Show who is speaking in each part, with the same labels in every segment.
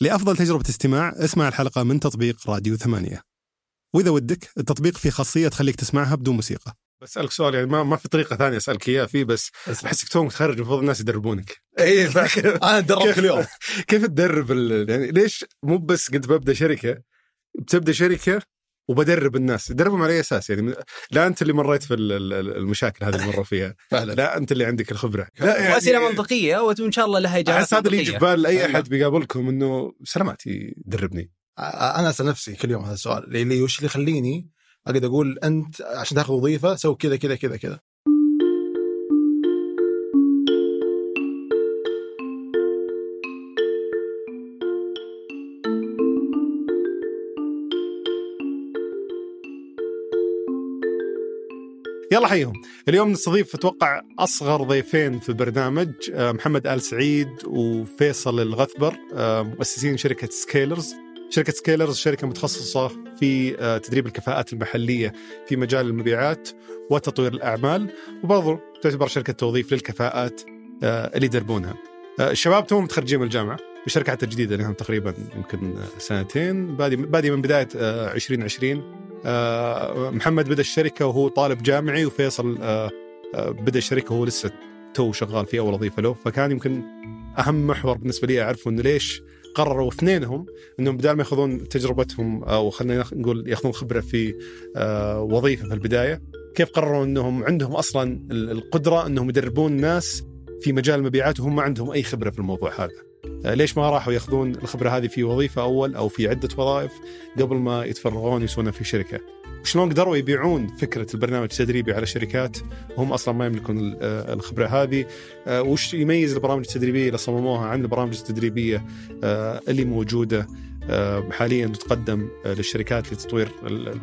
Speaker 1: لأفضل تجربة استماع اسمع الحلقة من تطبيق راديو ثمانية وإذا ودك التطبيق فيه خاصية تخليك تسمعها بدون موسيقى
Speaker 2: بسالك سؤال يعني ما, ما في طريقه ثانيه اسالك اياه فيه بس
Speaker 3: اسأل.
Speaker 2: احسك تو متخرج المفروض الناس يدربونك
Speaker 3: اي انا دربت اليوم
Speaker 2: إيه، كيف تدرب ال- يعني ليش مو بس قلت ببدا شركه بتبدا شركه وبدرب الناس ادربهم على اي اساس يعني من- لا انت اللي مريت في ال- ال- ال- المشاكل هذه اللي مروا فيها
Speaker 3: فعلا
Speaker 2: لا انت اللي عندك الخبره لا يعني
Speaker 4: واسئله منطقيه وان شاء الله لها اجابات
Speaker 2: احس هذا اللي يجي في
Speaker 4: منطقية.
Speaker 2: بال اي
Speaker 4: أيوة.
Speaker 2: احد بيقابلكم انه سلامات يدربني
Speaker 3: انا اسال نفسي كل يوم هذا السؤال ليه- ليه وش اللي يخليني اقعد اقول انت عشان تاخذ وظيفه سوي كذا كذا كذا كذا
Speaker 2: يلا حيهم اليوم نستضيف اتوقع اصغر ضيفين في البرنامج آه، محمد ال سعيد وفيصل الغثبر آه، مؤسسين شركه سكيلرز شركه سكيلرز شركه متخصصه في آه، تدريب الكفاءات المحليه في مجال المبيعات وتطوير الاعمال وبرضو تعتبر شركه توظيف للكفاءات آه، اللي يدربونها آه، الشباب توهم متخرجين من الجامعه الشركه حتى جديده لها تقريبا يمكن آه، سنتين بادي بادي من بدايه آه، 2020 آه، محمد بدا الشركه وهو طالب جامعي وفيصل آه، آه، بدا الشركه وهو لسه تو شغال في اول وظيفه له فكان يمكن اهم محور بالنسبه لي اعرفه انه ليش قرروا اثنينهم انهم بدال ما ياخذون تجربتهم او خلينا نخ- نقول ياخذون خبره في آه، وظيفه في البدايه كيف قرروا انهم عندهم اصلا ال- القدره انهم يدربون ناس في مجال المبيعات وهم ما عندهم اي خبره في الموضوع هذا آه، ليش ما راحوا ياخذون الخبره هذه في وظيفه اول او في عده وظائف قبل ما يتفرغون يسوونها في شركه شلون قدروا يبيعون فكره البرنامج التدريبي على الشركات وهم اصلا ما يملكون ال- آه، الخبره هذه آه، وش يميز البرامج التدريبيه اللي صمموها عن البرامج التدريبيه آه، اللي موجوده آه، حاليا تقدم آه، للشركات لتطوير ال- ال-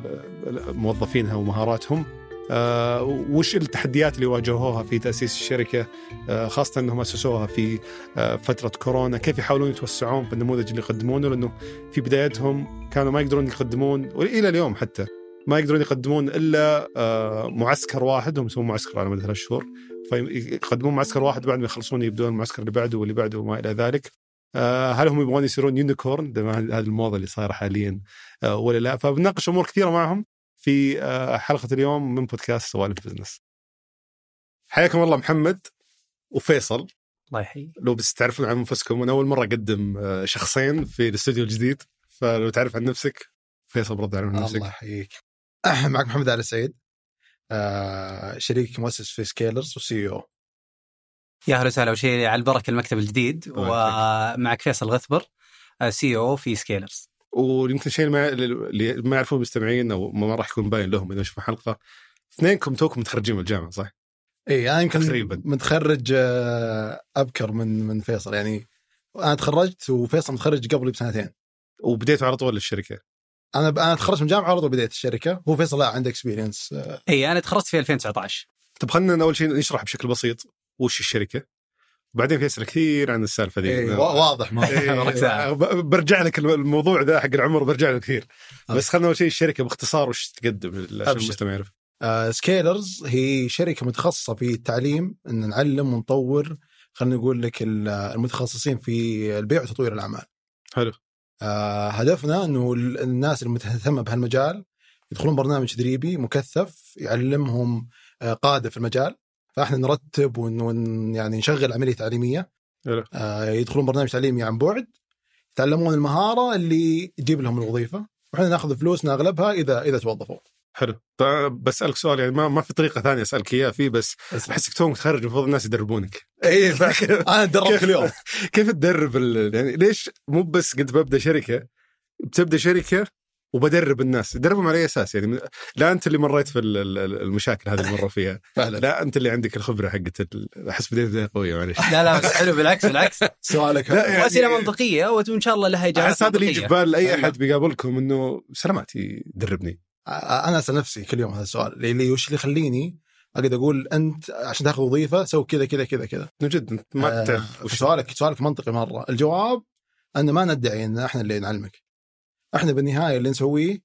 Speaker 2: ال- موظفينها ومهاراتهم آه، وش التحديات اللي واجهوها في تاسيس الشركه آه، خاصه انهم اسسوها في آه، فتره كورونا كيف يحاولون يتوسعون في النموذج اللي يقدمونه لانه في بدايتهم كانوا ما يقدرون يقدمون والى اليوم حتى ما يقدرون يقدمون الا آه، معسكر واحد هم يسوون معسكر على مدى ثلاث شهور فيقدمون معسكر واحد بعد ما يخلصون يبدون المعسكر اللي بعده واللي بعده وما الى ذلك آه، هل هم يبغون يصيرون يونيكورن ده ما- هذه الموضه اللي صايره حاليا آه، ولا لا فبنناقش امور كثيره معهم في آه، حلقه اليوم من بودكاست سوالف بزنس حياكم الله محمد وفيصل
Speaker 4: الله يحييك
Speaker 2: لو بس تعرفون عن انفسكم انا اول مره اقدم آه، شخصين في الاستوديو الجديد فلو تعرف عن نفسك فيصل برد عن نفسك
Speaker 3: الله يحييك معك محمد علي سعيد آه شريك مؤسس في سكيلرز E وسي او
Speaker 4: يا اهلا وسهلا اول شيء على البركه المكتب الجديد
Speaker 2: الله
Speaker 4: ومعك فيصل غثبر آه، سي او في سكيلرز
Speaker 2: ويمكن شيء ما اللي ما يعرفوه المستمعين او ما راح يكون باين لهم اذا شوفوا حلقه اثنينكم توكم متخرجين من الجامعه صح؟
Speaker 3: اي انا إيه، يمكن
Speaker 2: تقريباً.
Speaker 3: متخرج آه ابكر من من فيصل يعني انا تخرجت وفيصل متخرج قبلي بسنتين
Speaker 2: وبديتوا على طول الشركه
Speaker 3: انا انا تخرجت من الجامعه على طول بدايه الشركه هو فيصل لا عنده اكسبيرينس
Speaker 4: اي انا تخرجت في 2019
Speaker 2: طب خلينا اول شيء نشرح بشكل بسيط وش الشركه وبعدين في اسئله كثير عن السالفه ذي
Speaker 3: إيه، وا- واضح ما
Speaker 2: إيه، ب- برجع لك الموضوع ذا حق العمر برجع له كثير بس خلينا اول شيء الشركه باختصار وش تقدم لل- عشان
Speaker 3: أبشر.
Speaker 2: المستمع يعرف
Speaker 3: سكيلرز آه، هي شركه متخصصه في التعليم ان نعلم ونطور خلينا نقول لك ال- المتخصصين في البيع وتطوير الاعمال
Speaker 2: حلو
Speaker 3: آه، هدفنا انه ال- الناس المهتمه بهالمجال يدخلون برنامج تدريبي مكثف يعلمهم آه، قاده في المجال فاحنا نرتب ون ون- يعني نشغل عمليه تعليميه
Speaker 2: حلو.
Speaker 3: آه، يدخلون برنامج تعليمي عن بعد يتعلمون المهاره اللي تجيب لهم الوظيفه واحنا ناخذ فلوسنا اغلبها اذا اذا توظفوا
Speaker 2: حلو طيب بسالك سؤال يعني ما, ما في طريقه ثانيه اسالك اياه فيه بس احسك تو متخرج المفروض الناس يدربونك
Speaker 3: اي انا دربت اليوم
Speaker 2: كيف تدرب ال- يعني ليش مو بس قلت ببدا شركه بتبدا شركه وبدرب الناس ادربهم على اي اساس يعني من- لا انت اللي مريت في ال- ال- المشاكل هذه اللي مروا فيها
Speaker 3: فعلا
Speaker 2: لا انت اللي عندك الخبره حقت ال- احس بديت بداية قويه معلش
Speaker 4: لا لا بس حلو بالعكس بالعكس
Speaker 3: سؤالك
Speaker 2: لا، يعني-
Speaker 4: واسئله منطقيه وان شاء الله لها اجابات
Speaker 2: احس هذا اللي يجي في
Speaker 4: منطقية.
Speaker 2: بال اي احد بيقابلكم انه سلامات يدربني
Speaker 3: انا اسال نفسي كل يوم هذا السؤال ليه- ليه وش اللي يخليني اقعد اقول انت عشان تاخذ وظيفه سوي كذا كذا كذا كذا
Speaker 2: من جد أنت ما
Speaker 3: آه،
Speaker 2: تعرف وش
Speaker 3: سؤالك سؤالك منطقي مره الجواب ان ما ندعي ان احنا اللي نعلمك احنا بالنهايه اللي نسويه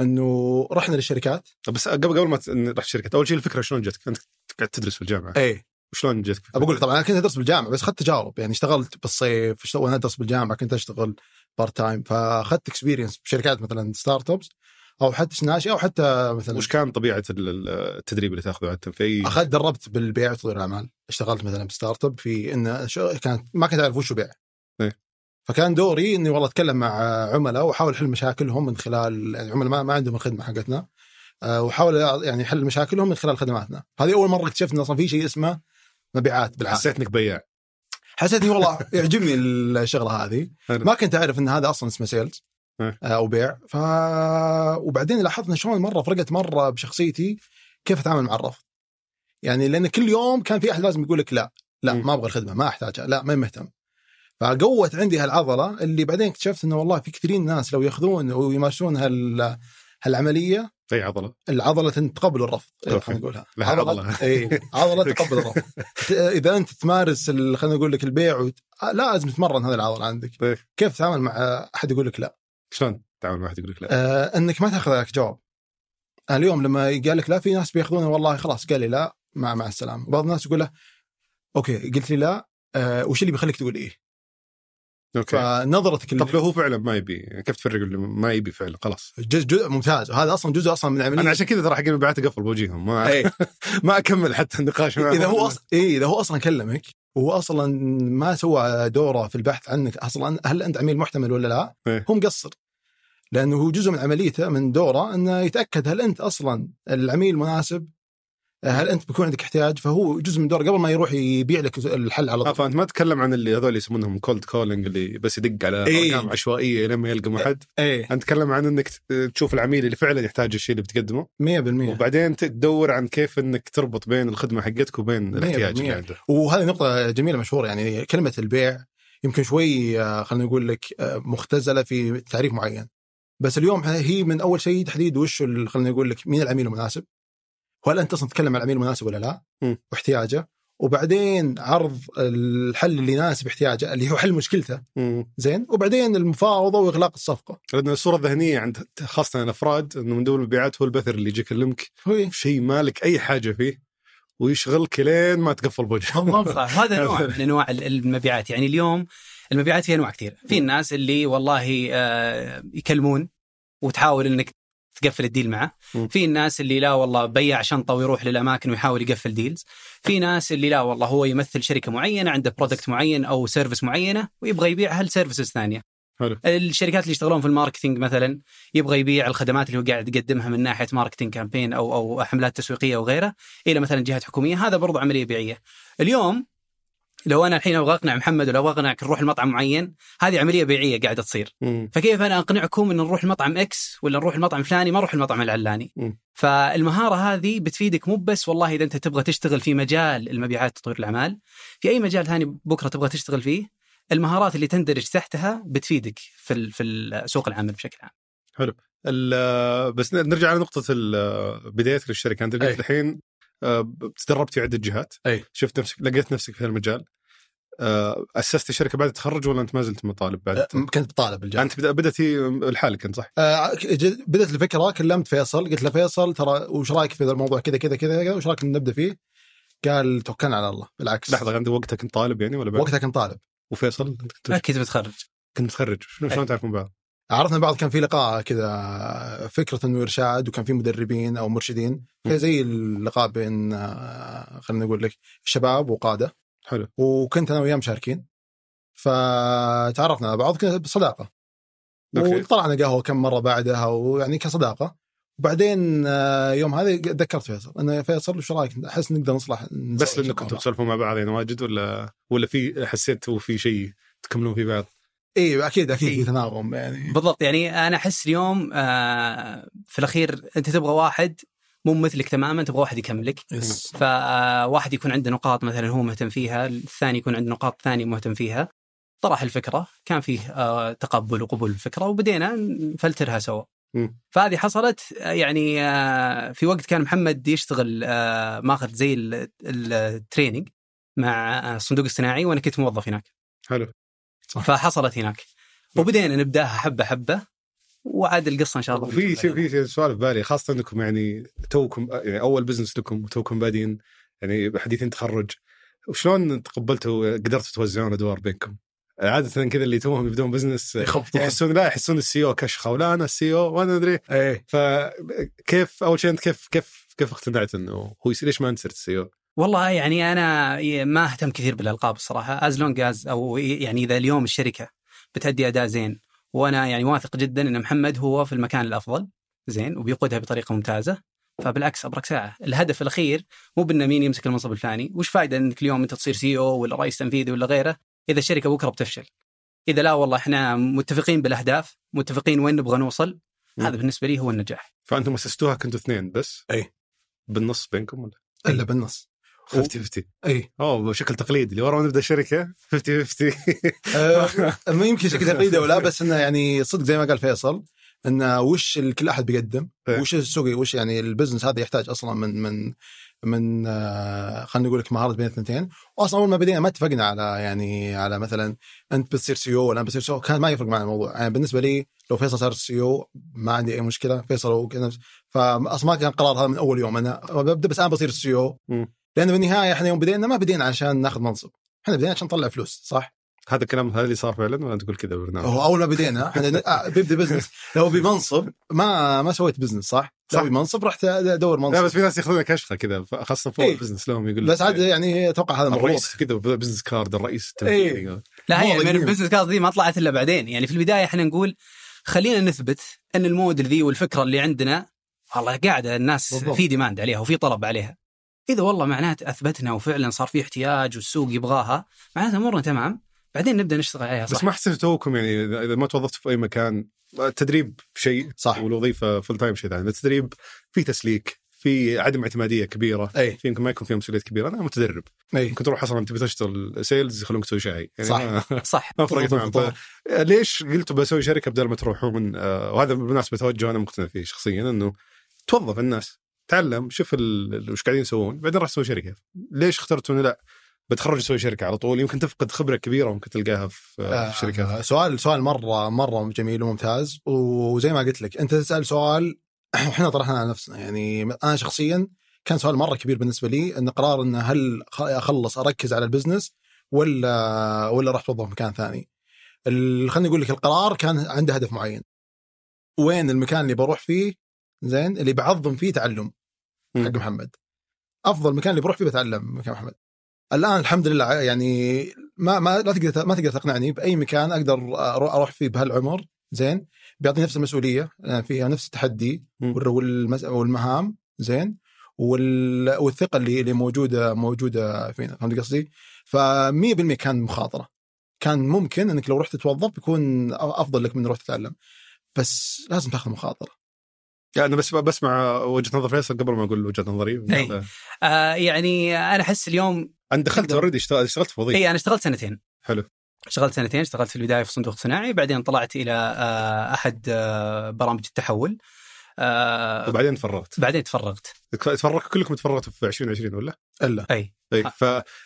Speaker 3: انه رحنا للشركات
Speaker 2: بس قبل قبل ما ت- نروح الشركه اول شيء الفكره شلون جتك انت قاعد تدرس في الجامعه
Speaker 3: اي
Speaker 2: شلون جتك
Speaker 3: بقول لك طبعا انا كنت ادرس بالجامعه بس اخذت تجارب يعني اشتغلت بالصيف اشت- وانا ادرس بالجامعه كنت اشتغل بارت تايم فاخذت اكسبيرينس بشركات مثلا ستارت ابس او حتى ناشئه او حتى مثلا
Speaker 2: وش كان طبيعه ال- ال- التدريب اللي تاخذه عاده في اي
Speaker 3: اخذت دربت بالبيع وتطوير الاعمال اشتغلت مثلا بستارت اب في ان شو- كانت ما كنت اعرف وش بيع
Speaker 2: إيه.
Speaker 3: فكان دوري اني والله اتكلم مع عملاء واحاول احل مشاكلهم من خلال يعني عملاء ما, ما عندهم الخدمه حقتنا آه، واحاول أع- يعني احل مشاكلهم من خلال خدماتنا هذه اول مره اكتشفت ان اصلا في شيء اسمه مبيعات بالعالم
Speaker 2: حسيت انك بياع
Speaker 3: حسيت اني والله يعجبني الشغله هذه
Speaker 2: حلو.
Speaker 3: ما كنت اعرف ان هذا اصلا اسمه سيلز
Speaker 2: إيه.
Speaker 3: او بيع ف وبعدين لاحظت إن شلون مره فرقت مره بشخصيتي كيف اتعامل مع الرفض يعني لان كل يوم كان في احد لازم يقول لك لا لا
Speaker 2: مم.
Speaker 3: ما ابغى الخدمه ما احتاجها لا ما مهتم فقوت عندي هالعضله اللي بعدين اكتشفت انه والله في كثيرين ناس لو ياخذون ويمارسون هال هالعمليه
Speaker 2: اي عضله
Speaker 3: العضله تقبل الرفض إيه،
Speaker 2: أوكي.
Speaker 3: خلينا نقولها
Speaker 2: لها عضلة.
Speaker 3: اي عضله تقبل الرفض اذا انت تمارس ال- خلينا نقول لك البيع وت... لا لازم تتمرن هذه العضله عندك
Speaker 2: إيه.
Speaker 3: كيف تتعامل مع احد يقول لك لا
Speaker 2: شلون تعامل مع واحد يقول لك لا
Speaker 3: آه انك ما تاخذ لك جواب أنا اليوم لما قال لك لا في ناس بياخذونه والله خلاص قال لي لا مع مع السلامه بعض الناس يقول له اوكي قلت لي لا آه وش اللي بيخليك تقول ايه
Speaker 2: اوكي
Speaker 3: فنظرتك
Speaker 2: طب
Speaker 3: ال-
Speaker 2: لو هو فعلا ما يبي كيف تفرق اللي ما يبي فعلا خلاص
Speaker 3: جزء جزء ممتاز وهذا اصلا جزء اصلا من العمليه
Speaker 2: انا عشان كذا ترى حق المبيعات اقفل بوجيههم ما
Speaker 3: إيه.
Speaker 2: ما اكمل حتى النقاش معهم.
Speaker 3: اذا هو أص... إيه اذا هو اصلا كلمك وهو اصلا ما سوى دوره في البحث عنك اصلا هل انت عميل محتمل ولا لا؟
Speaker 2: إيه.
Speaker 3: هو مقصر لانه هو جزء من عمليته من دوره انه يتاكد هل انت اصلا العميل المناسب؟ هل انت بيكون عندك احتياج؟ فهو جزء من دوره قبل ما يروح يبيع لك الحل على
Speaker 2: آه،
Speaker 3: طول.
Speaker 2: فانت ما تتكلم عن اللي هذول يسمونهم كولد كولينج اللي بس يدق على
Speaker 3: إيه.
Speaker 2: ارقام عشوائيه لما يلقى احد
Speaker 3: ايه 100%
Speaker 2: انت تتكلم عن انك ت- تشوف العميل اللي فعلا يحتاج الشيء اللي بتقدمه إيه. وبعدين تدور عن كيف انك تربط بين الخدمه حقتك وبين الاحتياج اللي
Speaker 3: بالمية.
Speaker 2: عنده
Speaker 3: وهذه نقطة جميلة مشهورة يعني كلمة البيع يمكن شوي آه، خلينا نقول لك آه، مختزلة في تعريف معين بس اليوم هي من أول شيء تحديد وش ال- خلينا نقول لك مين العميل المناسب وهل أنت أصلا تتكلم عن العميل المناسب ولا لا
Speaker 2: م.
Speaker 3: واحتياجه وبعدين عرض الحل اللي يناسب احتياجه اللي هو حل مشكلته
Speaker 2: مم.
Speaker 3: زين وبعدين المفاوضة وإغلاق الصفقة
Speaker 2: لان الصوره الذهنيه عند خاصه الافراد انه مندوب المبيعات هو البثر اللي يجي يكلمك
Speaker 3: هو
Speaker 2: شيء مالك اي حاجه فيه ويشغلك لين ما تقفل بوجهه
Speaker 4: بالضبط هذا نوع من انواع المبيعات يعني اليوم المبيعات فيها انواع كثير في الناس اللي والله آه، يكلمون وتحاول انك تقفل الديل معه
Speaker 2: مم.
Speaker 4: في الناس اللي لا والله بيع شنطه ويروح للاماكن ويحاول يقفل ديلز في ناس اللي لا والله هو يمثل شركه معينه عنده برودكت معين او سيرفيس معينه ويبغى يبيعها لسيرفيسز ثانيه
Speaker 2: حلو.
Speaker 4: الشركات اللي يشتغلون في الماركتينج مثلا يبغى يبيع الخدمات اللي هو قاعد يقدمها من ناحيه ماركتينج كامبين او او حملات تسويقيه وغيره الى مثلا جهات حكوميه هذا برضو عمليه بيعيه اليوم لو انا الحين ابغى اقنع محمد ولا ابغى اقنعك نروح لمطعم معين هذه عمليه بيعيه قاعده تصير
Speaker 2: مم.
Speaker 4: فكيف انا اقنعكم ان نروح المطعم اكس ولا نروح المطعم فلاني ما نروح المطعم العلاني
Speaker 2: م.
Speaker 4: فالمهاره هذه بتفيدك مو بس والله اذا انت تبغى تشتغل في مجال المبيعات تطوير الاعمال في اي مجال ثاني بكره تبغى تشتغل فيه المهارات اللي تندرج تحتها بتفيدك في ال- في ال- سوق العمل بشكل عام
Speaker 2: ال- آه، بس نرجع على نقطه ال- آه، بدايتك للشركه انت
Speaker 3: أي.
Speaker 2: قلت يعني الحين آه، تدربت في عده جهات
Speaker 3: أي.
Speaker 2: شفت نفسك لقيت نفسك في المجال آه، اسست الشركه بعد التخرج ولا انت ما زلت مطالب بعد
Speaker 3: آه، كنت بطالب الجامعة
Speaker 2: انت بدا- بدات هي لحالك انت صح؟
Speaker 3: آه، جد- بدت الفكره كلمت فيصل قلت له فيصل ترى وش رايك في هذا الموضوع كذا كذا كذا كذا، وش رايك نبدا فيه؟ قال توكلنا على الله بالعكس
Speaker 2: لحظه انت وقتها كنت طالب يعني ولا بعد؟
Speaker 3: وقتها كان طالب
Speaker 2: وفيصل انت كنت
Speaker 4: اكيد بتخرج
Speaker 2: كنت متخرج شلون شلون تعرفون بعض؟
Speaker 3: عرفنا بعض كان في لقاء كذا فكره انه ارشاد وكان في مدربين او مرشدين
Speaker 2: م.
Speaker 3: زي اللقاء بين آه، خلينا نقول لك شباب وقاده
Speaker 2: حلو
Speaker 3: وكنت انا وياه مشاركين فتعرفنا على بعض كنا بصداقه
Speaker 2: أوكي.
Speaker 3: وطلعنا قهوه كم مره بعدها ويعني كصداقه وبعدين آه، يوم هذا ذكرت فيصل انه فيصل وش رايك احس نقدر نصلح
Speaker 2: بس لانكم كنتوا تسولفوا مع بعض يعني واجد ولا ولا في حسيت وفي شيء تكملون في بعض؟
Speaker 3: اي اكيد اكيد
Speaker 4: إيه.
Speaker 3: في تناغم يعني
Speaker 4: بالضبط يعني انا احس اليوم آه، في الاخير انت تبغى واحد مو مثلك تماما تبغى واحد يكملك
Speaker 3: يس.
Speaker 4: فواحد يكون عنده نقاط مثلا هو مهتم فيها الثاني يكون عنده نقاط ثاني مهتم فيها طرح الفكره كان فيه آه، تقبل وقبول الفكره وبدينا نفلترها سوا
Speaker 2: مم.
Speaker 4: فهذه حصلت آه، يعني آه، في وقت كان محمد يشتغل آه، ماخذ زي ال- ال- التريننج مع آه، الصندوق الصناعي وانا كنت موظف هناك
Speaker 2: حلو
Speaker 4: فحصلت هناك وبدينا نبداها حبه حبه وعاد القصه ان شاء الله
Speaker 2: في شيء في شيء سؤال في بالي خاصه انكم يعني توكم يعني اول بزنس لكم وتوكم بادين يعني حديثين تخرج وشلون تقبلتوا قدرتوا توزعون ادوار بينكم؟ عاده كذا اللي توهم يبدون بزنس
Speaker 3: يخبطون
Speaker 2: يحسون لا يحسون السي او كشخه ولا انا السي او وانا ادري
Speaker 3: ايه
Speaker 2: فكيف اول شيء انت كيف كيف كيف اقتنعت انه هو يصير- ليش ما انت صرت سي او؟
Speaker 4: والله يعني انا ما اهتم كثير بالالقاب الصراحه از لونج از او يعني اذا اليوم الشركه بتأدي اداء زين وانا يعني واثق جدا ان محمد هو في المكان الافضل زين وبيقودها بطريقه ممتازه فبالعكس ابرك ساعه الهدف الاخير مو بان مين يمسك المنصب الفلاني وش فايده انك اليوم انت تصير سي او ولا رئيس تنفيذي ولا غيره اذا الشركه بكره بتفشل اذا لا والله احنا متفقين بالاهداف متفقين وين نبغى نوصل هذا بالنسبه لي هو النجاح
Speaker 2: فانتم اسستوها كنتوا اثنين بس؟
Speaker 3: إيه.
Speaker 2: بالنص بينكم ولا؟
Speaker 3: الا بالنص إيه.
Speaker 2: 50 50
Speaker 3: اي
Speaker 2: اوه بشكل تقليدي اللي ورا ما نبدا شركه 50 50
Speaker 3: آه، ما يمكن شكل تقليدي ولا بس انه يعني صدق زي ما قال فيصل انه وش ال- كل احد بيقدم
Speaker 2: إيه.
Speaker 3: وش السوق وش يعني البزنس هذا يحتاج اصلا من من من آه، خلينا نقول لك مهاره بين الثنتين واصلا اول ما بدينا ما اتفقنا على يعني على مثلا انت بتصير سي او ولا انا بصير سي او كان ما يفرق معنا الموضوع يعني بالنسبه لي لو فيصل صار سي او ما عندي اي مشكله فيصل هو كان فاصلا ما كان قرار هذا من اول يوم انا ببدا بس انا بصير E سي او
Speaker 2: مم.
Speaker 3: لانه بالنهايه احنا يوم بدينا ما بدينا عشان ناخذ منصب احنا بدينا عشان نطلع فلوس صح؟
Speaker 2: هذا الكلام هذا اللي صار فعلا ولا تقول كذا بالبرنامج؟
Speaker 3: هو اول ما بدينا احنا آه، بيبدا بزنس لو بمنصب ما ما سويت بزنس صح؟
Speaker 2: صح.
Speaker 3: لو بمنصب رحت ادور
Speaker 2: لا
Speaker 3: منصب
Speaker 2: بس إيه. في ناس ياخذونها كشخه كذا خاصه فوق
Speaker 3: إيه.
Speaker 2: البزنس لهم يقول
Speaker 3: بس عاد يعني اتوقع هذا مغلوط
Speaker 2: الرئيس كذا بزنس كارد الرئيس
Speaker 3: إيه.
Speaker 2: التنفيذي.
Speaker 4: لا هي
Speaker 3: والله
Speaker 4: من
Speaker 3: جميل.
Speaker 4: البزنس كارد دي ما طلعت الا بعدين يعني في البدايه احنا نقول خلينا نثبت ان الموديل ذي والفكره اللي عندنا والله قاعده الناس
Speaker 3: بالضبط.
Speaker 4: في ديماند عليها وفي طلب عليها اذا والله معناته اثبتنا وفعلا صار في احتياج والسوق يبغاها معناته امورنا تمام بعدين نبدا نشتغل عليها صح
Speaker 2: بس ما حسيتوا توكم يعني اذا إذا ما توظفتوا في اي مكان التدريب شيء
Speaker 3: صح
Speaker 2: والوظيفه فول تايم شيء ثاني التدريب في تسليك في عدم اعتماديه كبيره
Speaker 3: اي
Speaker 2: في يمكن ما يكون في مسؤوليه كبيره انا متدرب
Speaker 3: اي
Speaker 2: يمكن تروح اصلا تبي تشتغل سيلز يخلونك تسوي شاي يعني
Speaker 3: صح.
Speaker 2: ما-
Speaker 4: صح
Speaker 2: ما فرقت معهم آه،
Speaker 3: بالضبط.
Speaker 2: ليش قلتوا بسوي شركه بدل ما تروحون آه، وهذا بالمناسبه توجه انا مقتنع فيه شخصيا انه توظف الناس تعلم شوف ال- ال- وش قاعدين يسوون بعدين راح تسوي شركه ليش اخترتوا انه لا بتخرج اسوي شركه على طول يمكن تفقد خبره كبيره ممكن تلقاها في آه،
Speaker 3: آه،
Speaker 2: في الشركات
Speaker 3: سؤال سؤال مره مره جميل وممتاز وزي ما قلت لك انت تسال سؤال احنا طرحنا على نفسنا يعني انا شخصيا كان سؤال مره كبير بالنسبه لي ان قرار ان هل خ- اخلص اركز على البزنس ولا ولا راح اتوظف في مكان ثاني ال- خليني اقول لك القرار كان عنده هدف معين وين المكان اللي بروح فيه زين اللي بعظم فيه تعلم
Speaker 2: مم.
Speaker 3: حق محمد افضل مكان اللي بروح فيه بتعلم مكان محمد الان الحمد لله يعني ما ما لا تقدر ما تقدر تقنعني باي مكان اقدر أرو- اروح فيه بهالعمر زين بيعطيني نفس المسؤوليه أنا فيها نفس التحدي
Speaker 2: مم.
Speaker 3: والر- والمس- والمهام زين وال... والثقه اللي اللي موجوده موجوده فينا فهمت قصدي؟ ف 100% كان مخاطره كان ممكن انك لو رحت تتوظف بيكون أ- افضل لك من رحت تتعلم بس لازم تاخذ مخاطره
Speaker 2: يعني انا بس بسمع وجهه نظر فيصل قبل ما اقول وجهه نظري
Speaker 4: أي. آه يعني انا احس اليوم
Speaker 2: انا دخلت اوريدي اشتغلت في وظيفه
Speaker 4: اي انا اشتغلت سنتين
Speaker 2: حلو
Speaker 4: اشتغلت سنتين اشتغلت في البدايه في صندوق صناعي بعدين طلعت الى آه، احد آه، برامج التحول آه،
Speaker 2: وبعدين تفرغت
Speaker 4: بعدين تفرغت
Speaker 2: تفرغت كلكم تفرغتوا في 2020 ولا؟
Speaker 3: الا
Speaker 4: اي
Speaker 2: اي
Speaker 3: آه.
Speaker 4: ح-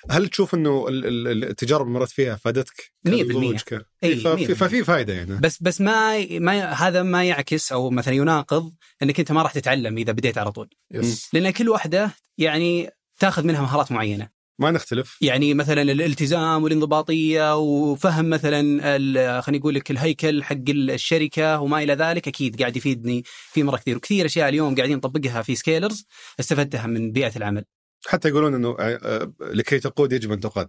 Speaker 2: فهل تشوف انه ال- ال- التجارب اللي مرت فيها فادتك؟
Speaker 4: 100%.
Speaker 2: كنضوج ك-
Speaker 4: إي،
Speaker 2: ف-
Speaker 4: 100%.
Speaker 2: ففي فائده يعني
Speaker 4: بس بس ما ما هذا ما يعكس او مثلا يناقض انك انت ما راح تتعلم اذا بديت على طول
Speaker 3: يس
Speaker 4: لان كل واحده يعني تاخذ منها مهارات معينه
Speaker 2: ما نختلف
Speaker 4: يعني مثلا الالتزام والانضباطيه وفهم مثلا ال- خليني اقول لك الهيكل حق الشركه وما الى ذلك اكيد قاعد يفيدني في مره كثير وكثير اشياء اليوم قاعدين نطبقها في سكيلرز استفدتها من بيئه العمل
Speaker 2: حتى يقولون انه آه، آه، لكي تقود يجب ان تقاد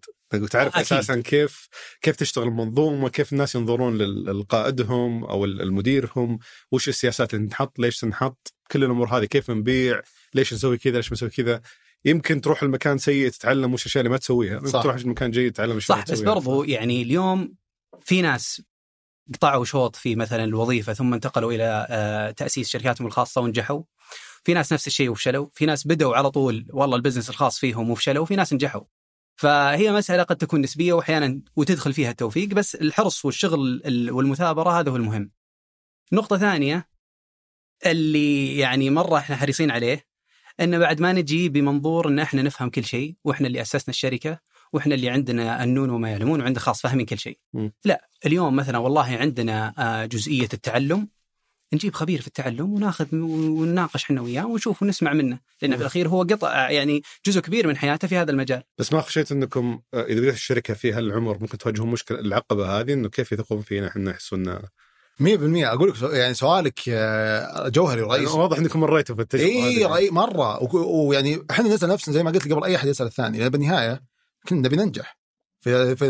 Speaker 2: تعرف
Speaker 4: أكيد.
Speaker 2: اساسا كيف كيف تشتغل المنظومه كيف الناس ينظرون لل- لقائدهم او ال- المديرهم وش السياسات اللي تنحط ليش تنحط كل الامور هذه كيف نبيع ليش نسوي كذا ليش نسوي كذا يمكن تروح المكان سيء تتعلم وش الاشياء اللي ما تسويها يمكن
Speaker 3: صح.
Speaker 2: تروح المكان جيد تتعلم وش
Speaker 4: صح بس برضو يعني اليوم في ناس قطعوا شوط في مثلا الوظيفه ثم انتقلوا الى آه، تاسيس شركاتهم الخاصه ونجحوا في ناس نفس الشيء وفشلوا في ناس بدوا على طول والله البزنس الخاص فيهم وفشلوا وفي ناس نجحوا فهي مسألة قد تكون نسبية وأحيانا وتدخل فيها التوفيق بس الحرص والشغل ال- والمثابرة هذا هو المهم نقطة ثانية اللي يعني مرة احنا حريصين عليه أن بعد ما نجي بمنظور أن احنا نفهم كل شيء وإحنا اللي أسسنا الشركة وإحنا اللي عندنا النون وما يعلمون وعند خاص فاهمين كل شيء
Speaker 2: مم.
Speaker 4: لا اليوم مثلا والله عندنا آه، جزئية التعلم نجيب خبير في التعلم وناخذ ونناقش احنا وياه ونشوف ونسمع منه لانه في الاخير هو قطع يعني جزء كبير من حياته في هذا المجال
Speaker 2: بس ما خشيت انكم آه، اذا بديت الشركه في هالعمر ممكن تواجهون مشكله العقبه هذه انه كيف يثقون فينا احنا يحسون
Speaker 3: 100% اقول لك سو- يعني سؤالك آه، جوهري رئيسي
Speaker 2: يعني واضح انكم مريتوا في التجربه
Speaker 3: اي
Speaker 2: هذه.
Speaker 3: رأي مره وك- ويعني احنا نسال نفسنا زي ما قلت قبل اي احد يسال الثاني لان بالنهايه كنا نبي ننجح ف- ف-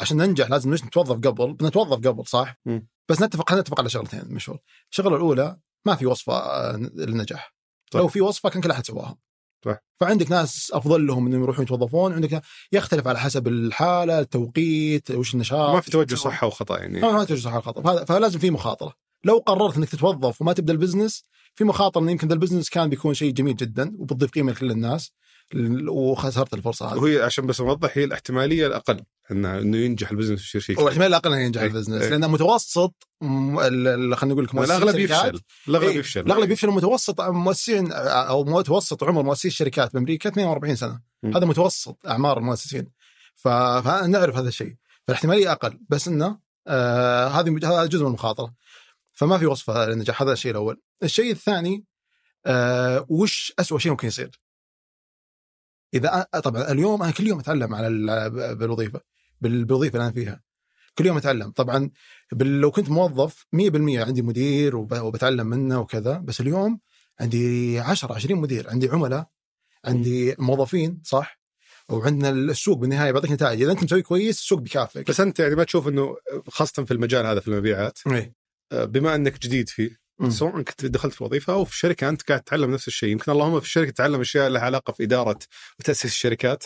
Speaker 3: عشان ننجح لازم نش- نتوظف قبل بنتوظف قبل صح؟
Speaker 2: مم.
Speaker 3: بس نتفق خلينا نتفق على شغلتين مشهور الشغله الاولى ما في وصفه آه، للنجاح
Speaker 2: طيب.
Speaker 3: لو في وصفه كان كل احد سواها
Speaker 2: صح.
Speaker 3: فعندك ناس افضل لهم انهم يروحون يتوظفون عندك ناس- يختلف على حسب الحاله التوقيت وش النشاط
Speaker 2: ما في توجه صح وخطا يعني
Speaker 3: ما ما تجوز على الخطر فهذا فلازم في مخاطره لو قررت انك تتوظف وما تبدا البزنس في مخاطره ان يمكن ذا البزنس كان بيكون شيء جميل جدا وبتضيف قيمه لكل الناس ل- وخسرت الفرصه هذه
Speaker 2: وهي عشان بس نوضح هي الاحتماليه الاقل انه انه ينجح البزنس ويصير شيء كبير.
Speaker 3: والاحتمال الاقل انه ينجح
Speaker 2: إيه،
Speaker 3: البزنس
Speaker 2: إيه.
Speaker 3: لان متوسط م- ال- ال- خلينا نقول لك مؤسسين
Speaker 2: الاغلب
Speaker 3: شركات-
Speaker 2: يفشل الاغلب
Speaker 3: إيه،
Speaker 2: يفشل
Speaker 3: الاغلب يفشل متوسط مؤسسين او متوسط عمر مؤسسي الشركات بامريكا 42 سنه
Speaker 2: مم.
Speaker 3: هذا متوسط اعمار المؤسسين ف- فنعرف هذا الشيء فالاحتماليه اقل بس انه آه هذه هذا جزء من المخاطره فما في وصفه للنجاح هذا الشيء الاول الشيء الثاني آه وش أسوأ شيء ممكن يصير اذا أ- طبعا اليوم انا كل يوم اتعلم على ال- بالوظيفه بال- بالوظيفه اللي انا فيها كل يوم اتعلم طبعا بال- لو كنت موظف 100% عندي مدير وب- وبتعلم منه وكذا بس اليوم عندي 10 20 مدير عندي عملاء عندي موظفين صح وعندنا السوق بالنهايه بيعطيك نتائج اذا انت مسوي كويس السوق بيكافئك
Speaker 2: بس انت يعني ما تشوف انه خاصه في المجال هذا في المبيعات
Speaker 3: إيه.
Speaker 2: آه، بما انك جديد فيه
Speaker 3: مم.
Speaker 2: سواء كنت دخلت في وظيفه او في شركه انت قاعد تتعلم نفس الشيء يمكن اللهم في الشركه تتعلم اشياء لها علاقه في اداره وتاسيس الشركات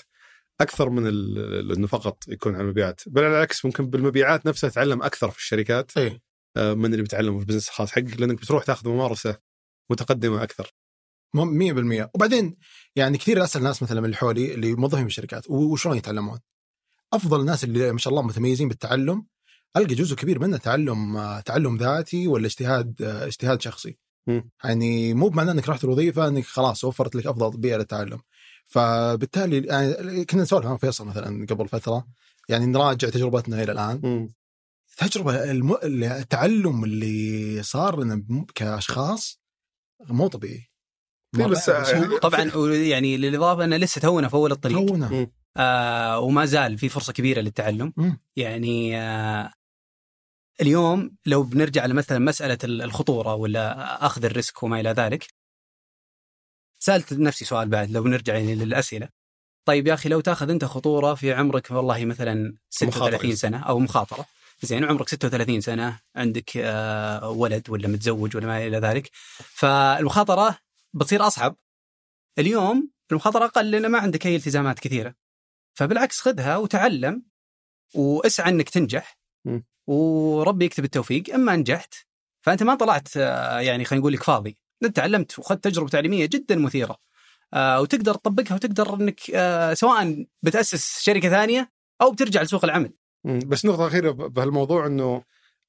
Speaker 2: اكثر من ال- ال- انه فقط يكون على المبيعات بل على العكس ممكن بالمبيعات نفسها تتعلم اكثر في الشركات
Speaker 3: إيه.
Speaker 2: آه، من اللي بتعلمه في البزنس الخاص حقك لانك بتروح تاخذ ممارسه متقدمه اكثر
Speaker 3: مهم 100% وبعدين يعني كثير اسال ناس مثلا من اللي حولي اللي موظفين بالشركات و- وشلون يتعلمون؟ افضل الناس اللي ما شاء الله متميزين بالتعلم القى جزء كبير منه تعلم آه، تعلم ذاتي ولا اجتهاد آه، اجتهاد شخصي.
Speaker 2: مم.
Speaker 3: يعني مو بمعنى انك رحت الوظيفه انك خلاص وفرت لك افضل بيئه للتعلم. فبالتالي يعني كنا نسولف انا وفيصل مثلا قبل فتره يعني نراجع تجربتنا الى الان التجربه الم... التعلم اللي صار لنا بم- كاشخاص مو طبيعي.
Speaker 2: إيه، بس-
Speaker 3: مرة- هو-
Speaker 4: طبعا يعني للاضافه انه لسه يعني تونا في اول الطريق
Speaker 3: تونا
Speaker 2: مم.
Speaker 4: آه وما زال في فرصه كبيره للتعلم
Speaker 3: مم.
Speaker 4: يعني آه اليوم لو بنرجع لمثلا مساله ال- الخطوره ولا اخذ الريسك وما الى ذلك سالت نفسي سؤال بعد لو بنرجع يعني للاسئله طيب يا اخي لو تاخذ انت خطوره في عمرك والله مثلا
Speaker 2: مخاطرة.
Speaker 4: 36 سنه او مخاطره زين عمرك 36 سنه عندك آه ولد ولا متزوج ولا ما الى ذلك فالمخاطره بتصير اصعب اليوم المخاطره اقل لان ما عندك اي التزامات كثيره فبالعكس خذها وتعلم واسعى انك تنجح
Speaker 2: مم.
Speaker 4: وربي يكتب التوفيق اما نجحت فانت ما طلعت آه، يعني خلينا نقول لك فاضي انت تعلمت وخذت تجربه تعليميه جدا مثيره آه، وتقدر تطبقها وتقدر انك آه، سواء بتاسس شركه ثانيه او بترجع لسوق العمل
Speaker 2: مم. بس نقطة أخيرة ب- بهالموضوع أنه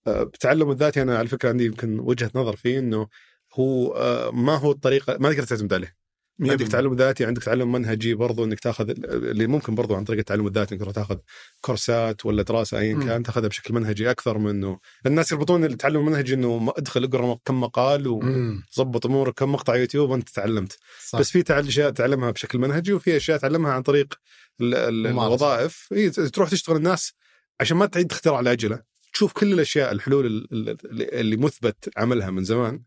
Speaker 2: آه، التعلم الذاتي أنا على فكرة عندي يمكن وجهة نظر فيه أنه هو آه، ما هو الطريقة ما تقدر تعتمد عليه عندك تعلم ذاتي عندك تعلم منهجي برضو أنك تاخذ ال- اللي ممكن برضو عن طريق التعلم الذاتي أنك تروح تاخذ كورسات ولا دراسة أيا
Speaker 3: مم.
Speaker 2: كان تاخذها بشكل منهجي أكثر من أنه لأن الناس يربطون التعلم المنهجي أنه م- ادخل اقرأ كم مقال
Speaker 3: مم.
Speaker 2: وظبط أمورك كم مقطع يوتيوب وأنت تعلمت
Speaker 3: صح.
Speaker 2: بس في تعل- اشياء تعلمها بشكل منهجي وفي اشياء تعلمها عن طريق ال- ال-
Speaker 3: ممارسة.
Speaker 2: الوظائف إيه، ت- تروح تشتغل الناس عشان ما تعيد اختراع العجله تشوف كل الاشياء الحلول ال- ال- اللي مثبت عملها من زمان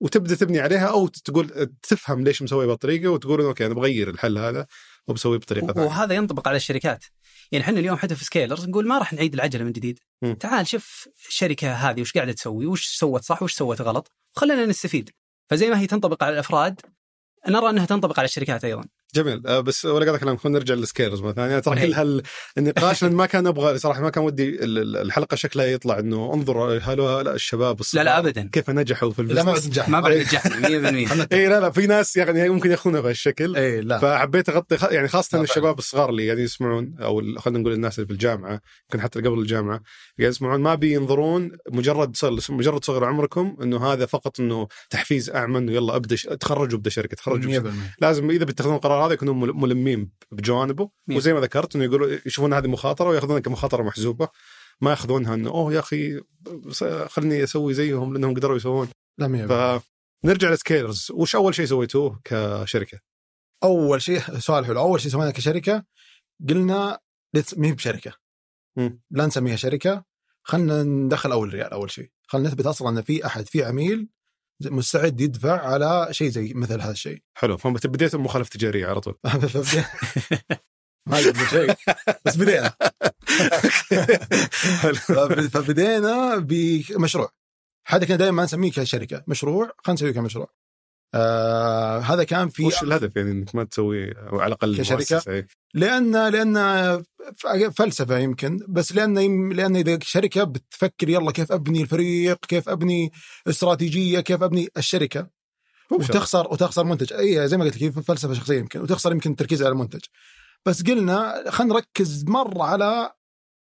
Speaker 2: وتبدا تبني عليها او تقول تفهم ليش مسوي بهالطريقه وتقول إنه اوكي انا بغير الحل هذا وبسويه بطريقه ثانيه
Speaker 4: وهذا ينطبق على الشركات يعني احنا اليوم حتى في سكيلرز نقول ما راح نعيد العجله من جديد
Speaker 2: مم.
Speaker 4: تعال شوف الشركه هذه وش قاعده تسوي وش سوت صح وش سوت غلط خلينا نستفيد فزي ما هي تنطبق على الافراد نرى انها تنطبق على الشركات ايضا
Speaker 2: جميل آه، بس ولا قاعد كلام خلينا نرجع للسكيلرز مره ثانيه ترى
Speaker 4: إيه.
Speaker 2: كل هالنقاش لأن ما كان ابغى صراحه ما كان ودي ال- ال- الحلقه شكلها يطلع انه انظر هل الشباب
Speaker 4: لا
Speaker 2: الصغار
Speaker 4: لا ابدا
Speaker 2: كيف نجحوا في البزنس
Speaker 3: لا ما نجح
Speaker 4: ما بعد نجحنا 100%
Speaker 2: اي إيه، لا لا في ناس يعني ممكن ياخذونها بهالشكل
Speaker 3: اي لا
Speaker 2: فحبيت اغطي خ- يعني خاصه
Speaker 3: إيه. لا،
Speaker 2: الشباب الصغار اللي قاعدين يسمعون او ال- خلينا نقول الناس اللي في الجامعه يمكن حتى اللي قبل الجامعه قاعدين يسمعون ما بينظرون مجرد صغر مجرد صغر عمركم انه هذا فقط انه تحفيز اعمى انه يلا ابدا ش... تخرج وابدا شركه تخرج وابدأ
Speaker 3: 100%
Speaker 2: لازم اذا بيتخذون القرار هذا يكونوا مل- ملمين بجوانبه
Speaker 4: مية.
Speaker 2: وزي ما ذكرت انه يقولوا يشوفون هذه مخاطره وياخذونها كمخاطره محسوبه ما ياخذونها انه اوه يا اخي س- خلني اسوي زيهم لانهم قدروا يسوون
Speaker 3: لا مية بالمية.
Speaker 2: فنرجع لسكيلرز وش اول شيء سويتوه كشركه؟
Speaker 3: اول شيء سؤال حلو اول شيء سوينا كشركه قلنا ليتس ما هي بشركه
Speaker 2: مم.
Speaker 3: لا نسميها شركه خلنا ندخل اول ريال اول شيء خلنا نثبت اصلا ان في احد في عميل مستعد يدفع على شيء زي مثل هذا الشيء
Speaker 2: حلو فبديت مخالفه تجاريه على طول
Speaker 3: ما قبل شيء بس بدينا
Speaker 2: حلو
Speaker 3: فب- فبدينا بمشروع هذا كان دائما نسميه كشركه مشروع خلينا نسويه كمشروع آه هذا كان في
Speaker 2: وش الهدف يعني انك ما تسوي او على الاقل
Speaker 3: كشركة؟
Speaker 2: مؤسسة، إيه.
Speaker 3: لان لان فلسفه يمكن بس لان لان اذا شركه بتفكر يلا كيف ابني الفريق كيف ابني استراتيجيه كيف ابني الشركه
Speaker 2: مو بشرط.
Speaker 3: وتخسر وتخسر منتج اي زي ما قلت لك هي فلسفه شخصيه يمكن وتخسر يمكن التركيز على المنتج بس قلنا خلينا نركز مره على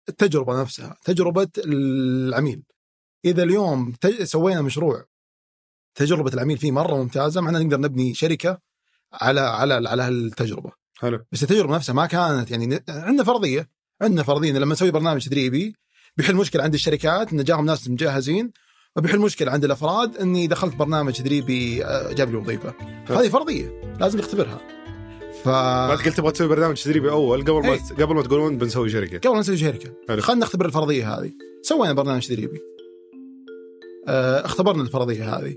Speaker 3: التجربه نفسها تجربه العميل اذا اليوم تج- سوينا مشروع تجربه العميل فيه مره ممتازه معناه نقدر نبني شركه على على على هالتجربه
Speaker 2: حلو
Speaker 3: بس التجربه نفسها ما كانت يعني ن- عندنا فرضيه عندنا فرضيه إن لما نسوي برنامج تدريبي بيحل مشكله عند الشركات ان جاهم ناس مجهزين وبيحل مشكله عند الافراد اني دخلت برنامج تدريبي آه، جاب لي وظيفه هذه فرضيه لازم نختبرها ف
Speaker 2: بعد قلت تبغى تسوي برنامج تدريبي اول قبل ما
Speaker 3: آه. إيه.
Speaker 2: قبل ما تقولون بنسوي شركه
Speaker 3: قبل نسوي شركه
Speaker 2: حلو.
Speaker 3: خلينا نختبر الفرضيه هذه سوينا برنامج تدريبي آه، اختبرنا الفرضيه هذه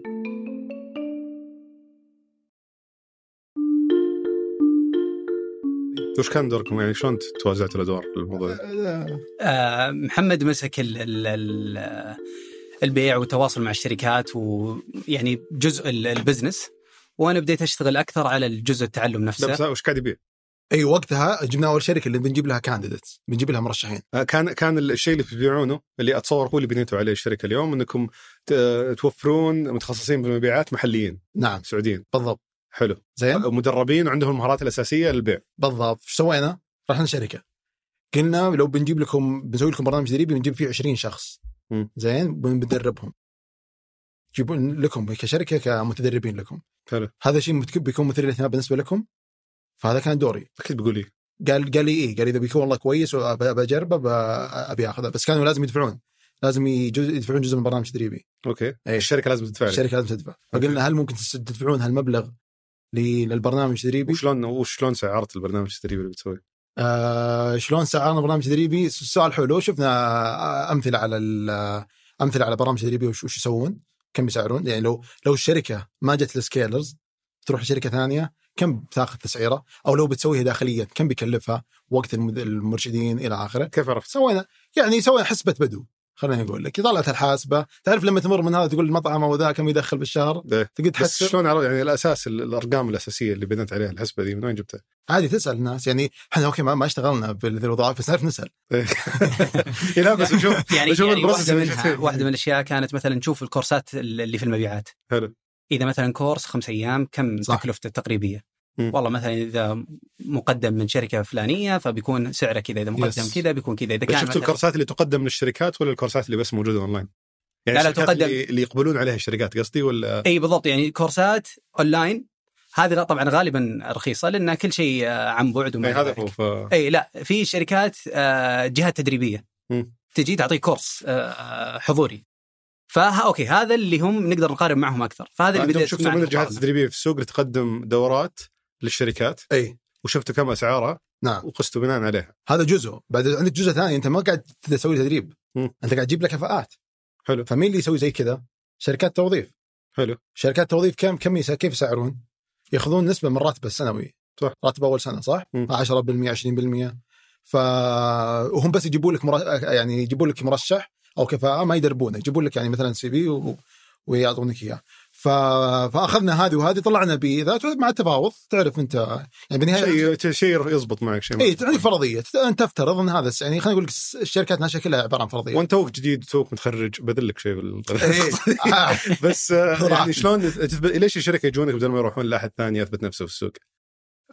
Speaker 2: وش كان دوركم يعني شلون توازعتوا الادوار في الموضوع ده؟
Speaker 3: آه،
Speaker 4: آه، محمد مسك ال ال ال البيع والتواصل مع الشركات ويعني جزء ال- البزنس وانا بديت اشتغل اكثر على الجزء التعلم
Speaker 2: لا،
Speaker 4: نفسه
Speaker 2: بس وش قاعد يبيع؟
Speaker 3: اي وقتها جبنا اول شركه اللي بنجيب لها كانديديتس بنجيب لها مرشحين
Speaker 2: آه، كان كان الشيء اللي بتبيعونه اللي اتصور هو اللي بنيتوا عليه الشركه اليوم انكم ت- توفرون متخصصين بالمبيعات محليين
Speaker 3: نعم
Speaker 2: سعوديين
Speaker 3: بالضبط
Speaker 2: حلو
Speaker 3: زين
Speaker 2: مدربين عندهم المهارات الاساسيه للبيع
Speaker 3: بالضبط ايش سوينا؟ رحنا شركه قلنا لو بنجيب لكم بنسوي لكم برنامج تدريبي بنجيب فيه 20 شخص
Speaker 2: مم.
Speaker 3: زين بن- بندربهم جيبون لكم كشركه كمتدربين لكم
Speaker 2: حلو
Speaker 3: هذا شيء متك- بيكون مثير للاهتمام بالنسبه لكم فهذا كان دوري
Speaker 2: اكيد بيقول لي
Speaker 3: قال قال لي ايه قال اذا بيكون والله كويس وأب- بجربه ب- ابي اخذه بس كانوا لازم يدفعون لازم يجز- يدفعون جزء من برنامج تدريبي
Speaker 2: اوكي
Speaker 3: إيه.
Speaker 2: الشركه لازم تدفع لي
Speaker 3: الشركه لازم تدفع فقلنا هل ممكن تس- تدفعون هالمبلغ ل- للبرنامج التدريبي
Speaker 2: وشلون وشلون سعرت البرنامج التدريبي اللي بتسويه؟
Speaker 3: آه، شلون سعرنا برنامج تدريبي سؤال حلو شفنا آه، امثله على ال- امثله على برامج تدريبيه وش, وش يسوون كم يسعرون يعني لو لو الشركه ما جت السكيلرز تروح لشركه ثانيه كم بتاخذ تسعيره او لو بتسويها داخليا كم بيكلفها وقت المد- المرشدين الى اخره
Speaker 2: كيف عرفت؟
Speaker 3: سوينا يعني سوينا حسبه بدو خلينا نقول لك طلعت الحاسبه تعرف لما تمر من هذا تقول المطعم او ذا كم يدخل بالشهر
Speaker 2: إيه.
Speaker 3: تقدر
Speaker 2: بس
Speaker 3: تحسب
Speaker 2: شلون عرفت يعني الاساس ال- الارقام الاساسيه اللي بنيت عليها الحسبه دي من وين جبتها؟
Speaker 3: عادي تسال الناس يعني احنا اوكي ما, ما اشتغلنا بالوظائف بس نعرف نسال
Speaker 2: إيه، لا بس بشوف
Speaker 4: يعني,
Speaker 2: بشوف
Speaker 4: يعني
Speaker 2: البروسس
Speaker 4: واحده
Speaker 2: اللي
Speaker 4: منها
Speaker 2: فيه.
Speaker 4: واحده من الاشياء كانت مثلا نشوف الكورسات اللي في المبيعات
Speaker 2: حلو.
Speaker 4: اذا مثلا كورس خمس ايام كم
Speaker 3: صح.
Speaker 4: تكلفته التقريبيه؟
Speaker 2: مم.
Speaker 4: والله مثلا اذا مقدم من شركه فلانيه فبيكون سعره كذا اذا مقدم
Speaker 3: Yes.
Speaker 4: كذا بيكون كذا اذا كان
Speaker 2: شفتوا
Speaker 4: مثلاً-
Speaker 2: الكورسات اللي تقدم من الشركات ولا الكورسات اللي بس موجوده اونلاين؟ يعني
Speaker 4: لا، لا،
Speaker 2: الشركات
Speaker 4: تقدم.
Speaker 2: اللي, اللي يقبلون عليها الشركات قصدي ولا
Speaker 4: اي بالضبط يعني كورسات اونلاين هذه لا طبعا غالبا رخيصه لان كل شيء آه، عن بعد وما
Speaker 2: يعني
Speaker 4: إلى
Speaker 2: هذا
Speaker 4: ذلك.
Speaker 2: هو ف-
Speaker 4: اي لا في شركات آه، جهات تدريبيه
Speaker 2: مم.
Speaker 4: تجي تعطيك كورس آه، حضوري فها اوكي هذا اللي هم نقدر نقارن معهم اكثر فهذا اللي
Speaker 2: عندهم
Speaker 4: بديت
Speaker 2: شفتوا
Speaker 4: معه
Speaker 2: من الجهات
Speaker 4: المقارنة.
Speaker 2: التدريبيه في السوق اللي تقدم دورات للشركات
Speaker 3: اي
Speaker 2: وشفتوا كم اسعارها
Speaker 3: نعم
Speaker 2: وقستوا بناء عليها
Speaker 3: هذا جزء بعد عندك جزء ثاني انت ما قاعد تسوي تدريب
Speaker 2: مم.
Speaker 3: انت قاعد تجيب لك كفاءات
Speaker 2: حلو.
Speaker 3: فمين اللي يسوي زي كذا؟ شركات توظيف
Speaker 2: حلو
Speaker 3: شركات توظيف كم كم يس- كيف يسعرون؟ ياخذون نسبه من راتبه السنوي
Speaker 2: صح.
Speaker 3: راتب اول سنه صح؟
Speaker 2: مم.
Speaker 3: 10% 20% ف وهم بس يجيبوا لك مر... يعني يجيبوا لك مرشح او كفاءه ما يدربونه يجيبون لك يعني مثلا سي في و... ويعطونك اياه ف... فاخذنا هذه وهذه طلعنا بذات مع التفاوض تعرف انت يعني بالنهايه
Speaker 2: شيء شيء يزبط معك شيء
Speaker 4: إيه،
Speaker 3: اي إيه، عندك فرضيه تت- انت تفترض ان هذا الس- يعني خلينا نقول لك الس- الشركات ناشئه كلها عباره عن فرضيه
Speaker 2: وانت توك جديد توك متخرج بذلك شيء بال...
Speaker 3: إيه. آه.
Speaker 2: بس آه، يعني شلون تثبت ليش الشركه يجونك بدل ما يروحون لاحد ثاني يثبت نفسه في السوق؟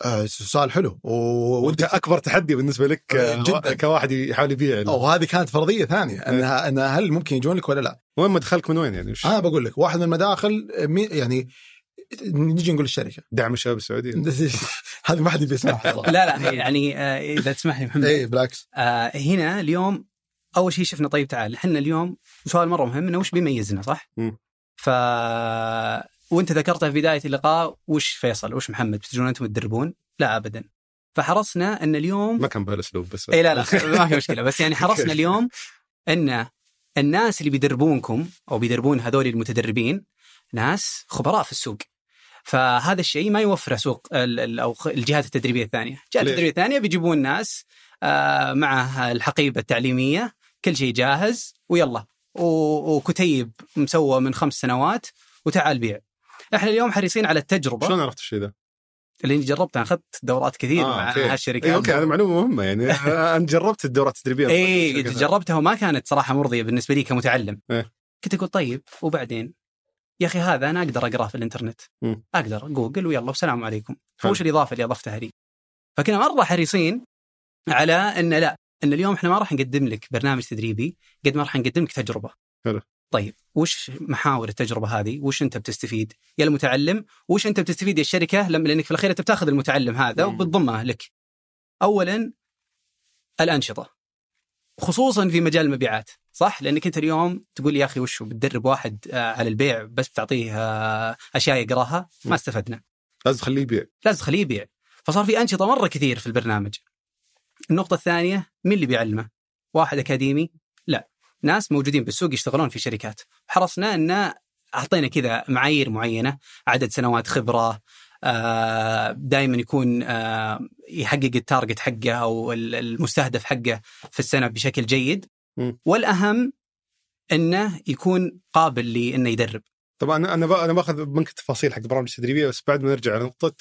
Speaker 3: آه، سؤال حلو و-
Speaker 2: وانت اكبر تحدي بالنسبه لك
Speaker 3: آه،
Speaker 2: جدا
Speaker 3: جداً.
Speaker 2: كواحد يحاول يبيع ال-
Speaker 3: وهذه كانت فرضيه ثانيه
Speaker 2: إيه.
Speaker 3: انها انها هل ممكن يجون لك ولا لا؟
Speaker 2: وين مدخلك من وين يعني؟ وش
Speaker 3: انا بقول لك واحد من المداخل آه، مي- يعني نجي نقول الشركه
Speaker 2: دعم الشباب السعودي؟
Speaker 3: هذه ما حد يبي يسمعها ترى.
Speaker 4: لا لا يعني آه، اذا تسمح لي محمد
Speaker 3: اي بالعكس
Speaker 4: آه، هنا اليوم اول شيء شفنا طيب تعال احنا اليوم سؤال مره مهم انه وش بيميزنا صح؟
Speaker 2: مم.
Speaker 4: ف وانت ذكرتها في بدايه اللقاء وش فيصل وش محمد بتجون انتم تدربون؟ لا ابدا فحرصنا ان اليوم
Speaker 2: ما كان بهالاسلوب بس
Speaker 4: اي إيه، لا لا ما في مشكله بس يعني حرصنا اليوم ان الناس اللي بيدربونكم او بيدربون هذول المتدربين ناس خبراء في السوق فهذا الشيء ما يوفره سوق ال- ال- او خ- الجهات التدريبيه الثانيه، الجهات
Speaker 2: ليه؟
Speaker 4: التدريبيه الثانيه بيجيبون ناس آه، مع الحقيبه التعليميه كل شيء جاهز ويلا و- وكتيب مسوى من خمس سنوات وتعال بيع. احنا اليوم حريصين على التجربه
Speaker 2: شلون عرفت الشيء ذا؟
Speaker 4: اللي جربتها اخذت دورات كثير
Speaker 2: آه،
Speaker 4: مع
Speaker 2: أوكي.
Speaker 4: هالشركات
Speaker 2: اي اوكي هذه معلومه مهمه يعني انا جربت الدورات التدريبيه
Speaker 4: اي إيه، جربتها وما كانت صراحه مرضيه بالنسبه لي كمتعلم
Speaker 2: طيب، إيه.
Speaker 4: كنت اقول طيب وبعدين يا اخي هذا انا اقدر اقراه في الانترنت
Speaker 2: مم.
Speaker 4: اقدر جوجل ويلا والسلام عليكم
Speaker 2: حلو.
Speaker 4: وش الاضافه اللي اضفتها لي فكنا مره حريصين على ان لا ان اليوم احنا ما راح نقدم لك برنامج تدريبي قد ما راح نقدم لك تجربه
Speaker 2: حلو.
Speaker 4: طيب وش محاور التجربه هذه وش انت بتستفيد يا المتعلم وش انت بتستفيد يا الشركه لما لانك في الاخير انت بتاخذ المتعلم هذا
Speaker 2: مم.
Speaker 4: وبتضمه لك اولا الانشطه خصوصا في مجال المبيعات صح لانك انت اليوم تقول لي يا اخي وش بتدرب واحد آه، على البيع بس بتعطيه آه، اشياء يقراها ما استفدنا
Speaker 2: لازم تخليه يبيع
Speaker 4: لازم تخليه يبيع فصار في انشطه مره كثير في البرنامج النقطه الثانيه مين اللي بيعلمه واحد اكاديمي لا ناس موجودين بالسوق يشتغلون في شركات حرصنا ان اعطينا كذا معايير معينه عدد سنوات خبره دائما يكون آه، يحقق التارجت حقه او ال- المستهدف حقه في السنه بشكل جيد
Speaker 2: مم.
Speaker 4: والاهم انه يكون قابل لانه يدرب
Speaker 2: طبعا انا ب... انا باخذ منك تفاصيل حق برامج التدريبيه بس بعد ما نرجع لنقطه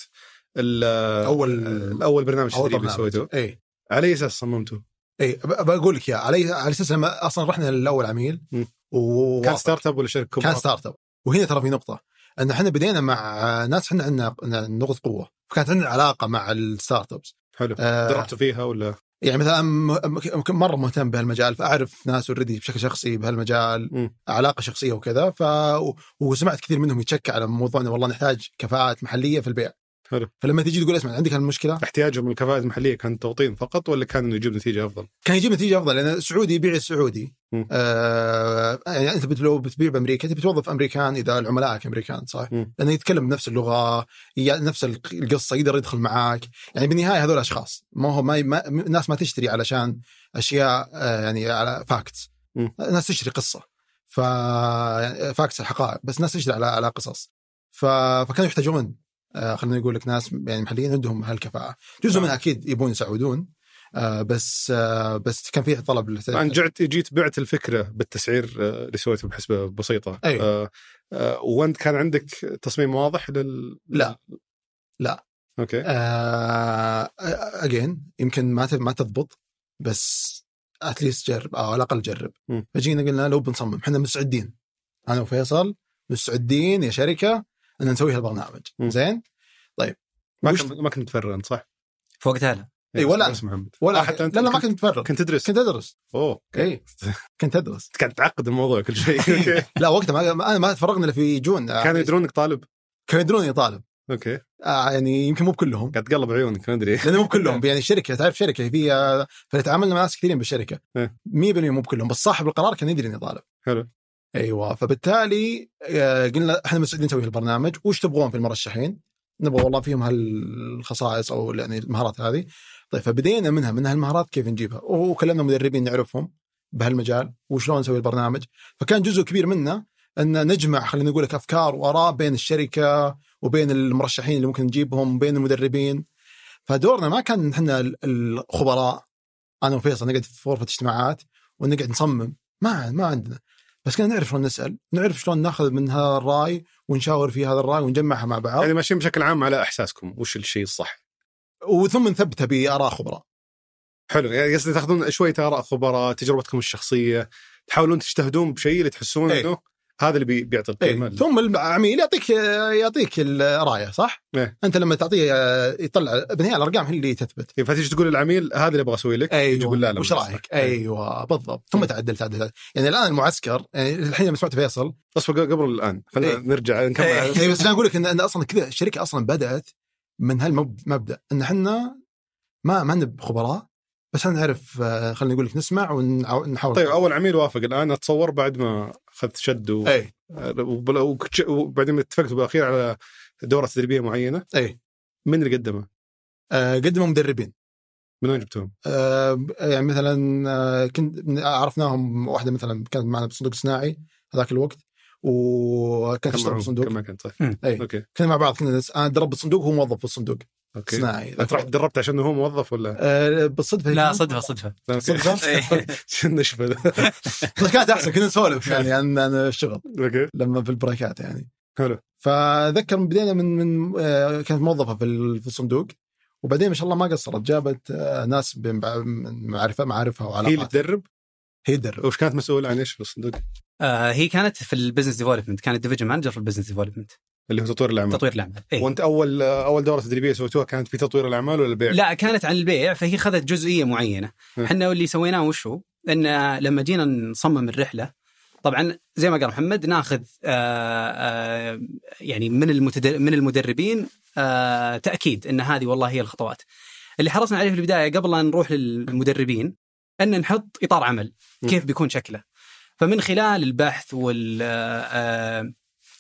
Speaker 2: ال...
Speaker 3: اول
Speaker 2: الاول برنامج
Speaker 3: اول
Speaker 2: تدريبي
Speaker 3: برنامج
Speaker 2: سويته
Speaker 3: اي
Speaker 2: على اي اساس صممته؟
Speaker 3: اي إيه. ب- بقول لك يا علي على اساس لما اصلا رحنا للاول عميل
Speaker 2: مم.
Speaker 3: و...
Speaker 2: كان ستارت اب ولا شركه
Speaker 3: كان
Speaker 2: كبرى؟
Speaker 3: ستارت اب وهنا ترى في نقطه ان احنا بدينا مع ناس احنا عندنا نقط قوه فكانت عندنا علاقه مع الستارت ابس
Speaker 2: حلو
Speaker 3: آه.
Speaker 2: دربتوا فيها ولا
Speaker 3: يعني مثلا م- م- مره مهتم بهالمجال فاعرف ناس اوريدي بشكل شخصي بهالمجال
Speaker 2: مم.
Speaker 3: علاقه شخصيه وكذا ف و- وسمعت كثير منهم يتشكى على موضوع انه والله نحتاج كفاءات محليه في البيع
Speaker 2: حلو.
Speaker 3: فلما تيجي تقول اسمع عندك هالمشكله
Speaker 2: احتياجهم للكفاءات المحليه كان توطين فقط ولا كان انه يجيب نتيجه افضل؟
Speaker 3: كان يجيب نتيجه افضل لان السعودي يبيع السعودي
Speaker 2: مم.
Speaker 3: آه يعني انت بت- لو بتبيع بامريكا انت بتوظف امريكان اذا العملاء امريكان صح؟
Speaker 2: مم.
Speaker 3: لانه يتكلم نفس اللغه ي- نفس الق- القصه يقدر يدخل معاك يعني بالنهايه هذول اشخاص ما هو ما, ي- ما م- الناس ما تشتري علشان اشياء آه يعني على فاكتس
Speaker 2: مم.
Speaker 3: الناس تشتري قصه ف يعني فاكتس الحقائق بس الناس تشتري على على قصص ف... فكانوا يحتاجون آه خلينا نقول لك ناس يعني محليين عندهم هالكفاءه جزء
Speaker 2: نعم.
Speaker 3: منها اكيد يبون يسعودون آه بس آه بس كان فيه طلب للت-
Speaker 2: انا جعت جيت بعت الفكره بالتسعير آه، اللي سويته بحسبه بسيطه
Speaker 3: أيوة.
Speaker 2: آه، آه، وانت كان عندك تصميم واضح لل
Speaker 3: لا. لا.
Speaker 2: اوكي
Speaker 3: آه اجين يمكن ما ت- ما تضبط بس اتليست جرب او على الاقل جرب
Speaker 2: مم.
Speaker 3: فجينا قلنا لو بنصمم احنا مستعدين انا وفيصل مستعدين يا شركه ان نسوي هالبرنامج
Speaker 2: مم.
Speaker 3: زين طيب.
Speaker 2: ما
Speaker 3: وش-
Speaker 2: كنت ما كنت متفرغ أنت، صح؟
Speaker 4: فوقتها لا
Speaker 3: إي، ولا
Speaker 2: بس محمد
Speaker 3: ولا
Speaker 2: آه، حتى انت
Speaker 3: لا لا ما
Speaker 2: كنت
Speaker 3: كنت متفرغ
Speaker 2: كنت تدرس
Speaker 3: كنت ادرس
Speaker 2: اوه
Speaker 3: اي كنت ادرس
Speaker 2: كنت تعقد الموضوع كل شيء اوكي
Speaker 3: لا وقتها ما انا ما تفرغنا الا في جون
Speaker 2: كانوا يدرون انك طالب
Speaker 3: كانوا يدرون اني طالب
Speaker 2: اوكي
Speaker 3: آه يعني يمكن مو بكلهم
Speaker 2: قاعد تقلب عيونك ما ادري
Speaker 3: لانه مو
Speaker 2: إيه.
Speaker 3: بكلهم يعني الشركه تعرف شركه فيها فنتعامل مع ناس كثيرين بالشركه 100%
Speaker 2: إيه.
Speaker 3: مو بكلهم بس صاحب القرار كان يدري اني طالب
Speaker 2: حلو.
Speaker 3: ايوه فبالتالي آه، قلنا احنا مستعدين نسوي البرنامج وش تبغون في المرشحين؟ نبغى والله فيهم هالخصائص او يعني المهارات هذه طيب فبدينا منها من هالمهارات كيف نجيبها وكلمنا مدربين نعرفهم بهالمجال وشلون نسوي البرنامج فكان جزء كبير منه ان نجمع خلينا نقول لك افكار واراء بين الشركه وبين المرشحين اللي ممكن نجيبهم بين المدربين فدورنا ما كان احنا ال- الخبراء انا وفيصل نقعد في غرفه اجتماعات ونقعد نصمم ما ما عندنا بس كنا نعرف شلون نسال نعرف شلون ناخذ من هذا الراي ونشاور في هذا الراي ونجمعها مع بعض
Speaker 2: يعني ماشيين بشكل عام على احساسكم وش الشيء الصح
Speaker 3: وثم نثبتها باراء خبراء
Speaker 2: حلو يعني قصدي تاخذون شويه اراء خبراء تجربتكم الشخصيه تحاولون تجتهدون بشيء اللي تحسون
Speaker 3: إيه.
Speaker 2: انه هذا اللي بي- بيعطي القيمه
Speaker 3: إيه. ثم العميل يعطيك يعطيك الرايه صح؟
Speaker 2: إيه.
Speaker 3: انت لما تعطيه آه، يطلع بالنهايه الارقام هي اللي تثبت
Speaker 2: إيه، فتيجي تقول للعميل هذا اللي ابغى اسوي لك يجي يقول لا أيوة. لا
Speaker 3: أيوة. أيوه. وش
Speaker 2: ما يصلح.
Speaker 3: رايك؟ ايوه بالضبط
Speaker 2: أيوة.
Speaker 3: ثم تعدل تعدل تعدل. يعني الان المعسكر يعني الحين لما سمعت فيصل
Speaker 2: اصبر قبل الان خلينا
Speaker 3: إيه.
Speaker 2: نرجع نكمل على-
Speaker 3: اي بس انا اقول لك ان إن اصلا كذا الشركه اصلا بدات من هالمبدا ان احنا ما ما نب خبراء بس احنا نعرف آه، خلينا نقول لك نسمع ونعو- ونحاول
Speaker 2: طيب اول عميل وافق الان اتصور بعد ما اخذت شد و...
Speaker 3: اي
Speaker 2: وبل- وكتش- وبعدين اتفقتوا بالاخير على دوره تدريبيه معينه
Speaker 3: اي
Speaker 2: من اللي قدمها؟
Speaker 3: آه، قدموا مدربين
Speaker 2: من وين جبتهم؟
Speaker 3: آه، يعني مثلا آه، كنت من- عرفناهم واحده مثلا كانت معنا بصندوق صناعي هذاك الوقت وكانت
Speaker 2: كم
Speaker 3: تشتغل
Speaker 2: معهم؟
Speaker 3: بصندوق
Speaker 2: كم طيب. ما كنت صح
Speaker 3: اي
Speaker 2: اوكي
Speaker 3: كنا مع بعض كنا انا درب بالصندوق وهو موظف بالصندوق
Speaker 2: اوكي
Speaker 3: صناعي
Speaker 2: انت رحت تدربت عشان هو موظف ولا؟
Speaker 3: آه، بالصدفه
Speaker 4: لا صدفه صدفه
Speaker 3: صدفه
Speaker 2: نشفه ذا.
Speaker 3: بس كانت احسن كنا نسولف يعني عن عن الشغل
Speaker 2: اوكي
Speaker 3: لما في البريكات يعني
Speaker 2: حلو
Speaker 3: فذكر بدينا من من آه، كانت موظفه في ال- في الصندوق وبعدين ما شاء الله ما قصرت جابت آه، ناس بم- من معرفه معارفها
Speaker 2: هي اللي
Speaker 3: وعلاقات
Speaker 2: تدرب
Speaker 3: هي تدرب
Speaker 2: وش كانت مسؤوله عن ايش في الصندوق؟
Speaker 4: آه هي كانت في البزنس ديفلوبمنت كانت ديفيجن مانجر في البزنس ديفلوبمنت
Speaker 2: اللي هو تطوير الاعمال
Speaker 4: تطوير الاعمال إيه.
Speaker 2: وانت اول اول دوره تدريبيه سويتوها كانت في تطوير الاعمال ولا البيع؟
Speaker 4: لا كانت عن البيع فهي خذت جزئيه معينه
Speaker 2: م.
Speaker 4: احنا اللي سويناه وش هو ان لما جينا نصمم الرحله طبعا زي ما قال محمد ناخذ آه آه يعني من المتدر من المدربين آه تاكيد ان هذه والله هي الخطوات اللي حرصنا عليه في البدايه قبل ان نروح للمدربين ان نحط اطار عمل
Speaker 2: م.
Speaker 4: كيف بيكون شكله فمن خلال البحث وال آه، آه،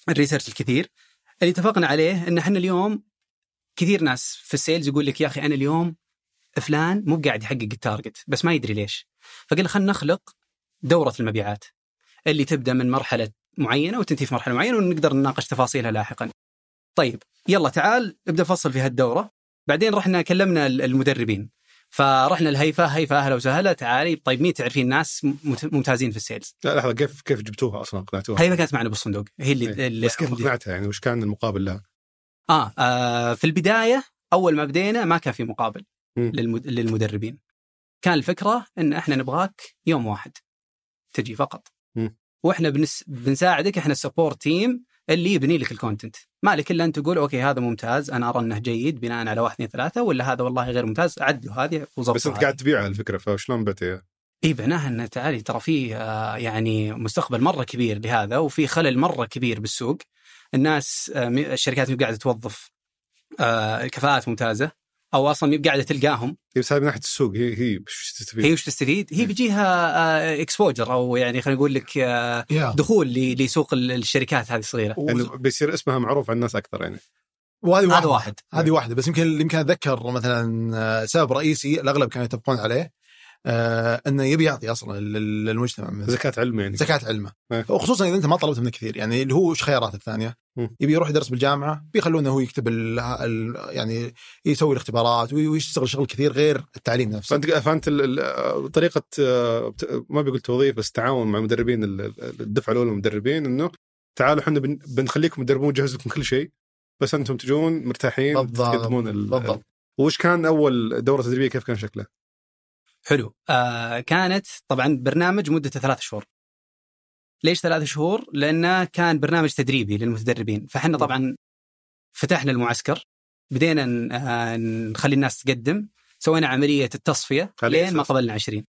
Speaker 4: الريسيرش الكثير اللي اتفقنا عليه ان احنا اليوم كثير ناس في السيلز يقول لك يا اخي انا اليوم فلان مو قاعد يحقق التارجت بس ما يدري ليش فقلنا خلينا نخلق دوره المبيعات اللي تبدا من مرحله معينه وتنتهي في مرحله معينه ونقدر نناقش تفاصيلها لاحقا. طيب يلا تعال ابدا فصل في هالدوره بعدين رحنا كلمنا ال- المدربين فرحنا الهيفا هيفا اهلا وسهلا تعالي طيب مين تعرفين ناس ممت- ممتازين في السيلز
Speaker 2: لا لحظه كيف كيف جبتوها اصلا اقنعتوها؟
Speaker 4: هيفا كانت معنا بالصندوق هي اللي,
Speaker 2: إيه.
Speaker 4: اللي
Speaker 2: بس كيف اقنعتها يعني وش كان المقابل لها؟
Speaker 4: آه, آه في البداية أول ما بدينا ما كان في مقابل
Speaker 2: مم.
Speaker 4: للمد... للمدربين كان الفكرة إن إحنا نبغاك يوم واحد تجي فقط
Speaker 2: مم.
Speaker 4: وإحنا بنس... بنساعدك إحنا السبورت تيم اللي يبني لك الكونتنت مالك إلا أن تقول أوكي هذا ممتاز أنا أرى أنه جيد بناء على واحد اثنين ثلاثة ولا هذا والله غير ممتاز عدلوا هذه وظبطوا
Speaker 2: بس انت
Speaker 4: هذه.
Speaker 2: قاعد تبيعها الفكره فشلون بعتها؟ إياها؟
Speaker 4: اي بعناها ان تعالي ترى في آه، يعني مستقبل مره كبير لهذا وفي خلل مره كبير بالسوق الناس آه، مي- الشركات مو قاعده توظف آه، كفاءات ممتازه او اصلا مو قاعده تلقاهم
Speaker 2: إيه، بس هذه من ناحيه السوق هي هي وش تستفيد؟
Speaker 4: هي وش تستفيد؟ هي بيجيها اكسبوجر او يعني خلينا نقول لك آه،
Speaker 3: يا.
Speaker 4: دخول ل- لسوق ال- الشركات هذه الصغيره
Speaker 2: يعني بيصير اسمها معروف عن الناس اكثر يعني
Speaker 3: وهذه
Speaker 4: هذا
Speaker 3: واحده
Speaker 4: واحد
Speaker 3: هذه واحده بس يمكن يمكن اتذكر مثلا آه، سبب رئيسي الاغلب كانوا يتفقون عليه آه، انه يبي يعطي اصلا لل- للمجتمع من
Speaker 2: زكاه علم يعني
Speaker 3: زكاة علمه
Speaker 2: إيه.
Speaker 3: وخصوصا اذا انت ما طلبت منه كثير يعني اللي هو وش خياراته الثانيه
Speaker 2: مم.
Speaker 3: يبي يروح يدرس بالجامعه بيخلونه هو يكتب ال ال يعني يسوي الاختبارات وي- ويشتغل شغل كثير غير التعليم نفسه
Speaker 2: فانت فانت ال- ال- طريقه آه، بت- ما بيقول توظيف بس تعاون مع المدربين ال- ال- الدفعه الاولى من المدربين انه تعالوا احنا بن- بنخليكم تدربون ونجهز لكم كل شي بس انتم تجون مرتاحين
Speaker 3: بالضبط.
Speaker 2: تقدمون ال-
Speaker 3: بالضبط
Speaker 2: وش كان اول دوره تدريبيه كيف كان شكلها؟
Speaker 4: حلو آه كانت طبعا برنامج مدته ثلاث شهور ليش ثلاث شهور؟ لأنه كان برنامج تدريبي للمتدربين فحنا طبعا فتحنا المعسكر بدينا ن- آه، نخلي الناس تقدم سوينا عملية التصفية
Speaker 2: على
Speaker 4: لين
Speaker 2: أساس؟
Speaker 4: ما قبلنا 20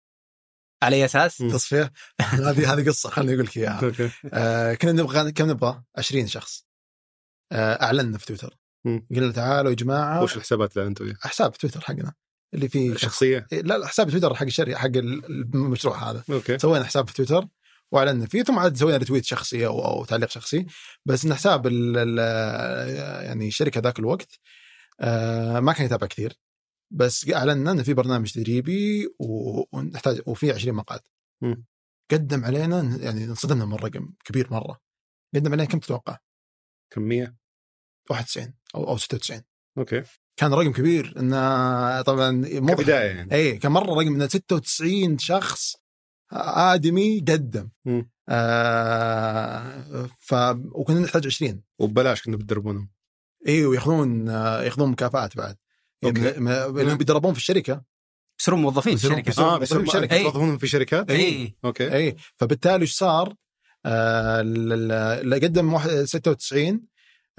Speaker 4: على أي أساس؟
Speaker 2: مم.
Speaker 3: تصفيه هذه هذه قصه خليني اقول لك اياها
Speaker 2: اوكي
Speaker 3: آه، كنا نبغى كم نبغى 20 شخص آه، اعلنا في تويتر
Speaker 2: مم.
Speaker 3: قلنا تعالوا يا جماعه
Speaker 2: وش الحسابات اللي انتم وياها؟
Speaker 3: حساب في تويتر حقنا اللي فيه
Speaker 2: الشخصيه؟
Speaker 3: إيه، لا لا، حساب تويتر حق الشركه حق ال- المشروع هذا
Speaker 2: اوكي
Speaker 3: سوينا حساب في تويتر واعلنا فيه ثم عاد سوينا ريتويت شخصي او او تعليق شخصي بس ان حساب ال ال يعني الشركه ذاك الوقت آه، ما كان يتابع كثير بس اعلنا انه في برنامج تدريبي و- ونحتاج وفي 20 مقعد
Speaker 2: مم.
Speaker 3: قدم علينا يعني انصدمنا من الرقم كبير مره قدم علينا كم تتوقع؟
Speaker 2: كميه
Speaker 3: 91 او او 96
Speaker 2: اوكي
Speaker 3: كان رقم كبير انه طبعا مو
Speaker 2: كبدايه يعني
Speaker 3: اي إيه، كان مره رقم انه 96 شخص ادمي قدم
Speaker 2: مم.
Speaker 3: آه ف وكنا نحتاج 20
Speaker 2: وببلاش كنتوا بتدربونهم
Speaker 3: اي وياخذون آه ياخذون مكافآت بعد
Speaker 2: أوكي.
Speaker 3: يعني ما- لانهم بيدربون في الشركه
Speaker 4: يصيرون موظفين إيه. في
Speaker 3: يصيرون-
Speaker 4: الشركة
Speaker 2: اه
Speaker 3: يصيرون
Speaker 2: بس هم-
Speaker 3: موظفين في شركة. إيه.
Speaker 2: أنتوا توظفونهم في شركات؟
Speaker 4: اي
Speaker 2: اوكي
Speaker 3: اي إيه، فبالتالي ايش صار؟ آه، ال- ال- اللي قدم واحد- 96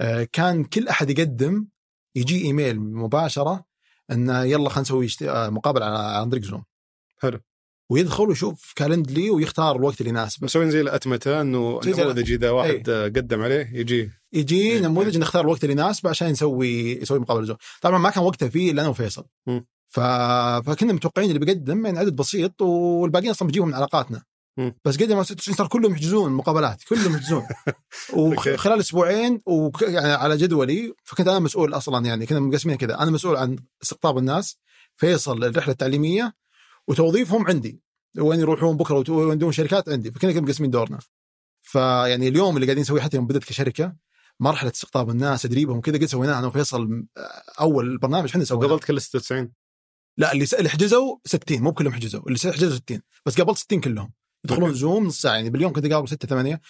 Speaker 3: آه، كان كل احد يقدم يجي ايميل مباشره انه يلا خلينا نسوي اجت- آه، مقابله على- عن طريق زوم
Speaker 2: حلو.
Speaker 3: ويدخل ويشوف كالندلي ويختار الوقت اللي يناسبه
Speaker 2: مسوين زي الاتمته انه
Speaker 3: زي إيه.
Speaker 2: نموذج اذا واحد آه، قدم عليه يجي
Speaker 3: يجي
Speaker 2: إيه.
Speaker 3: نموذج نختار الوقت اللي يناسبه عشان نسوي يسوي مقابله زوم طبعا ما كان وقتها فيه الا انا وفيصل
Speaker 2: مم.
Speaker 3: ف... فكنا متوقعين اللي بيقدم يعني عدد بسيط والباقيين اصلا بيجيهم من علاقاتنا
Speaker 2: مم.
Speaker 3: بس قدم على 96 صار كلهم يحجزون مقابلات كلهم يحجزون
Speaker 2: أوكي.
Speaker 3: وخلال اسبوعين وك- يعني على جدولي فكنت انا مسؤول اصلا يعني كنا مقسمين كذا انا مسؤول عن استقطاب الناس فيصل الرحله التعليميه وتوظيفهم عندي وين يروحون بكره وت- وين يودون شركات عندي فكنا كنا مقسمين دورنا فيعني اليوم اللي قاعدين نسويه حتى يوم بدات كشركه مرحله استقطاب الناس تدريبهم كذا قد سويناها انا وفيصل م- اول برنامج احنا سويناه
Speaker 2: قبلت كل 96
Speaker 3: لا اللي س- اللي حجزوا 60 مو كلهم حجزوا اللي س- حجزوا 60 بس قابلت 60 كلهم يدخلون زوم نص ساعه يعني باليوم كنت اقابل 6 8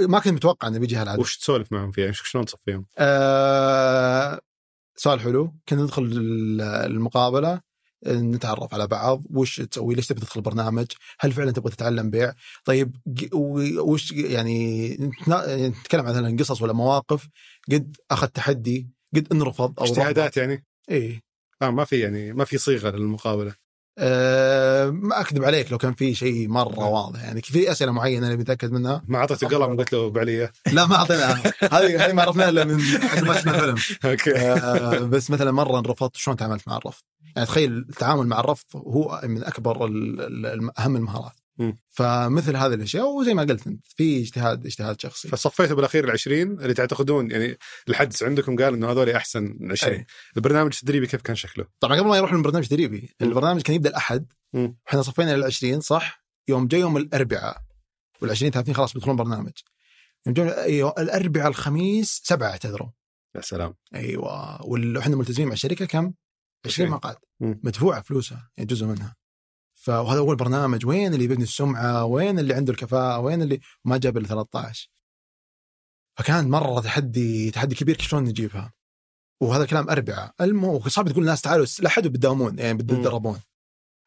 Speaker 3: ما كنت متوقع انه بيجي هالعدد
Speaker 2: وش تسولف معهم فيها؟ وش- شلون تصفيهم؟
Speaker 3: آه سؤال حلو كنا ندخل ال- المقابله نتعرف على بعض وش تسوي ليش تبي تدخل برنامج هل فعلا تبغى تتعلم بيع طيب ج- و- وش يعني نتنا- يعني نتكلم عن مثلا قصص ولا مواقف قد اخذ تحدي قد انرفض إيه. او
Speaker 2: اجتهادات يعني؟
Speaker 3: اي
Speaker 2: اه ما في يعني ما في صيغه للمقابله
Speaker 3: أه ما اكذب عليك لو كان في شيء مره واضح يعني في اسئله معينه انا بتاكد منها
Speaker 2: ما اعطيته قلم وقلت له بعليه
Speaker 3: لا ما اعطيناها هذه هذه ما عرفناها الا من حق ما شفنا الفيلم
Speaker 2: اوكي
Speaker 3: آه، بس مثلا مره رفضت شلون تعاملت مع الرفض يعني تخيل التعامل مع الرفض هو من اكبر ال- ال- الم- اهم المهارات
Speaker 2: م.
Speaker 3: فمثل هذه الاشياء وزي ما قلت انت في اجتهاد اجتهاد شخصي
Speaker 2: فصفيته بالاخير ال 20 اللي تعتقدون يعني الحدس عندكم قال انه هذول احسن 20
Speaker 3: أي.
Speaker 2: البرنامج التدريبي كيف كان شكله؟
Speaker 3: طبعا قبل ما يروح البرنامج تدريبي
Speaker 2: م.
Speaker 3: البرنامج كان يبدا الاحد
Speaker 2: م.
Speaker 3: احنا صفينا لل 20 صح يوم جاي يوم الاربعاء وال 20 30 خلاص بيدخلون برنامج يوم جاي يوم الاربعاء الخميس سبعه اعتذروا
Speaker 2: يا سلام
Speaker 3: ايوه واحنا ملتزمين مع الشركه كم؟ 20
Speaker 2: 20.
Speaker 3: مقعد
Speaker 2: مم.
Speaker 3: مدفوعه فلوسها يعني جزء منها ف- وهذا اول برنامج وين اللي بيبني السمعه؟ وين اللي عنده الكفاءه؟ وين اللي ما جاب الا 13 فكان مره تحدي تحدي كبير شلون نجيبها وهذا الكلام اربعه المو صعب تقول الناس تعالوا لا حد بتداومون يعني بتدربون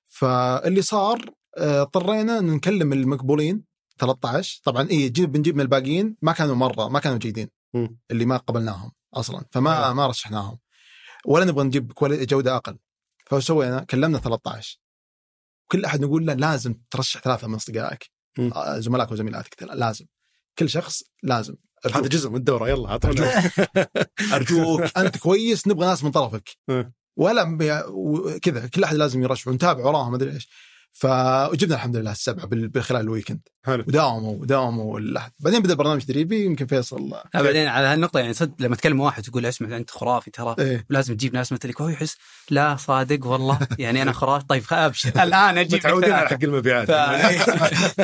Speaker 3: فاللي صار آه، اضطرينا إن نكلم المقبولين 13 طبعا اي إيه، جيب بنجيب من الباقيين ما كانوا مره ما كانوا جيدين
Speaker 2: مم.
Speaker 3: اللي ما قبلناهم اصلا فما ما رشحناهم ولا نبغى نجيب كوالي- جوده اقل فسوينا كلمنا 13 كل احد نقول له لازم ترشح ثلاثه من اصدقائك
Speaker 2: مم.
Speaker 3: آه، زملائك وزميلاتك ترى لازم كل شخص لازم
Speaker 2: هذا جزء من الدوره يلا اعطونا
Speaker 3: ارجوك انت كويس نبغى ناس من طرفك
Speaker 2: إيه.
Speaker 3: ولا بي- و- كذا كل احد لازم يرشح ونتابع وراهم ما ادري ايش فجبنا الحمد لله السبعه بال- بخلال الويكند
Speaker 2: حلو
Speaker 3: وداوموا وداوموا الاحد بعدين بدا برنامج تدريبي يمكن فيصل
Speaker 4: لا، بعدين على هالنقطه يعني صدق لما تكلم واحد تقول له اسمع انت خرافي ترى
Speaker 2: إيه.
Speaker 3: ايه
Speaker 4: لازم تجيب ناس مثلك وهو يحس لا صادق والله يعني انا خرافي طيب خ- ابشر الان اجيب
Speaker 2: متعودين على
Speaker 4: ثلاثة.
Speaker 2: حق المبيعات
Speaker 4: ف-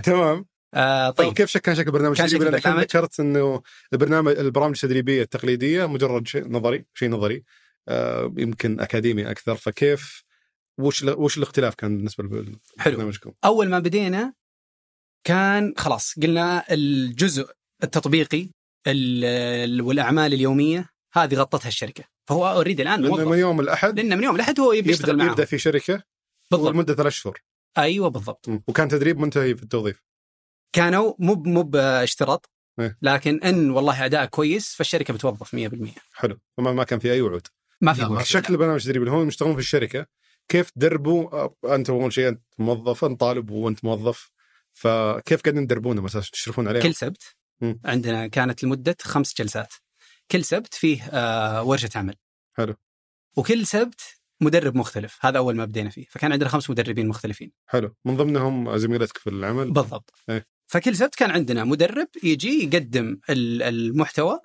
Speaker 2: تمام
Speaker 4: آه،
Speaker 2: طيب
Speaker 4: طيب
Speaker 2: كيف شك كان شكل البرنامج
Speaker 4: كان
Speaker 2: التدريبي
Speaker 4: شكل
Speaker 2: لان الحين
Speaker 4: البرنامج-
Speaker 2: ذكرت انه البرنامج البرامج التدريبيه التقليديه مجرد شيء نظري شيء نظري آه يمكن اكاديمي اكثر فكيف وش وش الاختلاف كان بالنسبه
Speaker 4: حلو.
Speaker 2: لبرنامجكم؟
Speaker 4: اول ما بدينا كان خلاص قلنا الجزء التطبيقي ال- ال- والاعمال اليوميه هذه غطتها الشركه فهو اوريدي الان
Speaker 2: لانه من
Speaker 4: موظف
Speaker 2: يوم الاحد
Speaker 4: لان من يوم الاحد هو يبي
Speaker 2: يبدا
Speaker 4: يشتغل معاهم
Speaker 2: يبدا في شركه
Speaker 4: بالضبط
Speaker 2: لمده ثلاث شهور
Speaker 4: ايوه بالضبط
Speaker 2: وكان تدريب منتهي في التوظيف
Speaker 4: كانوا مو ب- مو باشتراط
Speaker 2: إيه.
Speaker 4: لكن ان والله اداء كويس فالشركه بتوظف 100%
Speaker 2: حلو فما ما كان في اي وعود
Speaker 4: ما في
Speaker 3: لا، ما
Speaker 4: وعد.
Speaker 3: في.
Speaker 2: شكل البرنامج التدريبي اللي هم يشتغلون في الشركه كيف تدربوا آه، انت اول شيء انت موظف انت طالب وانت موظف فكيف قاعدين تدربونه مثلا تشرفون عليه
Speaker 4: كل سبت
Speaker 2: مم.
Speaker 4: عندنا كانت لمده خمس جلسات كل سبت فيه آه، ورشه عمل
Speaker 2: حلو.
Speaker 4: وكل سبت مدرب مختلف هذا اول ما بدينا فيه فكان عندنا خمس مدربين مختلفين
Speaker 2: حلو من ضمنهم زميلتك في العمل
Speaker 4: بالضبط
Speaker 2: إيه.
Speaker 4: فكل سبت كان عندنا مدرب يجي يقدم ال- المحتوى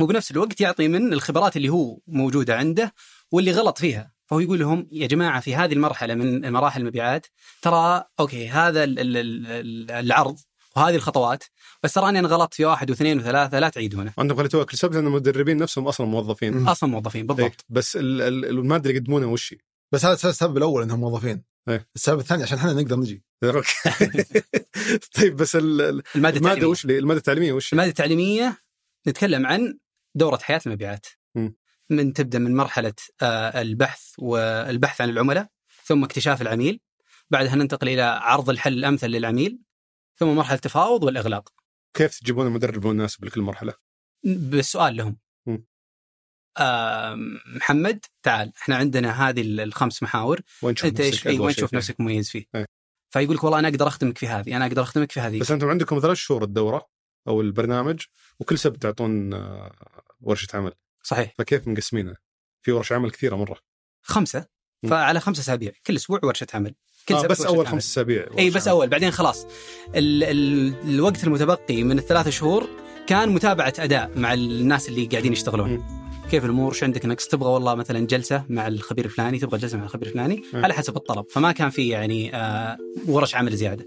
Speaker 4: وبنفس الوقت يعطي من الخبرات اللي هو موجوده عنده واللي غلط فيها فهو يقول لهم يا جماعه في هذه المرحله من مراحل المبيعات ترى اوكي هذا ال- ال- ال- العرض وهذه الخطوات بس تراني انا غلطت في واحد واثنين وثلاثه لا تعيدونه
Speaker 2: انتم خليتوها كل سبت لان المدربين نفسهم اصلا موظفين
Speaker 3: مم.
Speaker 4: اصلا موظفين
Speaker 2: إيه.
Speaker 4: بالضبط
Speaker 2: بس ال- ال- الماده اللي يقدمونها وش هي؟
Speaker 3: بس هذا السبب الاول انهم موظفين
Speaker 2: إيه.
Speaker 3: السبب الثاني عشان احنا نقدر نجي
Speaker 2: أوكي. طيب بس ال- ال- الماده
Speaker 4: الماده التعليمية.
Speaker 2: وش اللي- الماده التعليميه وش هي؟
Speaker 4: الماده التعليميه نتكلم عن دوره حياه المبيعات
Speaker 2: مم.
Speaker 4: من تبدا من مرحله آه، البحث والبحث عن العملاء ثم اكتشاف العميل بعدها ننتقل الى عرض الحل الامثل للعميل ثم مرحله التفاوض والاغلاق
Speaker 2: كيف تجيبون المدرب المناسب لكل مرحله؟
Speaker 4: بالسؤال لهم
Speaker 2: مم.
Speaker 4: آم، محمد تعال احنا عندنا هذه ال- الخمس محاور
Speaker 2: وين تشوف
Speaker 4: انت ايش
Speaker 2: نفسك
Speaker 4: فيه
Speaker 2: أقوى
Speaker 4: إيه، وين
Speaker 2: شيء
Speaker 4: تشوف
Speaker 2: فيها؟
Speaker 4: نفسك مميز فيه
Speaker 2: إيه.
Speaker 4: فيقول لك والله انا اقدر اخدمك في هذه انا اقدر اخدمك في هذه
Speaker 2: بس انتم عندكم ثلاث شهور الدوره او البرنامج وكل سبت تعطون آه، ورشه عمل
Speaker 4: صحيح
Speaker 2: فكيف مقسمينها؟ في ورش عمل كثيره مره
Speaker 4: خمسه
Speaker 2: مم.
Speaker 4: فعلى خمسة اسابيع كل اسبوع ورشه عمل كل
Speaker 2: آه
Speaker 4: سبت
Speaker 2: بس
Speaker 4: ورشة
Speaker 2: اول
Speaker 4: عمل.
Speaker 2: خمس اسابيع
Speaker 4: اي إيه، بس اول بعدين خلاص ال ال الوقت المتبقي من الثلاث شهور كان متابعه اداء مع الناس اللي قاعدين يشتغلون
Speaker 2: مم.
Speaker 4: كيف الامور شو عندك نقص تبغى والله مثلا جلسه مع الخبير الفلاني تبغى جلسه مع الخبير الفلاني
Speaker 2: مم.
Speaker 4: على حسب الطلب فما كان في يعني آه ورش عمل زياده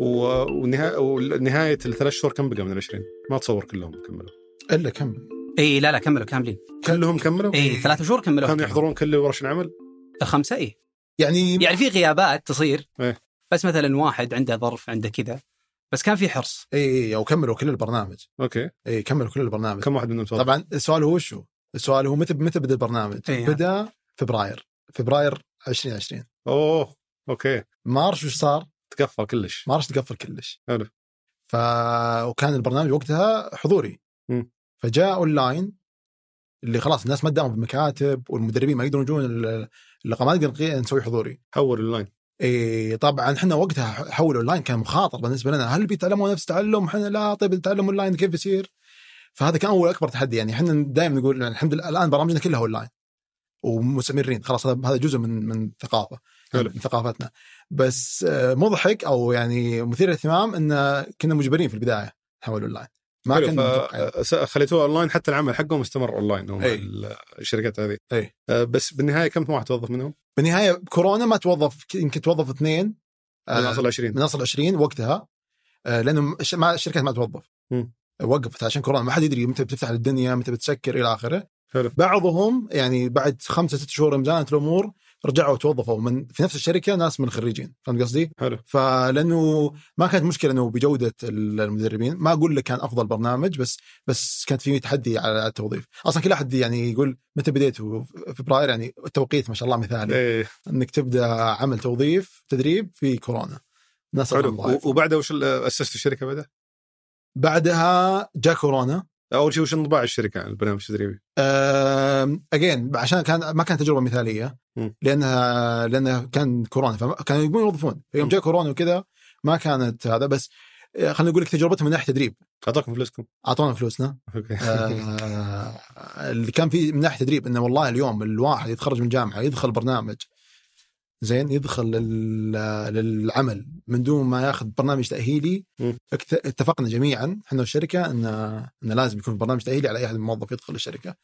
Speaker 2: و- ونها- ونهايه الثلاث شهور كم بقى من ال 20 ما اتصور كلهم كملوا
Speaker 3: الا كم
Speaker 4: اي إيه، لا لا كملوا كاملين
Speaker 2: كلهم كملوا
Speaker 3: إيه،
Speaker 4: اي ثلاث شهور كملوا
Speaker 2: إيه. كانوا يحضرون كل ورش العمل
Speaker 4: الخمسه اي
Speaker 3: يعني
Speaker 4: يعني في غيابات تصير
Speaker 2: إيه.
Speaker 4: بس مثلا واحد عنده ظرف عنده كذا بس كان في حرص
Speaker 3: اي او كملوا إيه، كل البرنامج
Speaker 2: اوكي
Speaker 3: اي كملوا كل البرنامج
Speaker 2: كم واحد منهم تفضل
Speaker 3: طبعا السؤال هو شو؟ السؤال هو متى متى بدا البرنامج؟
Speaker 4: إيه.
Speaker 3: بدا فبراير فبراير 2020
Speaker 2: اوه اوكي
Speaker 3: مارس وش صار؟
Speaker 2: تقفل كلش
Speaker 3: مارس تقفل كلش
Speaker 2: حلو.
Speaker 3: ف وكان البرنامج وقتها حضوري
Speaker 2: مم.
Speaker 3: فجاء اونلاين اللي خلاص الناس ما داموا بالمكاتب والمدربين ما يقدرون يجون ال- اللقاء ما نقدر نقي- نسوي حضوري
Speaker 2: حول اللاين
Speaker 3: إيه طبعا احنا وقتها ح- حول اونلاين كان مخاطر بالنسبه لنا هل بيتعلموا نفس التعلم احنا لا طيب التعلم اونلاين كيف بيصير فهذا كان اول اكبر تحدي يعني احنا دائما نقول يعني الحمد لله الان برامجنا كلها اونلاين ومستمرين خلاص هذا هذا جزء من من الثقافه
Speaker 2: حلو.
Speaker 3: من ثقافتنا بس آه، مضحك او يعني مثير للاهتمام ان كنا مجبرين في البدايه نحول اونلاين ما
Speaker 2: حلو،
Speaker 3: كنا متوقعين.
Speaker 2: ف- س- خليتوه اونلاين حتى العمل حقهم استمر اونلاين هم
Speaker 3: أي.
Speaker 2: ال- الشركات هذه
Speaker 3: أي.
Speaker 2: آه، بس بالنهايه كم واحد توظف منهم؟
Speaker 3: بالنهايه كورونا ما توظف يمكن توظف اثنين آه،
Speaker 2: من اصل 20
Speaker 3: من اصل 20 وقتها آه، لانه م- الش- ما الشركات ما توظف
Speaker 2: مم.
Speaker 3: وقفت عشان كورونا ما حد يدري متى بتفتح الدنيا متى بتسكر الى اخره
Speaker 2: حلو.
Speaker 3: بعضهم يعني بعد خمسة ست شهور من زانت الامور رجعوا توظفوا من في نفس الشركه ناس من الخريجين فهمت قصدي؟
Speaker 2: حلو.
Speaker 3: فلانه ما كانت مشكله انه بجوده ال- المدربين ما اقول لك كان افضل برنامج بس بس كانت في تحدي على التوظيف اصلا كل احد يعني يقول متى بديت فبراير يعني التوقيت ما شاء الله مثالي
Speaker 2: إيه،
Speaker 3: انك تبدا عمل توظيف تدريب في كورونا ناس
Speaker 2: حلو
Speaker 3: الله
Speaker 2: و- وبعدها وش ال- اسست الشركه بعدها؟
Speaker 3: بعدها جاء كورونا
Speaker 2: اول شيء وش انطباع الشركه عن البرنامج التدريبي؟
Speaker 3: اجين عشان كان ما كانت تجربه مثاليه
Speaker 2: مم.
Speaker 3: لانها لانها كان كورونا فكانوا يبون يوظفون يوم
Speaker 2: مم.
Speaker 3: جاء كورونا وكذا ما كانت هذا بس آه، خلينا نقول لك تجربتهم من ناحيه تدريب
Speaker 2: اعطاكم فلوسكم
Speaker 3: اعطونا فلوسنا
Speaker 2: اوكي
Speaker 3: آه، اللي كان فيه من ناحيه تدريب انه والله اليوم الواحد يتخرج من الجامعه يدخل برنامج زين يدخل لل- للعمل من دون ما ياخذ برنامج تاهيلي
Speaker 2: م.
Speaker 3: اكت- اتفقنا جميعا احنا والشركه ان ان لازم يكون في برنامج تاهيلي على اي احد موظف يدخل الشركه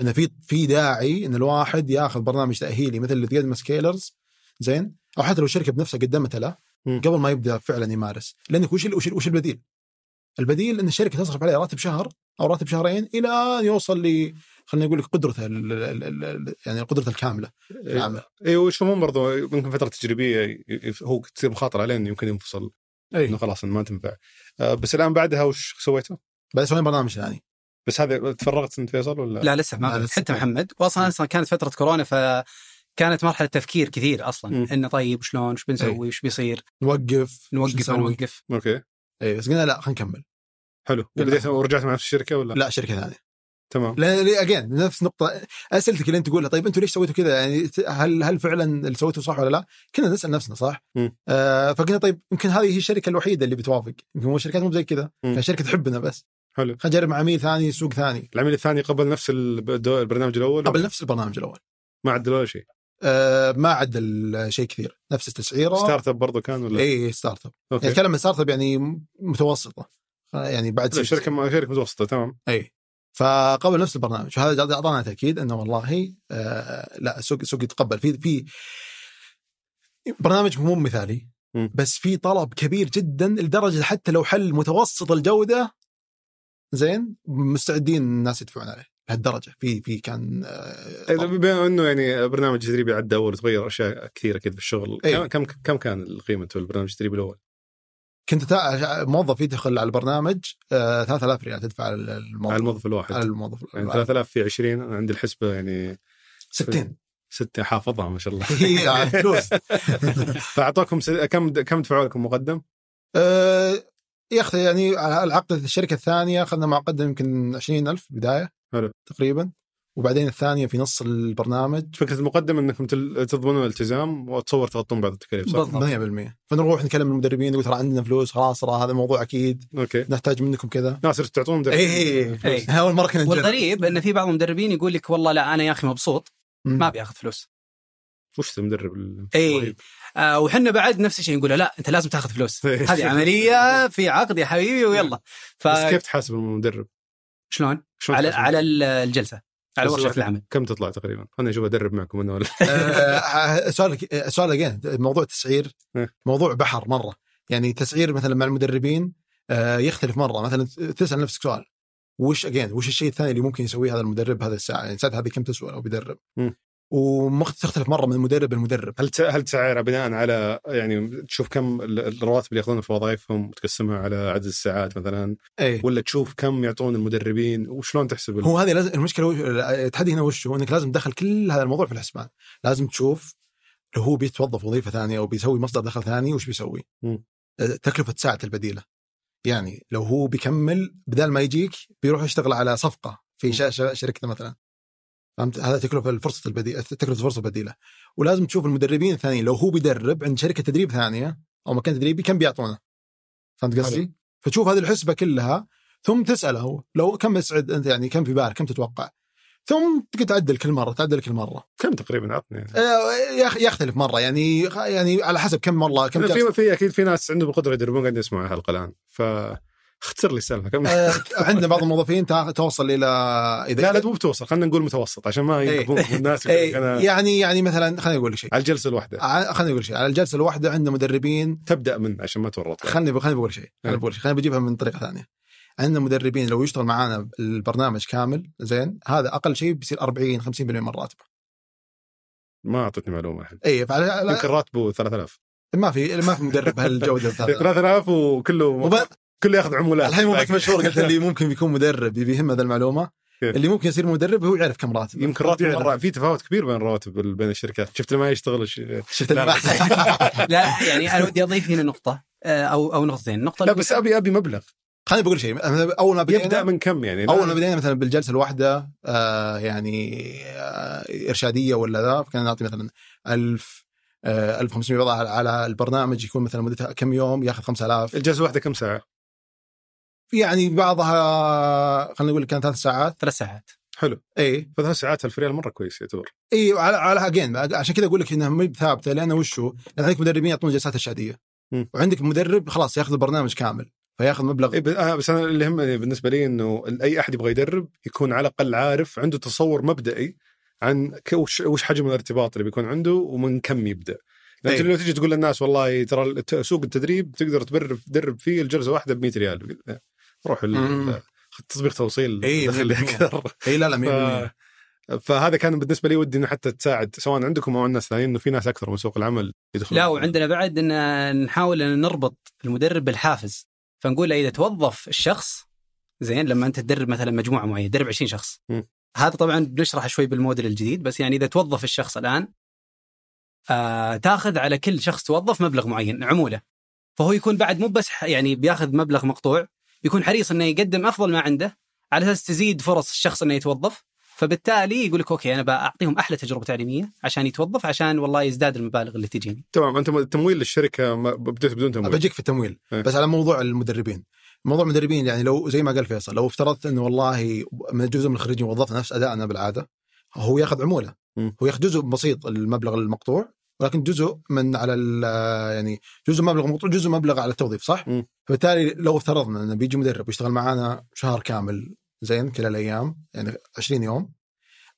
Speaker 3: ان في في داعي ان الواحد ياخذ برنامج تاهيلي مثل اللي تقدمه سكيلرز زين او حتى لو الشركه بنفسها قدمته له
Speaker 2: م.
Speaker 3: قبل ما يبدا فعلا يمارس لانك وش ال- وش ال- وش البديل؟ البديل ان الشركه تصرف عليه راتب شهر او راتب شهرين الى ان يوصل ل خلينا نقول لك قدرته ال- ال- ال- ال- يعني قدرته الكامله في
Speaker 2: إيه،
Speaker 3: العمل.
Speaker 2: اي ويشوفون برضو يمكن فتره تجريبيه ي- ي- هو تصير مخاطره عليه انه يمكن ينفصل انه
Speaker 3: اي
Speaker 2: خلاص إنه ما تنفع آه، بس الان بعدها وش سويته؟
Speaker 3: بعد سوينا برنامج ثاني
Speaker 2: بس هذا تفرغت انت فيصل ولا؟
Speaker 4: لا لسه ما
Speaker 3: لا،
Speaker 4: بدأت.
Speaker 3: لسه.
Speaker 4: حتى محمد واصلا اصلا كانت فتره كورونا فكانت مرحله تفكير كثير
Speaker 2: مم.
Speaker 4: اصلا انه طيب شلون وش بنسوي وش بيصير
Speaker 3: نوقف شو
Speaker 4: نوقف ما
Speaker 3: نسوي؟
Speaker 4: نوقف
Speaker 2: اوكي
Speaker 3: اي بس قلنا لا خلينا نكمل
Speaker 2: حلو وبديت ورجعت مع نفس الشركه ولا؟
Speaker 3: لا شركه ثانيه
Speaker 2: تمام
Speaker 3: لان اجين نفس نقطه اسئلتك اللي انت تقولها طيب انتم ليش سويتوا كذا يعني ت- هل هل فعلا اللي سويته صح ولا لا؟ كنا نسال نفسنا صح؟
Speaker 2: مم.
Speaker 3: آه فقلنا طيب يمكن هذه هي الشركه الوحيده اللي بتوافق يمكن هو الشركات مو زي كذا
Speaker 2: مم.
Speaker 3: الشركه تحبنا بس
Speaker 2: حلو
Speaker 3: خلينا نجرب مع عميل ثاني سوق ثاني
Speaker 2: العميل الثاني قبل نفس الب- البرنامج الاول
Speaker 3: قبل نفس البرنامج الاول
Speaker 2: ما عدلوا ولا شيء
Speaker 3: آه ما عدل شيء كثير نفس التسعيره
Speaker 2: ستارت اب برضه كان ولا؟
Speaker 3: اي ستارت اب
Speaker 2: اوكي
Speaker 3: إيه، يعني اتكلم عن ستارت اب يعني م- متوسطه آه، يعني بعد
Speaker 2: لا،
Speaker 3: ست-
Speaker 2: شركه م- شركه متوسطه تمام
Speaker 3: اي فقبل نفس البرنامج وهذا جد- اعطانا تاكيد انه والله آه لا السوق السوق يتقبل في في برنامج مو مثالي
Speaker 2: مم.
Speaker 3: بس في طلب كبير جدا لدرجه حتى لو حل متوسط الجوده زين مستعدين الناس يدفعون عليه لهالدرجه في في كان آه
Speaker 2: إذا
Speaker 3: طلب.
Speaker 2: بما انه يعني برنامج تدريبي عدى اول وتغير اشياء كثيره كذا في الشغل
Speaker 3: إيه.
Speaker 2: كم كم كان قيمه البرنامج التدريبي الاول؟
Speaker 3: كنت تا- موظف يدخل على البرنامج آه 3000 ريال تدفع على
Speaker 2: على
Speaker 3: الموظف
Speaker 2: الموظف الواحد
Speaker 3: على الموظف
Speaker 2: يعني 3000 في 20 أنا عندي الحسبه يعني
Speaker 3: 60
Speaker 2: ستة حافظها ما شاء الله
Speaker 4: إيه،
Speaker 3: هي
Speaker 4: يعني.
Speaker 3: فلوس
Speaker 2: فاعطاكم س... كم كم دفعوا لكم مقدم؟
Speaker 3: آه، يا اخي يعني على العقد الشركه الثانيه اخذنا مقدم يمكن 20000 بدايه
Speaker 2: حلو.
Speaker 3: تقريبا وبعدين الثانيه في نص البرنامج
Speaker 2: فكره المقدمه انكم تل- تضمنون الالتزام واتصور تغطون بعض التكاليف صح؟
Speaker 4: بالضبط
Speaker 3: 100% فنروح نكلم المدربين نقول ترى عندنا فلوس خلاص ترى هذا موضوع اكيد
Speaker 2: اوكي
Speaker 3: نحتاج منكم كذا
Speaker 2: ناصر تعطون مدرب
Speaker 3: اي
Speaker 4: إيه.
Speaker 3: اول مره كنا نجرب
Speaker 4: والغريب ان في بعض المدربين يقول لك والله لا انا يا اخي مبسوط ما
Speaker 3: مم.
Speaker 4: ابي اخذ فلوس
Speaker 2: وش ذا المدرب ال-
Speaker 4: اي
Speaker 2: رهيب.
Speaker 4: آه وحنا بعد نفس الشيء نقول له لا انت لازم تاخذ فلوس
Speaker 2: إيه.
Speaker 4: هذه عمليه في عقد يا حبيبي ويلا
Speaker 2: بس كيف تحاسب المدرب؟
Speaker 4: فشلون
Speaker 2: شلون
Speaker 4: على
Speaker 2: تحاسب؟
Speaker 4: على ال- الجلسه على
Speaker 2: بس
Speaker 4: ورشه
Speaker 2: واحد.
Speaker 4: العمل
Speaker 2: كم تطلع تقريبا؟ خليني اشوف ادرب معكم انا ولا
Speaker 3: آه، سؤالك آه، سؤال again، موضوع التسعير
Speaker 2: إيه.
Speaker 3: موضوع بحر مره يعني تسعير مثلا مع المدربين آه، يختلف مره مثلا تسال نفسك سؤال وش اجين وش الشيء الثاني اللي ممكن يسويه هذا المدرب هذا الساعه يعني الساعه هذه كم تسوى لو بيدرب
Speaker 2: مم.
Speaker 3: وتختلف مره من مدرب لمدرب
Speaker 2: هل ت- هل تسعيرها بناء على يعني تشوف كم ال- الرواتب اللي ياخذونها في وظائفهم وتقسمها على عدد الساعات مثلا
Speaker 3: اي
Speaker 2: ولا تشوف كم يعطون المدربين وشلون تحسب ال-
Speaker 3: هو هذه لازم المشكله وش... التحدي هنا وش هو انك لازم تدخل كل هذا الموضوع في الحسبان لازم تشوف لو هو بيتوظف وظيفه ثانيه او بيسوي مصدر دخل ثاني وش بيسوي
Speaker 2: مم.
Speaker 3: آه، تكلفه ساعه البديله يعني لو هو بيكمل بدال ما يجيك بيروح يشتغل على صفقه في ش... ش... شركته مثلا فهمت هذا تكلفه الفرصه البديله تكلفه الفرصه البديله ولازم تشوف المدربين الثانيين لو هو بيدرب عند شركه تدريب ثانيه او مكان تدريبي كم بيعطونه فهمت قصدي؟ فتشوف هذه الحسبه كلها ثم تساله لو كم يسعد انت يعني كم في بالك كم تتوقع ثم تقعد تعدل كل مره تعدل كل مره
Speaker 2: كم تقريبا عطني يعني.
Speaker 3: آه، يخ- يختلف مره يعني يعني على حسب كم مره كم جلسة.
Speaker 2: في في اكيد في ناس عندهم القدره يدربون قاعد يسمعوا الحلقه الان فاختصر لي السالفه كم
Speaker 3: آه، عندنا بعض الموظفين تا- توصل الى
Speaker 2: لا
Speaker 3: اذا
Speaker 2: لا مو بتوصل خلينا نقول متوسط عشان ما
Speaker 3: إيه.
Speaker 2: ينقبون الناس يقول لك
Speaker 3: إيه، آه.
Speaker 2: انا
Speaker 3: يعني يعني مثلا خليني اقول لك شيء
Speaker 2: على الجلسه الواحده
Speaker 3: ع- خليني اقول شيء على الجلسه الواحده عندنا مدربين
Speaker 2: تبدا من عشان ما تورط
Speaker 3: خلني خلني بقول شيء
Speaker 2: نعم.
Speaker 3: خلني بقول شيء خلني بجيبها من طريقه ثانيه عندنا مدربين لو يشتغل معانا البرنامج كامل زين هذا اقل شيء بيصير 40 50% من راتبه
Speaker 2: ما اعطتني معلومه الحين
Speaker 3: اي فعلى
Speaker 2: يمكن
Speaker 3: على-
Speaker 2: راتبه 3000
Speaker 3: ما في ما في مدرب هالجوده هذا
Speaker 2: 3000 وكله
Speaker 3: وب-
Speaker 2: كله ياخذ عمولات
Speaker 3: الحين مو بس
Speaker 2: لكن-
Speaker 3: مشهور قلت اللي ممكن يكون مدرب يبي يهم هذا المعلومه
Speaker 2: كيف؟
Speaker 3: اللي ممكن يصير مدرب هو يعرف كم راتب
Speaker 2: يمكن راتب
Speaker 3: يعرف.
Speaker 2: مرة في تفاوت كبير بين الرواتب ال- بين الشركات شفت اللي ما يشتغل الش-
Speaker 3: شفت اللي
Speaker 2: لا.
Speaker 4: لا يعني انا ودي اضيف هنا نقطه آه، او او نقطتين النقطه
Speaker 2: لا
Speaker 4: الأولى-
Speaker 2: بس ابي ابي مبلغ
Speaker 3: خليني بقول شيء أنا اول ما
Speaker 2: يبدا
Speaker 3: بدينا
Speaker 2: من كم يعني لا-
Speaker 3: اول ما بدينا مثلا بالجلسه الواحده آه يعني آه ارشاديه ولا ذا كنا نعطي مثلا 1000 آه 1500 بضعه على- على البرنامج يكون مثلا مدتها كم يوم ياخذ 5000
Speaker 2: الجلسه واحده كم ساعه؟
Speaker 3: يعني بعضها خلينا نقول كان ثلاث ساعات إيه.
Speaker 4: ثلاث ساعات
Speaker 2: حلو
Speaker 3: اي
Speaker 2: فثلاث ساعات 1000 ريال مره كويس يعتبر
Speaker 3: اي على إيه، على جين عشان كذا اقول لك انها ما هي بثابته لان وشو؟ لان عندك مدربين يعطون جلسات ارشاديه
Speaker 2: مم.
Speaker 3: وعندك مدرب خلاص ياخذ البرنامج كامل فياخذ مبلغ
Speaker 2: إيه، ب- آه، بس انا اللي يهمني بالنسبه لي انه اي احد يبغى يدرب يكون على الاقل عارف عنده تصور مبدئي عن ك- وش وش حجم الارتباط اللي بيكون عنده ومن كم يبدا لأن
Speaker 3: إيه.
Speaker 2: لو تجي تقول للناس والله ترى الت- سوق التدريب تقدر تبرر تدرب فيه الجلسه واحده ب 100 ريال روح ال-
Speaker 3: مم.
Speaker 2: ال- تطبيق توصيل
Speaker 3: إيه،
Speaker 2: دخل لي
Speaker 3: 100%.
Speaker 2: اكثر
Speaker 3: اي إيه، لا
Speaker 2: ف-
Speaker 3: لا 100%
Speaker 2: فهذا كان بالنسبه لي ودي انه حتى تساعد سواء عندكم او عند ناس ثانيين انه في ناس اكثر من سوق العمل يدخلون
Speaker 4: لا وعندنا بعد ان نحاول ان نربط المدرب بالحافز فنقول له اذا توظف الشخص زين لما انت تدرب مثلا مجموعه معينه تدرب 20 شخص
Speaker 2: مم.
Speaker 4: هذا طبعا بنشرحه شوي بالموديل الجديد بس يعني اذا توظف الشخص الان آه تاخذ على كل شخص توظف مبلغ معين عموله فهو يكون بعد مو بس ح- يعني بياخذ مبلغ مقطوع يكون حريص انه يقدم افضل ما عنده على اساس تزيد فرص الشخص انه يتوظف فبالتالي يقول لك اوكي انا بعطيهم احلى تجربه تعليميه عشان يتوظف عشان والله يزداد المبالغ اللي تجيني
Speaker 2: تمام انت التمويل للشركه ما- بديت بدون تمويل
Speaker 3: بجيك في التمويل
Speaker 2: إيه.
Speaker 3: بس على موضوع المدربين موضوع المدربين يعني لو زي ما قال فيصل لو افترضت انه والله من جزء من الخريجين وظفنا نفس ادائنا بالعاده هو ياخذ عموله
Speaker 2: مم.
Speaker 3: هو ياخذ جزء بسيط المبلغ المقطوع ولكن جزء من على ال- يعني جزء مبلغ مقطوع جزء مبلغ على التوظيف صح؟
Speaker 2: مم.
Speaker 3: فبالتالي لو افترضنا انه بيجي مدرب ويشتغل معانا شهر كامل زين كلا الايام يعني 20 يوم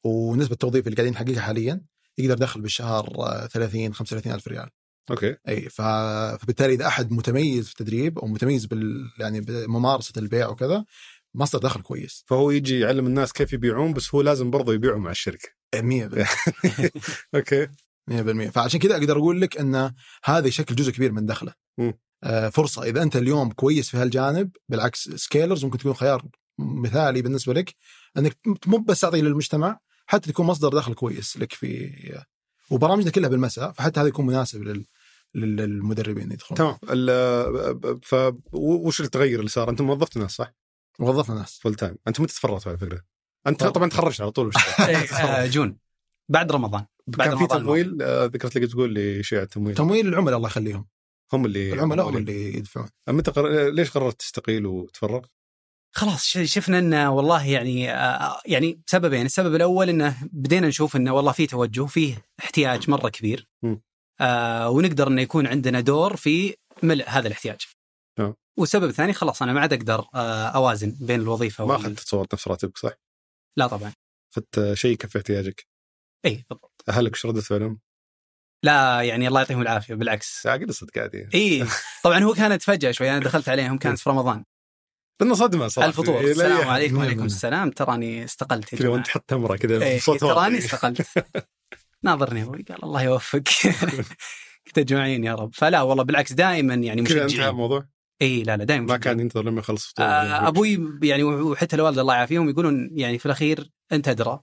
Speaker 3: ونسبه التوظيف اللي قاعدين نحققها حاليا يقدر يدخل بالشهر آه، 30 35 الف ريال
Speaker 2: اوكي
Speaker 3: اي ف... فبالتالي اذا احد متميز في التدريب او متميز بال يعني بممارسه البيع وكذا مصدر دخل كويس
Speaker 2: فهو يجي يعلم الناس كيف يبيعون بس هو لازم برضه يبيعوا مع الشركه
Speaker 3: 100% 100%
Speaker 2: اوكي
Speaker 3: فعشان كذا اقدر اقول لك ان هذا يشكل جزء كبير من دخله
Speaker 2: مم.
Speaker 3: آه فرصه اذا انت اليوم كويس في هالجانب بالعكس سكيلرز ممكن تكون خيار مثالي بالنسبه لك انك مو بس تعطي للمجتمع حتى تكون مصدر دخل كويس لك في وبرامجنا كلها بالمساء فحتى هذا يكون مناسب لل... لل- للمدربين اللي يدخلون
Speaker 2: تمام ال- ف وش التغير اللي صار انتم وظفتوا ناس صح
Speaker 3: وظفنا ناس
Speaker 2: فول تايم انتم متى تفرغتوا على فكره انت طبعا تخرجت على طول وش-
Speaker 4: إيه، آه، جون بعد رمضان بعد
Speaker 2: كان في
Speaker 4: رمضان
Speaker 2: تمويل آه، ذكرت لك تقول لي شيء على التمويل
Speaker 3: تمويل العملاء الله يخليهم
Speaker 2: هم اللي
Speaker 3: العملاء هم اللي يدفعون
Speaker 2: متى قر... ليش قررت تستقيل وتتفرغ؟
Speaker 4: خلاص ش- شفنا انه والله يعني آه، يعني سببين، السبب الاول انه بدينا نشوف انه والله في توجه، فيه احتياج مره كبير.
Speaker 2: مم.
Speaker 4: آه ونقدر انه يكون عندنا دور في ملء هذا الاحتياج.
Speaker 2: آه.
Speaker 4: والسبب الثاني خلاص انا ما عاد اقدر آه اوازن بين الوظيفه
Speaker 2: ما
Speaker 4: وال-
Speaker 2: اخذت تصور نفس راتبك صح؟
Speaker 4: لا طبعا
Speaker 2: اخذت آه، شيء يكفي احتياجك
Speaker 4: اي بالضبط
Speaker 2: اهلك وش رده فعلهم؟
Speaker 4: لا يعني الله يعطيهم العافيه بالعكس
Speaker 2: عقل صدق عادي
Speaker 4: اي طبعا هو كانت فجاه شوي انا دخلت عليهم كانت في رمضان
Speaker 2: لانه صدمه صراحه
Speaker 4: الفطور
Speaker 2: لا-
Speaker 4: السلام
Speaker 2: يعني
Speaker 4: عليكم
Speaker 3: ما
Speaker 4: وعليكم
Speaker 3: يهمنا.
Speaker 4: السلام تراني استقلت
Speaker 2: كذا
Speaker 4: يا جماعه
Speaker 2: وانت تحط تمره كذا
Speaker 4: إيه،
Speaker 2: بصوت واطي.
Speaker 4: تراني استقلت ناظرني ابوي قال الله يوفق قلت اجمعين يا رب فلا والله بالعكس دائما يعني
Speaker 2: كذا انتهى
Speaker 4: مشجعين
Speaker 2: الموضوع
Speaker 4: اي لا لا دائما
Speaker 2: ما
Speaker 4: مشجعين.
Speaker 2: كان ينتظر لما يخلص فطور
Speaker 4: آه، ابوي يعني وحتى الوالده الله يعافيهم يقولون يعني في الاخير انت ادرى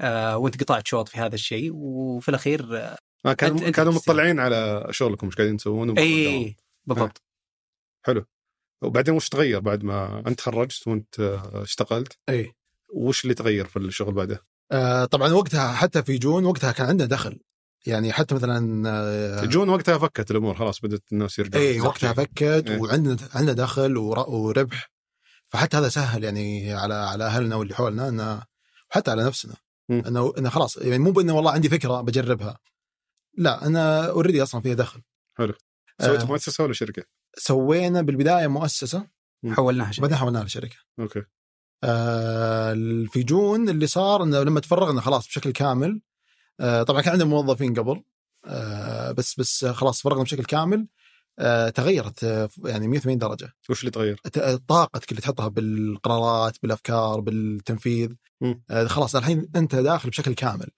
Speaker 4: آه، وانت قطعت شوط في هذا الشيء وفي الاخير آه،
Speaker 2: ما
Speaker 4: أنت-
Speaker 2: كانوا
Speaker 4: أنت
Speaker 2: كانوا
Speaker 4: تستاهل. إيه.
Speaker 2: مطلعين على شغلكم ايش قاعدين تسوون ومخرج دوام.
Speaker 4: اي بالضبط
Speaker 2: وبعدين وش تغير بعد ما انت تخرجت وانت آه، اشتغلت
Speaker 3: اي
Speaker 2: وش اللي تغير في الشغل بعده؟
Speaker 3: إيه. آه طبعا وقتها حتى في جون وقتها كان عندنا دخل يعني حتى مثلا آه
Speaker 2: جون وقتها فكت الامور خلاص بدات الناس يرجعون
Speaker 3: اي وقتها فكت
Speaker 2: إيه.
Speaker 3: وعندنا عندنا دخل ور- وربح فحتى هذا سهل يعني على على اهلنا واللي حولنا ان وحتى على نفسنا
Speaker 2: مم.
Speaker 3: انه انه خلاص يعني مو بانه والله عندي فكره بجربها لا انا اوريدي اصلا فيها دخل
Speaker 2: سويت
Speaker 3: آه.
Speaker 2: مؤسسه ولا شركه؟
Speaker 3: سوينا بالبدايه مؤسسه
Speaker 4: حولناها شيء.
Speaker 3: وبعدين حولناها لشركه
Speaker 2: اوكي
Speaker 3: آه، في جون اللي صار انه لما تفرغنا خلاص بشكل كامل آه، طبعا كان عندنا موظفين قبل آه، بس بس خلاص تفرغنا بشكل كامل آه، تغيرت آه، يعني 180 درجه
Speaker 2: وش اللي تغير؟
Speaker 3: ت- طاقتك اللي تحطها بالقرارات بالافكار بالتنفيذ
Speaker 2: مم.
Speaker 3: آه، خلاص الحين انت داخل بشكل كامل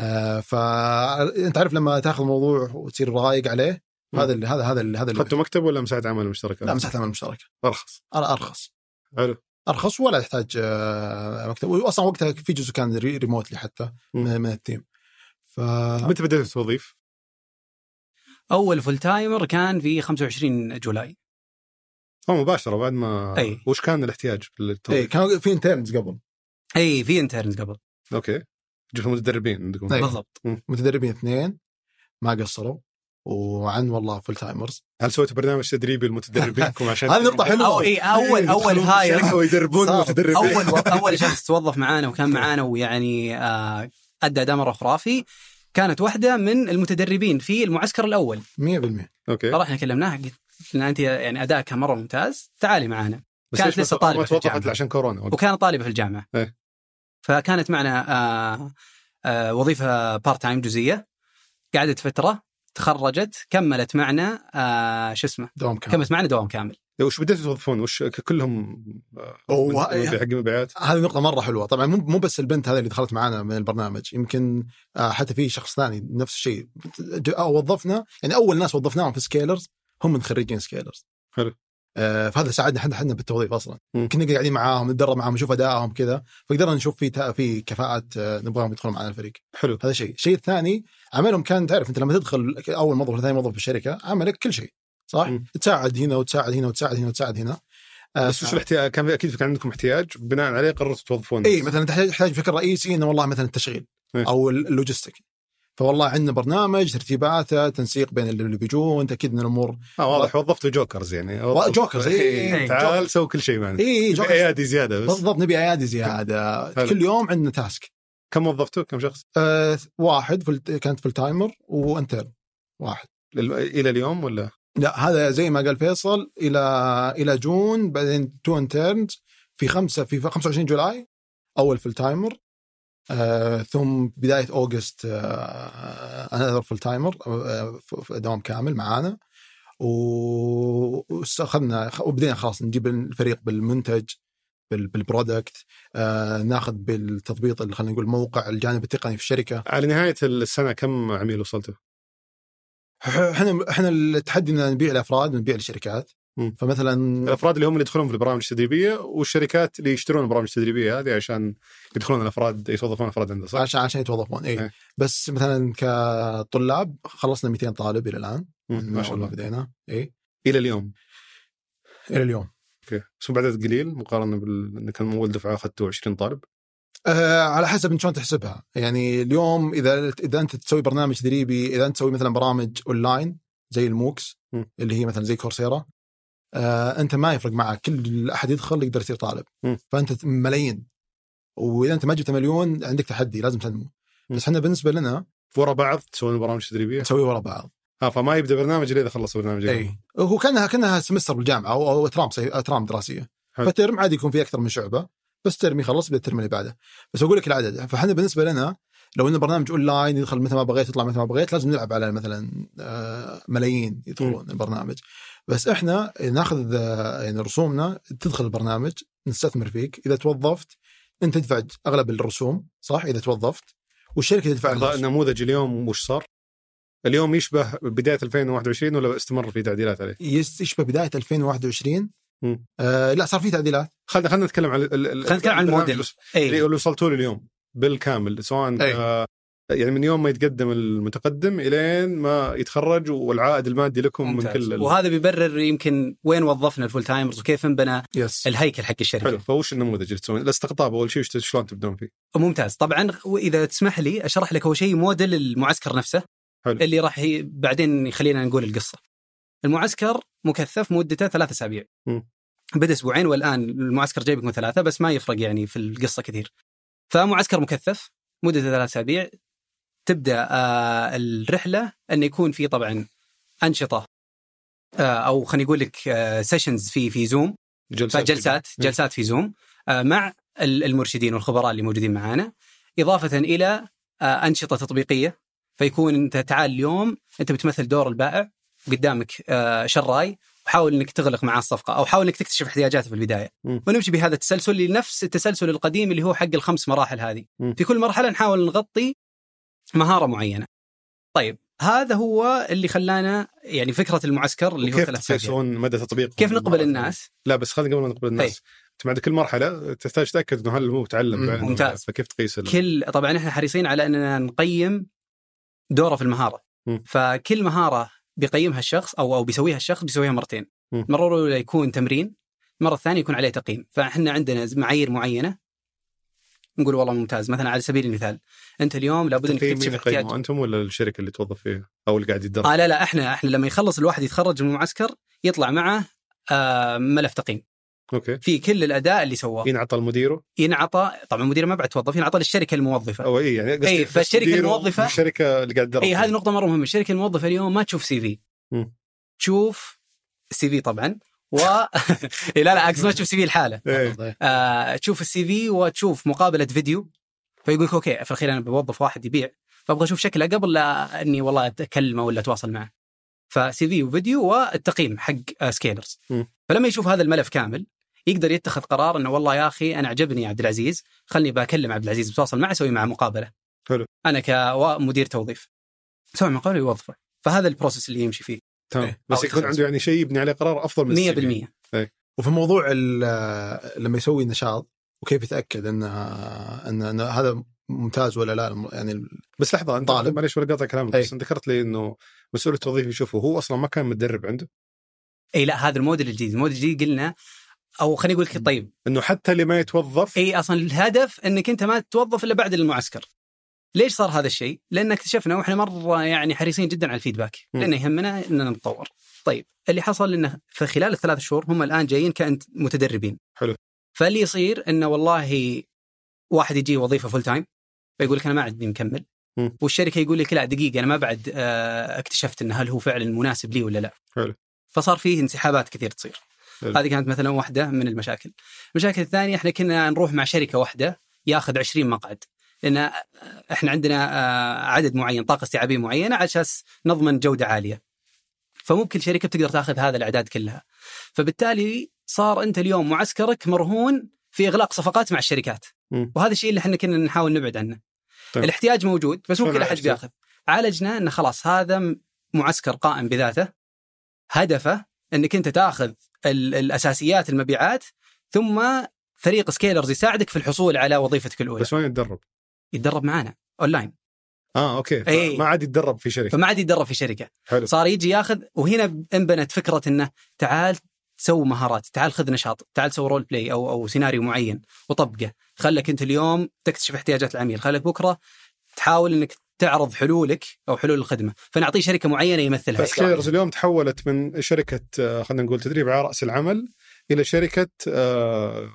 Speaker 3: آه، فانت عارف لما تاخذ موضوع وتصير رايق عليه
Speaker 2: مم.
Speaker 3: هذا اللي هذا هذا اللي هذا اللي
Speaker 2: اخذتوا مكتب ولا مساحه عمل مشتركه؟
Speaker 3: لا مساحه العمل المشتركه
Speaker 2: ارخص
Speaker 3: أر- ارخص
Speaker 2: حلو
Speaker 3: ارخص ولا يحتاج آه، مكتب واصلا وقتها في جزء كان ري- ريموتلي حتى
Speaker 2: مم. إيه.
Speaker 3: من من التيم ف
Speaker 2: متى بديت توظيف؟
Speaker 4: اول فول تايمر كان في 25 جولاي
Speaker 2: هو مباشره بعد ما
Speaker 4: أي.
Speaker 2: وش كان الاحتياج في
Speaker 3: اي
Speaker 2: التوظيف؟
Speaker 3: كان طيب. في انترنز قبل
Speaker 4: اي إيه، في انترنز قبل
Speaker 3: إيه.
Speaker 2: اوكي جبتوا متدربين عندكم
Speaker 3: أي.
Speaker 4: بالضبط
Speaker 3: متدربين اثنين ما قصروا وعن والله فول تايمرز
Speaker 2: هل سويتوا برنامج تدريبي لمتدربينكم عشان
Speaker 3: هذه نقطة حلوة.
Speaker 4: او اي
Speaker 3: إيه،
Speaker 4: اول اول
Speaker 2: إيه، يدخلون
Speaker 4: هاير
Speaker 2: الشركة ويدربون
Speaker 3: صعب.
Speaker 2: المتدربين
Speaker 4: اول اول شخص توظف معانا وكان معانا ويعني آه، ادى دمره خرافي كانت واحده من المتدربين في المعسكر الاول
Speaker 3: 100%
Speaker 2: اوكي
Speaker 4: فرحنا كلمناها قلت لنا انت يعني ادائك كان مره ممتاز تعالي معانا
Speaker 2: بس
Speaker 4: كانت
Speaker 2: ليش ما
Speaker 4: لسه
Speaker 2: تو-
Speaker 4: طالبة
Speaker 2: ما
Speaker 4: في الجامعة.
Speaker 2: توظفت عشان كورونا وقت-
Speaker 4: وكانت طالبه في الجامعه
Speaker 2: إيه.
Speaker 4: فكانت معنا آه، آه، وظيفه بارت تايم جزئيه قعدت فتره تخرجت كملت معنا آه، شو اسمه
Speaker 3: دوام كامل
Speaker 4: كملت معنا دوام كامل
Speaker 2: إيه، وش بديتوا توظفون وش ك- كلهم آه،
Speaker 3: أوه،
Speaker 2: من-
Speaker 3: وه-
Speaker 2: من- حق مبيعات
Speaker 3: هذه نقطة مرة حلوة، طبعا مو مو بس البنت هذه اللي دخلت معنا من البرنامج، يمكن آه، حتى في شخص ثاني نفس الشيء ج- آه، وظفنا يعني أول ناس وظفناهم في سكيلرز هم من خريجين سكيلرز.
Speaker 2: حلو.
Speaker 3: آه، فهذا ساعدنا احنا احنا بالتوظيف اصلا،
Speaker 2: مم.
Speaker 3: كنا قاعدين معاهم نتدرب معاهم نشوف ادائهم كذا، فقدرنا نشوف في تا- في كفاءات آه، نبغاهم يدخلون معنا الفريق.
Speaker 2: حلو
Speaker 3: هذا شيء، الشيء الثاني عملهم كان تعرف انت لما تدخل اول موظف ولا ثاني موظف بالشركه عملك كل شيء صح؟
Speaker 2: مم.
Speaker 3: تساعد هنا وتساعد هنا وتساعد هنا وتساعد هنا. آه،
Speaker 2: بس وش الاحتياج كان اكيد كان عندكم احتياج بناء عليه قررتوا توظفون
Speaker 3: اي مثلا إيه، تحتاج تحتاج بشكل رئيسي انه والله مثلا التشغيل
Speaker 2: إيه.
Speaker 3: او اللوجستيك فوالله عندنا برنامج ترتيباته تنسيق بين اللي بيجون تاكيد ان الامور
Speaker 2: اه واضح وظفتوا جوكرز يعني وظفتوا-
Speaker 3: جوكرز، إي، إي،
Speaker 4: إي،
Speaker 2: إيه، تعال سوي كل شيء معنا إيه،
Speaker 3: اي اي جو-
Speaker 2: ايادي زياده بس
Speaker 3: بالضبط نبي ايادي زياده
Speaker 2: حلو.
Speaker 3: كل يوم عندنا تاسك
Speaker 2: كم وظفتوا كم شخص
Speaker 3: آه واحد فل... كانت فول تايمر وانترن واحد
Speaker 2: لل- الى اليوم ولا
Speaker 3: لا هذا زي ما قال فيصل الى الى جون بعدين تو انترنز في خمسه في 25 جولاي اول فول تايمر آه ثم بدايه اوغست آه انا فول تايمر آه ف- ف- دوام كامل معانا و- واخذنا وبدينا خلاص نجيب الفريق بالمنتج بال- بالبرودكت آه ناخذ بالتضبيط اللي خلينا نقول موقع الجانب التقني في الشركه
Speaker 2: على نهايه السنه كم عميل وصلتوا؟
Speaker 3: احنا احنا التحدي ان نبيع الافراد ونبيع الشركات
Speaker 2: مم.
Speaker 3: فمثلا
Speaker 2: الافراد اللي هم اللي يدخلون في البرامج التدريبيه والشركات اللي يشترون البرامج التدريبيه هذه عشان يدخلون الافراد يتوظفون افراد عندها صح؟
Speaker 3: عشان عشان يتوظفون اي
Speaker 2: إيه.
Speaker 3: إيه. بس مثلا كطلاب خلصنا 200 طالب الى الان
Speaker 2: مم، ما شاء
Speaker 3: أول
Speaker 2: الله
Speaker 3: بدينا اي
Speaker 2: الى اليوم
Speaker 3: الى اليوم
Speaker 2: اوكي بس هو بعدد قليل مقارنه بال انك اول دفعه اخذته 20 طالب
Speaker 3: آه على حسب انت شلون تحسبها يعني اليوم اذا اذا انت تسوي برنامج تدريبي اذا انت تسوي مثلا برامج اونلاين زي الموكس
Speaker 2: م.
Speaker 3: اللي هي مثلا زي كورسيرا آه انت ما يفرق معك كل احد يدخل يقدر يصير طالب
Speaker 2: م.
Speaker 3: فانت ملايين واذا انت ما جبت مليون عندك تحدي لازم تنمو
Speaker 2: م.
Speaker 3: بس احنا بالنسبه لنا
Speaker 2: ورا بعض تسوون برامج تدريبيه
Speaker 3: نسوي ورا بعض
Speaker 4: إيه.
Speaker 2: اه فما يبدا برنامج الا اذا خلص برنامج
Speaker 3: اي إيه. هو كانها كانها سمستر بالجامعه او او اترام صي- اترام دراسيه
Speaker 2: حلو.
Speaker 3: فترم عادي يكون في اكثر من شعبه بس ترم يخلص يبدا الترم اللي بعده بس اقول لك العدد فاحنا بالنسبه لنا لو انه برنامج اونلاين يدخل متى ما بغيت يطلع متى ما بغيت لازم نلعب على مثلا آه، ملايين يدخلون البرنامج بس احنا ناخذ آه، يعني رسومنا تدخل البرنامج نستثمر فيك اذا توظفت انت تدفع اغلب الرسوم صح اذا توظفت والشركه تدفع
Speaker 2: لحظة،
Speaker 3: الرسوم.
Speaker 2: نموذج اليوم وش صار؟ اليوم يشبه بدايه 2021 ولا استمر في تعديلات عليه؟
Speaker 3: يس- يشبه بدايه 2021
Speaker 2: م.
Speaker 3: آه لا صار في تعديلات
Speaker 2: خلينا خلينا نتكلم عن ال- ال-
Speaker 4: خلينا نتكلم عن
Speaker 2: البرنامج إيه،
Speaker 4: الموديل. إيه.
Speaker 2: الأس- اللي
Speaker 4: اي
Speaker 2: اللي وصلتوا له اليوم بالكامل سواء
Speaker 3: أي.
Speaker 4: إيه.
Speaker 2: آه، يعني من يوم ما يتقدم المتقدم الين ما يتخرج والعائد المادي لكم من كل ال-
Speaker 4: وهذا بيبرر يمكن وين وظفنا الفول تايمرز وكيف انبنى
Speaker 3: يس
Speaker 4: الهيكل حق الشركه
Speaker 2: حلو فوش النموذج اللي تسوون الاستقطاب اول شيء وش- شلون تبدون فيه؟
Speaker 4: ممتاز طبعا واذا تسمح لي اشرح لك اول شيء موديل المعسكر نفسه
Speaker 2: حلو.
Speaker 4: اللي راح ي... بعدين يخلينا نقول القصه المعسكر مكثف مدته ثلاثة اسابيع
Speaker 2: م.
Speaker 4: بدا اسبوعين والان المعسكر جايب لكم ثلاثه بس ما يفرق يعني في القصه كثير فمعسكر مكثف مدته ثلاثة اسابيع تبدا آه الرحله ان يكون في طبعا انشطه آه او خلينا نقول لك آه سيشنز في في زوم
Speaker 2: جلسات
Speaker 4: فجلسات
Speaker 2: م.
Speaker 4: جلسات في زوم آه، مع ال- المرشدين والخبراء اللي موجودين معانا اضافه الى آه، انشطه تطبيقيه فيكون انت تعال اليوم انت بتمثل دور البائع قدامك آه، شراي وحاول انك تغلق معاه الصفقه او حاول انك تكتشف احتياجاته في البدايه
Speaker 2: مم.
Speaker 4: ونمشي بهذا التسلسل اللي نفس التسلسل القديم اللي هو حق الخمس مراحل هذه
Speaker 2: مم.
Speaker 4: في كل مرحله نحاول نغطي مهاره معينه طيب هذا هو اللي خلانا يعني فكره المعسكر اللي هو
Speaker 2: كيف
Speaker 4: ثلاث أسابيع.
Speaker 2: تسوون مدى تطبيق
Speaker 4: كيف نقبل الناس طيب.
Speaker 2: لا بس خلينا قبل ما نقبل الناس انت بعد كل مرحله تحتاج تتاكد انه هل هو تعلم
Speaker 3: مم،
Speaker 2: فعلا ولا لا.
Speaker 4: ممتاز.
Speaker 2: فكيف تقيس ال-
Speaker 4: كل طبعا احنا حريصين على اننا نقيم دوره في المهاره
Speaker 2: مم.
Speaker 4: فكل مهاره بيقيمها الشخص او او بيسويها الشخص بيسويها مرتين
Speaker 2: مم.
Speaker 4: المره الاولى يكون تمرين المره الثانيه يكون عليه تقييم فاحنا عندنا معايير معينه نقول والله ممتاز مثلا على سبيل المثال انت اليوم لابد انك
Speaker 2: تقييم مين
Speaker 4: تكتشف احتياج
Speaker 2: يقيمه انتم ولا الشركه اللي توظف فيها او اللي قاعد يتدرب
Speaker 4: اه لا لا احنا احنا لما يخلص الواحد يتخرج من المعسكر يطلع معه آه ملف تقييم
Speaker 2: اوكي
Speaker 4: في كل الاداء اللي سواه
Speaker 2: ينعطى المديره
Speaker 4: ينعطى طبعا المدير ما بعد توظف ينعطى للشركه الموظفه
Speaker 2: او اي يعني قصدي-
Speaker 4: إي،
Speaker 2: قصدي
Speaker 4: إيه، فالشركة
Speaker 2: مديره
Speaker 4: الموظفة-
Speaker 2: الشركه اللي قاعد تدرب
Speaker 4: اي هذه
Speaker 2: فيها.
Speaker 4: نقطة مرة مهمة، الشركة الموظفة اليوم ما تشوف سي في.
Speaker 2: يعني. مم.
Speaker 4: تشوف سي في طبعا و لا لا اقصد ما تشوف سي في لحاله،
Speaker 2: إيه.
Speaker 4: آه، تشوف السي في وتشوف مقابلة فيديو فيقول لك اوكي في الاخير انا بوظف واحد يبيع فابغى اشوف شكله قبل لا اني والله اكلمه ولا اتواصل معه. فسي في وفيديو والتقييم حق آه، سكيلرز.
Speaker 2: مم.
Speaker 4: فلما يشوف هذا الملف كامل يقدر يتخذ قرار انه والله يا اخي انا عجبني عبد العزيز خلني بكلم عبد العزيز بتواصل معه اسوي معه مقابله.
Speaker 2: حلو.
Speaker 4: انا كمدير توظيف. سوي مقابله ويوظفه. فهذا البروسس اللي يمشي فيه
Speaker 2: تمام
Speaker 3: إيه.
Speaker 2: بس
Speaker 4: أو
Speaker 2: يكون
Speaker 4: تسعة.
Speaker 2: عنده يعني شيء يبني عليه قرار افضل من
Speaker 4: 100%
Speaker 3: وفي موضوع ال- لما يسوي نشاط وكيف يتاكد ان ان إن هذا ممتاز ولا لا الم- يعني ال-
Speaker 2: بس لحظه انت
Speaker 3: طالب.
Speaker 2: معليش ولا قاطع كلامك
Speaker 3: إيه.
Speaker 2: بس أنت ذكرت لي انه مسؤول التوظيف يشوفه هو اصلا ما كان متدرب عنده
Speaker 4: اي لا هذا الموديل الجديد، الموديل الجديد قلنا او خليني اقول لك طيب
Speaker 2: انه حتى اللي ما يتوظف
Speaker 4: اي اصلا الهدف انك انت ما تتوظف الا بعد المعسكر. ليش صار هذا الشيء؟ لان اكتشفنا واحنا مره يعني حريصين جدا على الفيدباك،
Speaker 2: مم.
Speaker 4: لانه يهمنا اننا نتطور. طيب اللي حصل انه في خلال الثلاث شهور هم الان جايين كانت متدربين.
Speaker 2: حلو.
Speaker 4: فاللي يصير انه والله واحد يجي وظيفه فول تايم فيقول لك انا ما عندي مكمل
Speaker 2: مم.
Speaker 4: والشركه يقول لك لا دقيقه انا ما بعد آه، اكتشفت ان هل هو فعلا مناسب لي ولا لا.
Speaker 2: حلو.
Speaker 4: فصار فيه انسحابات كثير تصير.
Speaker 2: حلو.
Speaker 4: هذه كانت مثلا واحده من المشاكل. المشاكل الثانيه احنا كنا نروح مع شركه واحده ياخذ 20 مقعد لان احنا عندنا آه، عدد معين طاقه استيعابيه معينه على اساس نضمن جوده عاليه. فمو كل شركه بتقدر تاخذ هذا الاعداد كلها. فبالتالي صار انت اليوم معسكرك مرهون في اغلاق صفقات مع الشركات.
Speaker 2: مم.
Speaker 4: وهذا الشيء اللي احنا كنا نحاول نبعد عنه.
Speaker 2: طيب.
Speaker 4: الاحتياج موجود بس مو
Speaker 2: شلون
Speaker 4: كل احد
Speaker 2: عالجته؟
Speaker 4: بياخذ. عالجنا انه خلاص هذا م- معسكر قائم بذاته هدفه انك انت تاخذ ال- الاساسيات المبيعات ثم فريق سكيلرز يساعدك في الحصول على وظيفتك الاولى
Speaker 2: بس وين يتدرب؟
Speaker 4: يتدرب معانا اونلاين
Speaker 2: اه اوكي
Speaker 4: إيه.
Speaker 2: ما عاد يتدرب في شركه
Speaker 4: فما عاد يتدرب في شركه
Speaker 2: حلو
Speaker 4: صار يجي ياخذ وهنا انبنت فكره انه تعال تسوي مهارات تعال خذ نشاط تعال سوي رول بلاي او او سيناريو معين وطبقه خلك انت اليوم تكتشف احتياجات العميل خلك بكره تحاول انك تعرض حلولك او حلول الخدمه فنعطيه شركه معينه يمثلها
Speaker 3: يعني.
Speaker 2: فسكيلرز اليوم تحولت من شركه آه، خلينا نقول تدريب على راس العمل الى شركه آه،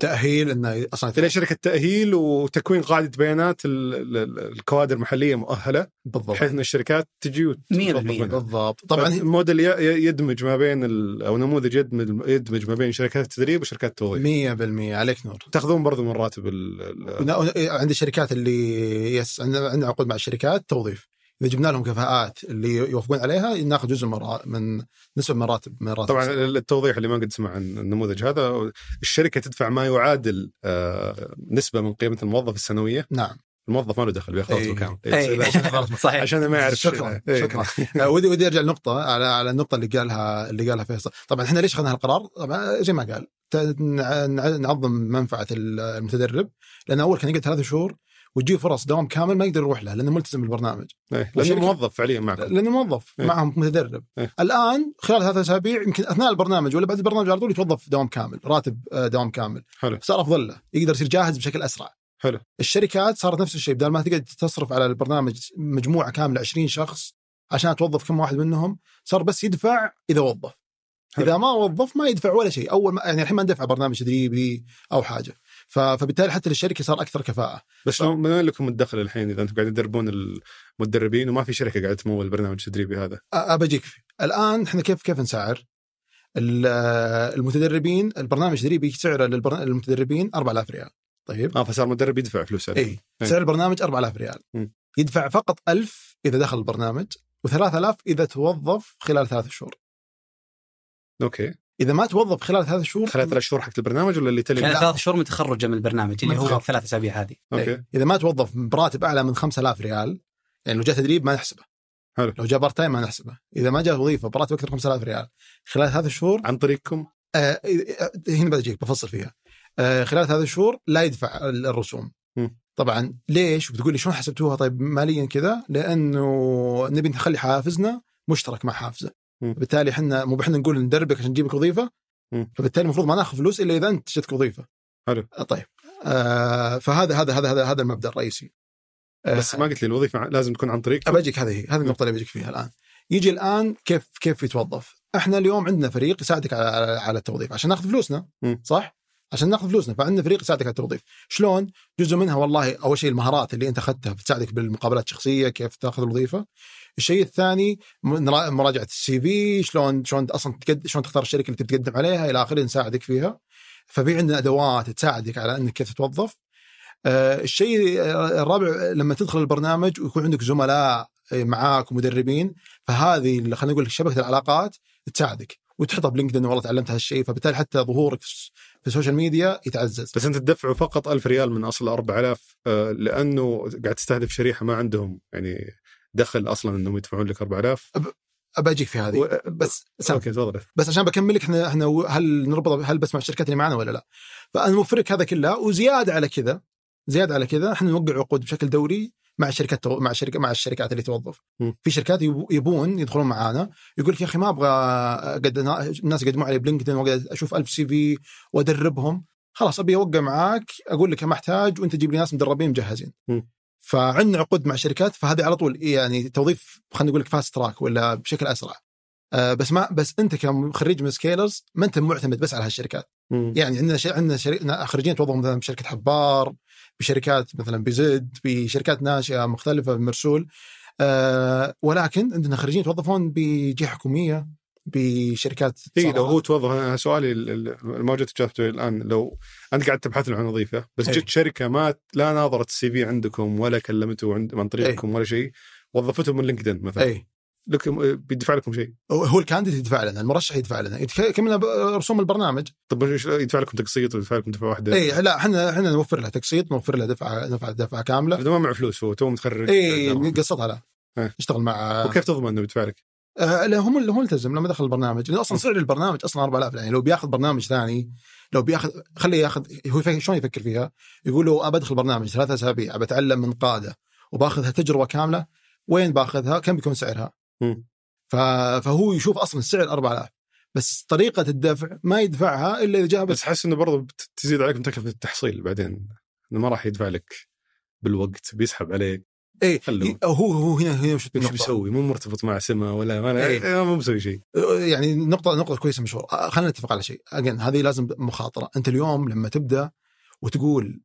Speaker 3: تاهيل انه اصلا
Speaker 2: الى شركه تاهيل وتكوين قاعده بيانات ال- ال- ال- الكوادر المحليه مؤهله بحيث
Speaker 3: بالضبط
Speaker 2: ان الشركات تجي وت-
Speaker 4: مية
Speaker 2: وتوظف
Speaker 4: بالمية.
Speaker 2: منها.
Speaker 3: بالضبط طبعا هي-
Speaker 2: الموديل ي- ي- يدمج ما بين ال- او نموذج يدمج يدمج ما بين شركات التدريب وشركات التوظيف
Speaker 3: 100% عليك نور
Speaker 2: تاخذون برضو من راتب ال- ال-
Speaker 3: ون- ون- عند الشركات اللي يس عندنا عندنا عقود مع الشركات توظيف اذا جبنا لهم كفاءات اللي يوافقون عليها ناخذ جزء من را- من نسبه من راتب من راتب
Speaker 2: طبعا ال- التوضيح اللي ما قد سمع عن النموذج هذا الشركه تدفع ما يعادل آه، نسبه من قيمه الموظف السنويه
Speaker 3: نعم
Speaker 2: الموظف ما له دخل بياخذ
Speaker 3: إيه.
Speaker 2: راتبه كامل
Speaker 4: أي.
Speaker 2: إيه، عشان-
Speaker 4: صحيح
Speaker 2: عشان ما يعرف
Speaker 3: شكرا
Speaker 2: إيه.
Speaker 3: شكرا آه، ودي ودي ارجع لنقطه على على النقطه اللي قالها اللي قالها فيصل طبعا احنا ليش اخذنا هالقرار؟ طبعا زي ما قال ت- نع- نع- نعظم منفعه المتدرب لان اول كان يقعد ثلاث شهور وتجيه فرص دوام كامل ما يقدر يروح لها لانه ملتزم بالبرنامج
Speaker 2: إيه، لانه
Speaker 3: والشركة-
Speaker 2: موظف فعليا معكم
Speaker 3: لانه موظف
Speaker 2: إيه.
Speaker 3: معهم متدرب
Speaker 2: إيه.
Speaker 3: الان خلال ثلاث اسابيع يمكن اثناء البرنامج ولا بعد البرنامج على طول يتوظف دوام كامل راتب آه، دوام كامل
Speaker 2: حلو
Speaker 3: صار افضل له يقدر يصير جاهز بشكل اسرع
Speaker 2: حلو.
Speaker 3: الشركات صارت نفس الشيء بدل ما تقعد تصرف على البرنامج مجموعه كامله 20 شخص عشان توظف كم واحد منهم صار بس يدفع اذا وظف
Speaker 2: حلو.
Speaker 3: اذا ما وظف ما يدفع ولا شيء اول ما يعني الحين ما ندفع برنامج تدريبي او حاجه ف- فبالتالي حتى للشركه صار اكثر كفاءه
Speaker 2: بس لو من وين لكم الدخل الحين اذا انتم قاعدين تدربون المدربين وما في شركه قاعده تمول البرنامج التدريبي هذا
Speaker 3: بجيك فيه الان احنا كيف كيف نسعر؟ ال- المتدربين البرنامج التدريبي سعره للبرن- للمتدربين 4000 ريال طيب
Speaker 2: اه فصار المدرب يدفع فلوس عليه
Speaker 3: اي سعر البرنامج 4000 ريال
Speaker 2: طيب. مم.
Speaker 3: يدفع فقط 1000 اذا دخل البرنامج و3000 اذا توظف خلال ثلاث شهور
Speaker 2: اوكي
Speaker 3: اذا ما توظف خلال ثلاث شهور
Speaker 2: ثلاث شهور حقت البرنامج ولا اللي
Speaker 4: يعني
Speaker 2: تلي
Speaker 4: ثلاث شهور من تخرجه من البرنامج اللي
Speaker 3: من
Speaker 4: هو
Speaker 3: تخرج.
Speaker 4: الثلاث اسابيع هذه
Speaker 2: اوكي
Speaker 3: إيه. اذا ما توظف براتب اعلى من 5000 ريال يعني لو جاء تدريب ما نحسبه
Speaker 2: حلو.
Speaker 3: لو جاء بارت تايم ما نحسبه اذا ما جاء وظيفه براتب اكثر من 5000 ريال خلال ثلاث شهور
Speaker 2: عن طريقكم
Speaker 3: آه، آه، هنا بجيك بفصل فيها آه، خلال ثلاث شهور لا يدفع ال- الرسوم
Speaker 2: مم.
Speaker 3: طبعا ليش بتقول لي شلون حسبتوها طيب ماليا كذا لانه نبي نخلي حافزنا مشترك مع حافزه
Speaker 2: مم.
Speaker 3: بالتالي احنا مو احنا نقول ندربك عشان نجيبك وظيفه
Speaker 2: مم.
Speaker 3: فبالتالي المفروض ما ناخذ فلوس الا اذا انت جتك وظيفه
Speaker 2: حلو.
Speaker 3: آه، طيب آه فهذا هذا هذا هذا هذا المبدا الرئيسي آه،
Speaker 2: بس ما قلت لي الوظيفه لازم تكون عن طريقكم
Speaker 3: بجيك هذه هي هذه النقطه اللي بجيك فيها الان يجي الان كيف كيف يتوظف احنا اليوم عندنا فريق يساعدك على على- على التوظيف عشان ناخذ فلوسنا
Speaker 2: مم.
Speaker 3: صح عشان ناخذ فلوسنا فعندنا فريق يساعدك على التوظيف شلون جزء منها والله اول شيء المهارات اللي انت اخذتها بتساعدك بالمقابلات الشخصيه كيف تاخذ الوظيفه الشيء الثاني مرا- مراجعه السي في شلون شلون اصلا تقد... شلون تختار الشركه اللي تبي تقدم عليها الى اخره نساعدك فيها ففي عندنا ادوات تساعدك على انك كيف تتوظف آه، الشيء آه، الرابع لما تدخل البرنامج ويكون عندك زملاء آه، معاك ومدربين فهذه اللي خلينا نقول شبكه العلاقات تساعدك وتحطها بلينكدين والله تعلمت هالشيء فبالتالي حتى ظهورك في السوشيال ميديا يتعزز
Speaker 2: بس انت تدفعوا فقط 1000 ريال من اصل 4000 آه، لانه قاعد تستهدف شريحه ما عندهم يعني دخل اصلا انهم يدفعون لك 4000
Speaker 3: أجيك في هذه
Speaker 2: و-
Speaker 3: بس سم.
Speaker 2: اوكي تفضل
Speaker 3: بس عشان بكمل لك احنا احنا و- هل نربط هل بس مع الشركات اللي معنا ولا لا؟ فالمفرق هذا كله وزياده على كذا زياده على كذا احنا نوقع عقود بشكل دوري مع شركات مع الشركه مع الشركات اللي توظف
Speaker 2: مم.
Speaker 3: في شركات يب- يبون يدخلون معانا يقول لك يا اخي ما ابغى قد الناس يقدموا علي بلينكدين واقعد اشوف ألف سي في وادربهم خلاص ابي اوقع معاك اقول لك ما احتاج وانت تجيب لي ناس مدربين مجهزين
Speaker 2: مم.
Speaker 3: فعندنا عقود مع شركات فهذه على طول يعني توظيف خلينا نقول لك فاست تراك ولا بشكل اسرع آه، بس ما بس انت كخريج من سكيلرز ما انت معتمد بس على هالشركات يعني عندنا شيء عندنا شركة خريجين توظفوا مثلا بشركه حبار بشركات مثلا بزد بشركات ناشئه مختلفه بمرسول آه ولكن عندنا خريجين يتوظفون بجهه حكوميه بشركات
Speaker 2: اي إيه، لو
Speaker 3: صراحة.
Speaker 2: هو توظف أنا سؤالي ال- ال- الموجود في جابتو الان لو انت قاعد تبحث له عن وظيفه بس
Speaker 3: إيه.
Speaker 2: جت شركه ما لا ناظرت السي في عندكم ولا كلمته عند عن
Speaker 3: إيه.
Speaker 2: طريقكم ولا شيء وظفته من لينكدين مثلا
Speaker 3: اي
Speaker 2: لكم بيدفع لكم شيء
Speaker 3: هو الكانديد يدفع لنا المرشح يدفع لنا يتك- كملنا ب- رسوم البرنامج
Speaker 2: طب إيش- يدفع لكم تقسيط ويدفع لكم دفعه واحده
Speaker 3: اي لا احنا احنا نوفر له تقسيط نوفر له دفعه دفعه دفعه كامله
Speaker 2: إذا ما معه فلوس هو تو متخرج
Speaker 3: اي
Speaker 2: درهم.
Speaker 3: نقسطها له
Speaker 2: إيه.
Speaker 3: نشتغل مع
Speaker 2: وكيف تضمن انه بيدفع لك؟
Speaker 3: آه، لا هم هم التزم لما دخل البرنامج لأنه اصلا سعر البرنامج اصلا 4000 يعني لو بياخذ برنامج ثاني لو بياخذ خليه ياخذ هو يفكر شلون يفكر فيها؟ يقول له أبى ادخل برنامج ثلاثة اسابيع بتعلم من قاده وباخذها تجربه كامله وين باخذها؟ كم بيكون سعرها؟
Speaker 2: مم.
Speaker 3: ف- فهو يشوف اصلا السعر 4000 بس طريقه الدفع ما يدفعها الا اذا جاها
Speaker 2: بس
Speaker 3: بس
Speaker 2: احس انه برضه بت- تزيد عليكم تكلفه التحصيل بعدين انه ما راح يدفع لك بالوقت بيسحب عليك
Speaker 3: ايه
Speaker 2: خلوه.
Speaker 3: هو هو هنا هنا وش
Speaker 2: ايش
Speaker 3: النقطة.
Speaker 2: بيسوي مو مرتبط مع سمه ولا ولا
Speaker 3: إيه.
Speaker 2: إيه، مو مسوي شيء
Speaker 3: يعني نقطة نقطة كويسة مشهور آه، خلينا نتفق على شيء أجين هذه لازم مخاطرة أنت اليوم لما تبدأ وتقول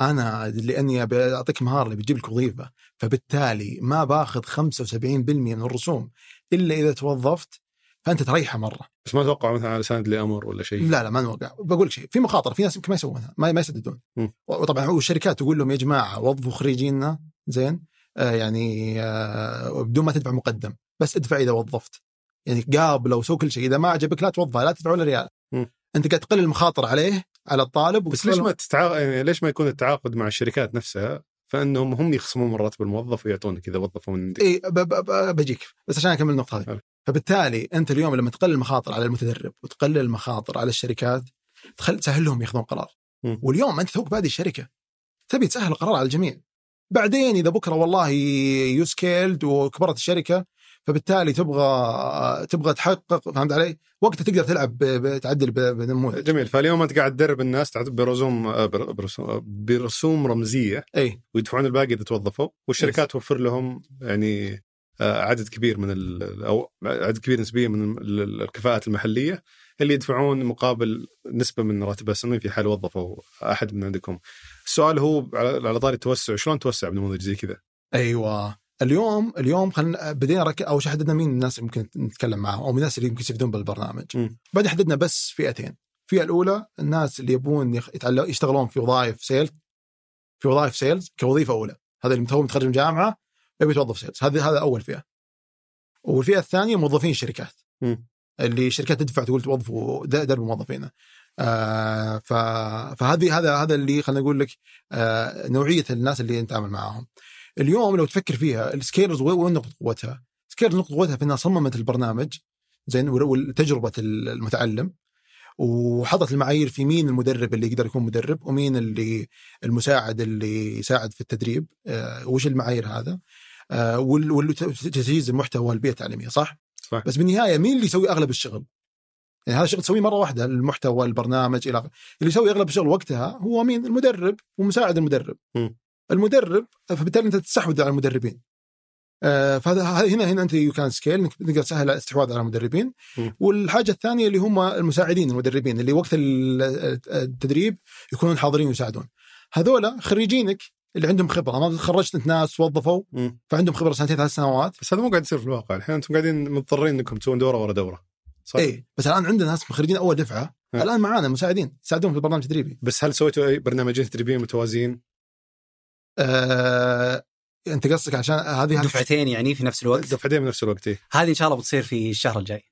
Speaker 3: أنا لأني بعطيك مهارة اللي بتجيب لك وظيفة فبالتالي ما باخذ 75% من الرسوم إلا إذا توظفت فأنت تريحه مرة
Speaker 2: بس ما اتوقع مثلا على سند لامر ولا شيء
Speaker 3: لا لا ما نوقع بقول لك شيء في مخاطرة في ناس يمكن ما يسوونها ما ما يسددون
Speaker 2: مم.
Speaker 3: وطبعا والشركات تقول لهم يا جماعة وظفوا خريجينا زين آه يعني آه بدون ما تدفع مقدم بس ادفع إذا وظفت يعني قابله وسوي كل شيء اذا ما عجبك لا توظفه لا تدفع ولا ريال
Speaker 2: مم.
Speaker 3: انت قاعد تقلل المخاطر عليه على الطالب
Speaker 2: بس ليش ما تتعاق... يعني ليش ما يكون التعاقد مع الشركات نفسها فانهم هم يخصمون من راتب الموظف ويعطونك اذا وظفوا من عندك
Speaker 3: اي إيه، ب- ب- ب- بجيك بس عشان اكمل النقطه هذه
Speaker 2: حلو.
Speaker 3: فبالتالي انت اليوم لما تقلل المخاطر على المتدرب وتقلل المخاطر على الشركات تخل تسهل لهم ياخذون قرار
Speaker 2: مم.
Speaker 3: واليوم انت توك بادي الشركه تبي تسهل القرار على الجميع بعدين اذا بكره والله يوسكيلد وكبرت الشركه فبالتالي تبغى تبغى تحقق فهمت علي؟ وقتها تقدر تلعب ب- ب- تعدل ب- بنموذج
Speaker 2: جميل فاليوم انت قاعد تدرب الناس تعت- برسوم آه، بر- برسوم- آه، برسوم رمزيه
Speaker 3: اي
Speaker 2: ويدفعون الباقي اذا توظفوا والشركات توفر لهم يعني آه، عدد كبير من ال... او عدد كبير نسبيا من ال- ال- الكفاءات المحليه اللي يدفعون مقابل نسبه من راتبها السنوي في حال وظفوا احد من عندكم. السؤال هو على على طاري التوسع شلون توسع بنموذج زي كذا؟
Speaker 3: ايوه اليوم اليوم خلينا بدينا رك... اول شيء حددنا مين الناس اللي ممكن نتكلم معاهم او من الناس اللي يمكن يستفيدون بالبرنامج
Speaker 2: مم.
Speaker 3: بعدين حددنا بس فئتين الفئه الاولى الناس اللي يبون يخ... يتعلم... يشتغلون في وظائف سيلز في وظائف سيلز كوظيفه اولى هذا اللي متو متخرج من جامعه يبي يتوظف سيلز هذا هذا اول فئه والفئه الثانيه موظفين شركات
Speaker 2: مم.
Speaker 3: اللي شركات تدفع تقول توظفوا د- درب موظفينا آه ف... فهذه هذا هذا اللي خلينا نقول لك آه نوعيه الناس اللي نتعامل معاهم اليوم لو تفكر فيها السكيلرز وين وين نقطه قوتها؟ سكيلرز نقطه قوتها في انها صممت البرنامج زين ول- وال- تجربه ال- المتعلم وحطت المعايير في مين المدرب اللي يقدر يكون مدرب ومين اللي المساعد اللي يساعد في التدريب آه وش المعايير هذا آه وال- وال- تجهيز المحتوى والبيئه التعليميه صح؟
Speaker 2: صح.
Speaker 3: بس بالنهايه مين اللي يسوي اغلب الشغل؟ يعني هذا الشغل تسويه مره واحده المحتوى البرنامج الى آخره. اللي يسوي اغلب الشغل وقتها هو مين؟ المدرب ومساعد المدرب.
Speaker 2: م.
Speaker 3: المدرب فبالتالي انت تستحوذ على المدربين. آه، فهذا هذا- هنا هنا انت يو كان سكيل انك تقدر تسهل الاستحواذ على المدربين
Speaker 2: م.
Speaker 3: والحاجه الثانيه اللي هم المساعدين المدربين اللي وقت ال- آه، التدريب يكونون حاضرين ويساعدون. هذولا خريجينك اللي عندهم خبره ما خرجت انت ناس توظفوا
Speaker 2: مم.
Speaker 3: فعندهم خبره سنتين ثلاث سنوات
Speaker 2: بس هذا مو قاعد يصير في الواقع الحين انتم قاعدين مضطرين انكم تسوون دوره ورا دوره صح؟
Speaker 3: اي إيه، بس الان عندنا ناس مخرجين اول دفعه
Speaker 2: ها.
Speaker 3: الان معانا مساعدين يساعدون في البرنامج التدريبي
Speaker 2: بس هل سويتوا اي برنامجين تدريبيين متوازيين؟
Speaker 3: آه، انت قصدك عشان هذه
Speaker 4: دفعتين يعني في نفس الوقت
Speaker 2: دفعتين بنفس الوقت إيه؟
Speaker 4: هذه ان شاء الله بتصير في الشهر الجاي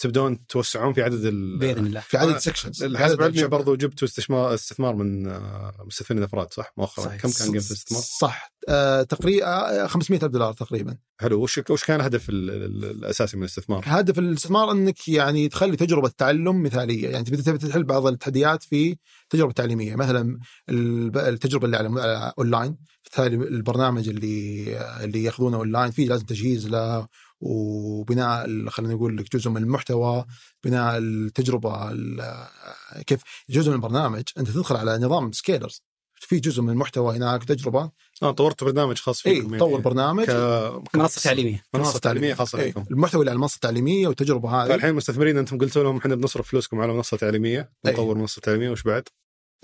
Speaker 2: تبدون توسعون في عدد ال...
Speaker 4: باذن الله
Speaker 3: في عدد
Speaker 2: أنا-
Speaker 3: سكشنز
Speaker 2: الحسب علمي آه، برضو جبتوا استثمار استثمار من آه، مستثمرين افراد صح مؤخرا
Speaker 4: صحيح.
Speaker 2: كم كان قيمه الاستثمار؟
Speaker 3: صح آه، تقريبا 500 الف دولار تقريبا
Speaker 2: حلو وش وش كان الهدف ال- ال- الاساسي من الاستثمار؟
Speaker 3: هدف الاستثمار انك يعني تخلي تجربه تعلم مثاليه يعني تبي تبي تحل بعض التحديات في تجربه تعليميه مثلا الب- التجربه اللي على على اونلاين بالتالي البرنامج اللي اللي ياخذونه اونلاين فيه لازم تجهيز له وبناء ال- خلينا نقول لك جزء من المحتوى بناء التجربه ال- كيف جزء من البرنامج انت تدخل على نظام سكيلرز في جزء من المحتوى هناك تجربه
Speaker 2: اه طورتوا برنامج خاص
Speaker 3: اي
Speaker 2: فيكم يعني
Speaker 3: تطور إيه، برنامج
Speaker 2: ك-
Speaker 4: منصه تعليميه
Speaker 2: منصه تعليميه خاصه
Speaker 3: إيه،
Speaker 2: فيكم
Speaker 3: المحتوى اللي على المنصه التعليميه والتجربه هذه
Speaker 2: فالحين المستثمرين انتم قلتوا لهم احنا بنصرف فلوسكم على منصه تعليميه
Speaker 3: إيه.
Speaker 2: نطور منصه تعليميه وش بعد؟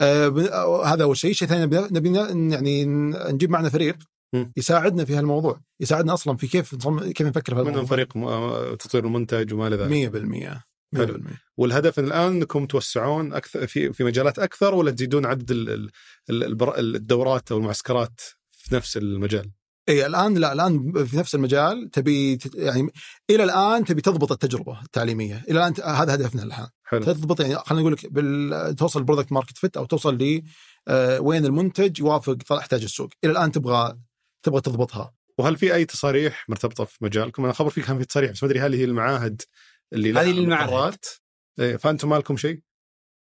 Speaker 3: آه، بن- آه، هذا اول شيء، شيء ثاني نبي- نبي ن- يعني ن- نجيب معنا فريق
Speaker 2: مم.
Speaker 3: يساعدنا في هالموضوع، يساعدنا اصلا في كيف نصمم كيف نفكر في
Speaker 2: منهم
Speaker 3: هالموضوع
Speaker 2: فريق م- آه، تطوير المنتج وما الى ذلك
Speaker 3: 100% 100%
Speaker 2: والهدف الان انكم توسعون اكثر في في مجالات اكثر ولا تزيدون عدد ال- ال- ال- البر- الدورات او المعسكرات في نفس المجال؟
Speaker 3: اي الان لا الان في نفس المجال تبي تت- يعني الى الان تبي تضبط التجربه التعليميه، الى الان ت- هذا هدفنا الان،
Speaker 2: حلو
Speaker 3: تضبط يعني خلينا نقول لك بال... توصل برودكت ماركت فيت او توصل ل آه، وين المنتج يوافق طلع احتياج السوق، الى الان تبغى تبغى تضبطها.
Speaker 2: وهل في اي تصاريح مرتبطه في مجالكم؟ انا خبر في كان في تصاريح بس ما ادري هل هي المعاهد اللي لها
Speaker 4: هذه للمعاهد.
Speaker 2: مقررات؟ إيه، فانتم ما لكم شيء؟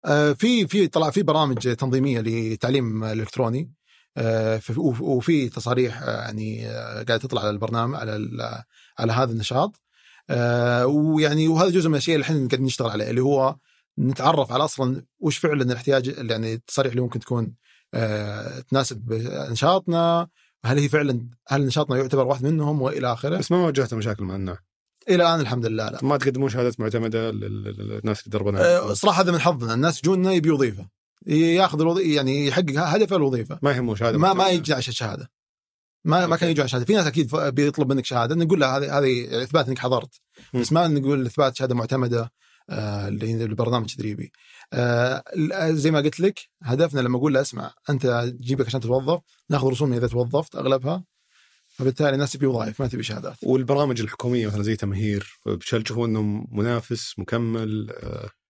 Speaker 3: آه، في في طلع في برامج تنظيميه لتعليم الكتروني آه، ف- وف- وفي تصاريح آه، يعني آه، قاعده تطلع على البرنامج على ال- على هذا النشاط آه، ويعني وهذا جزء من الشيء اللي احنا قاعدين نشتغل عليه اللي هو نتعرف على اصلا وش فعلا الاحتياج اللي يعني التصاريح اللي ممكن تكون آه، تناسب نشاطنا هل هي فعلا هل نشاطنا يعتبر واحد منهم والى اخره
Speaker 2: بس ما واجهت مشاكل مع النوع
Speaker 3: الى الان الحمد لله لا
Speaker 2: ما تقدمون شهادات معتمده لل- لل- للناس اللي
Speaker 3: آه،
Speaker 2: دربنا
Speaker 3: صراحه هذا من حظنا الناس يجونا يبي وظيفه ياخذ الوظيفه يعني يحقق هدفه الوظيفه
Speaker 2: ما يهمه شهاده
Speaker 3: ما ما
Speaker 2: معتمدة.
Speaker 3: يجي عشان شهاده ما ما كان يجي عشان شهاده في ناس اكيد ف- بيطلب منك شهاده نقول له هذه هذه اثبات انك حضرت
Speaker 2: مم.
Speaker 3: بس ما نقول اثبات شهاده معتمده آه، اللي هي البرنامج التدريبي آه، ال- زي ما قلت لك هدفنا لما اقول له اسمع انت جيبك عشان تتوظف ناخذ رسومنا اذا توظفت اغلبها فبالتالي الناس تبي وظائف ما تبي شهادات
Speaker 2: والبرامج الحكوميه مثلا زي تمهير هل تشوفون انه منافس مكمل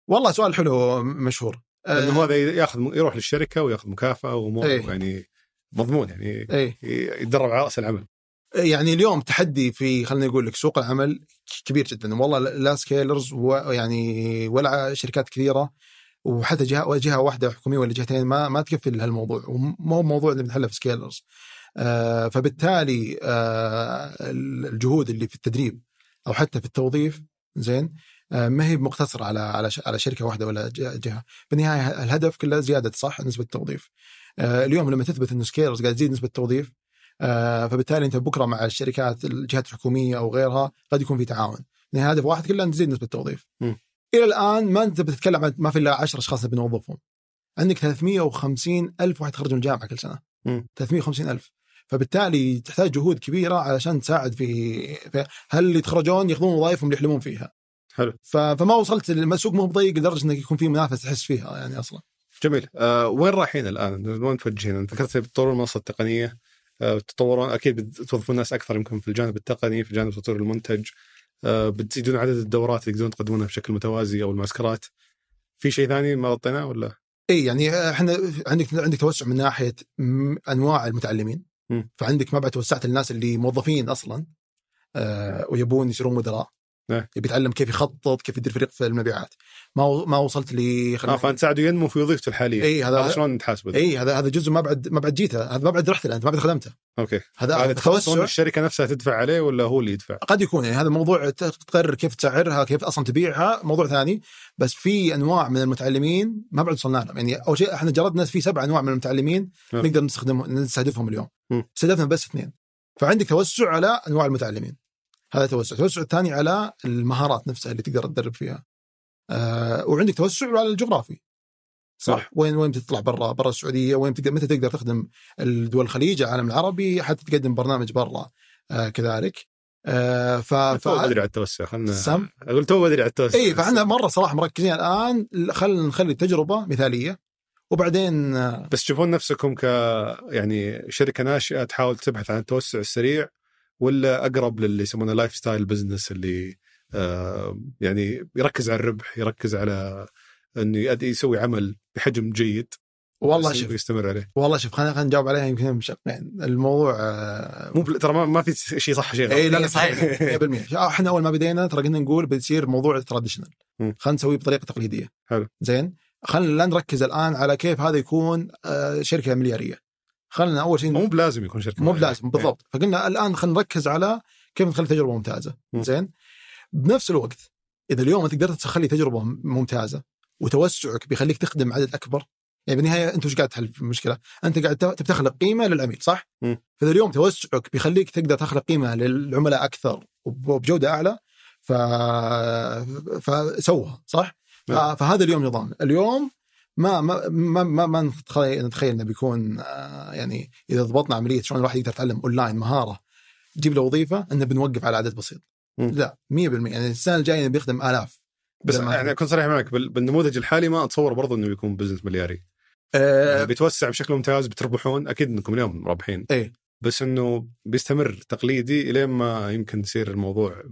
Speaker 3: والله سؤال حلو مشهور آه،
Speaker 2: انه هذا ياخذ يروح للشركه وياخذ مكافاه وامور
Speaker 3: إيه.
Speaker 2: يعني مضمون يعني
Speaker 3: ايه
Speaker 2: يتدرب على راس العمل
Speaker 3: يعني اليوم تحدي في خليني اقول لك سوق العمل كبير جدا والله لا سكيلرز ويعني ولا شركات كثيره وحتى جهه جهه واحده حكوميه ولا جهتين ما ما تكفي لهالموضوع وما هو موضوع اللي بنحله في سكيلرز آه فبالتالي آه الجهود اللي في التدريب او حتى في التوظيف زين آه ما هي مقتصره على على ش- على شركه واحده ولا ج- جهه بالنهايه الهدف كله زياده صح نسبه التوظيف آه اليوم لما تثبت انه سكيلرز قاعد تزيد نسبه التوظيف آه، فبالتالي انت بكره مع الشركات الجهات الحكوميه او غيرها قد يكون في تعاون لان هدف واحد كله ان تزيد نسبه التوظيف
Speaker 2: مم.
Speaker 3: الى الان ما انت بتتكلم عن ما في الا 10 اشخاص نبي نوظفهم عندك 350 الف واحد يتخرج من الجامعه كل سنه
Speaker 2: مم.
Speaker 3: 350 الف فبالتالي تحتاج جهود كبيره علشان تساعد في, في هل اللي يتخرجون ياخذون وظائفهم اللي يحلمون فيها
Speaker 2: حلو
Speaker 3: ف- فما وصلت السوق مو ضيق لدرجه انك يكون في منافسه تحس فيها يعني اصلا
Speaker 2: جميل آه وين رايحين الان؟ وين متوجهين؟ أنا ذكرت بتطورون المنصه التقنيه آه تطورون اكيد بتوظفون ناس اكثر يمكن في الجانب التقني في جانب تطوير المنتج آه بتزيدون عدد الدورات اللي تقدرون تقدمونها بشكل متوازي او المعسكرات في شيء ثاني ما غطيناه ولا؟
Speaker 3: اي يعني احنا عندك عندك توسع من ناحيه م- انواع المتعلمين
Speaker 2: م.
Speaker 3: فعندك ما بعد توسعت للناس اللي موظفين اصلا آه ويبون يصيرون مدراء
Speaker 2: إيه.
Speaker 3: يبي يتعلم كيف يخطط كيف يدير فريق في المبيعات ما و- ما وصلت ل
Speaker 2: اه فانت تساعده ينمو في وظيفته الحاليه
Speaker 3: اي
Speaker 2: هذا
Speaker 3: هذا
Speaker 2: شلون تحاسبه؟
Speaker 3: اي هذا هذا جزء ما بعد ما بعد جيته هذا ما بعد رحت له انت ما بعد خدمته
Speaker 2: اوكي هذا
Speaker 3: هذا, هذا
Speaker 2: تخصص
Speaker 3: توسع
Speaker 2: الشركه نفسها تدفع عليه ولا هو اللي يدفع؟
Speaker 3: قد يكون يعني هذا موضوع ت- تقرر كيف تسعرها كيف اصلا تبيعها موضوع ثاني بس في انواع من المتعلمين ما بعد وصلنا لهم يعني اول شيء احنا جردنا في سبع انواع من المتعلمين
Speaker 2: نعم.
Speaker 3: نقدر نستخدمهم نستهدفهم اليوم
Speaker 2: مم.
Speaker 3: استهدفنا بس اثنين فعندك توسع على انواع المتعلمين هذا توسع التوسع الثاني على المهارات نفسها اللي تقدر تدرب فيها آه وعندك توسع على الجغرافي
Speaker 2: نعم.
Speaker 3: صح وين وين بتطلع برا برا السعوديه وين تقدر متى تقدر تخدم الدول الخليج العالم العربي حتى تقدم برنامج برا آه كذلك آه ف, ف...
Speaker 2: تو بدري على التوسع خلنا
Speaker 3: سم
Speaker 2: اقول تو بدري على التوسع
Speaker 3: اي فاحنا مره صراحه مركزين الان خلينا نخلي التجربه مثاليه وبعدين آه،
Speaker 2: بس تشوفون نفسكم ك يعني شركه ناشئه تحاول تبحث عن التوسع السريع ولا اقرب للي يسمونه لايف ستايل بزنس اللي آه يعني يركز على الربح يركز على انه يأدي- يسوي عمل بحجم جيد
Speaker 3: والله
Speaker 2: بس
Speaker 3: شوف
Speaker 2: إنه يستمر عليه
Speaker 3: والله شوف خلينا خلينا نجاوب عليها يمكن بشقين الموضوع آه،
Speaker 2: مو بل... ترى ما, ما في شيء صح شيء غلط
Speaker 3: اي لا لا
Speaker 4: إيه، صحيح.
Speaker 3: 100% احنا اول ما بدينا ترى كنا نقول بتصير موضوع تراديشنال
Speaker 2: مم.
Speaker 3: خلينا نسويه بطريقه تقليديه
Speaker 2: حلو.
Speaker 3: زين خلينا لا نركز الان على كيف هذا يكون آه، شركه ملياريه خلينا اول شيء
Speaker 2: مو بلازم يكون شركه
Speaker 3: مو
Speaker 2: واحدة.
Speaker 3: بلازم بالضبط فقلنا الان خلينا نركز على كيف نخلي تجربه ممتازه
Speaker 2: مم.
Speaker 3: زين بنفس الوقت اذا اليوم انت قدرت تخلي تجربه م- ممتازه وتوسعك بيخليك تخدم عدد اكبر يعني بالنهايه انت وش قاعد تحل في المشكله؟ انت قاعد ت- تبي تخلق قيمه للعميل صح؟
Speaker 2: مم.
Speaker 3: فاذا اليوم توسعك بيخليك تقدر تخلق قيمه للعملاء اكثر وب- وبجوده اعلى ف فسوها صح؟ ف...
Speaker 2: نعم.
Speaker 3: فهذا اليوم نظام، اليوم ما ما ما ما, ما نتخيل نتخيل انه بيكون آه، يعني اذا ضبطنا عمليه شلون الواحد يقدر يتعلم اونلاين مهاره تجيب له وظيفه انه بنوقف على عدد بسيط.
Speaker 2: مم.
Speaker 3: لا 100% يعني السنه الجايه بيخدم الاف
Speaker 2: بس
Speaker 3: بدل ما-
Speaker 2: يعني اكون صريح معك بال- بالنموذج الحالي ما اتصور برضو انه بيكون بزنس ملياري
Speaker 3: آه،
Speaker 2: يعني بيتوسع بشكل ممتاز بتربحون اكيد انكم اليوم رابحين
Speaker 3: إيه.
Speaker 2: بس انه بيستمر تقليدي الين ما يمكن يصير الموضوع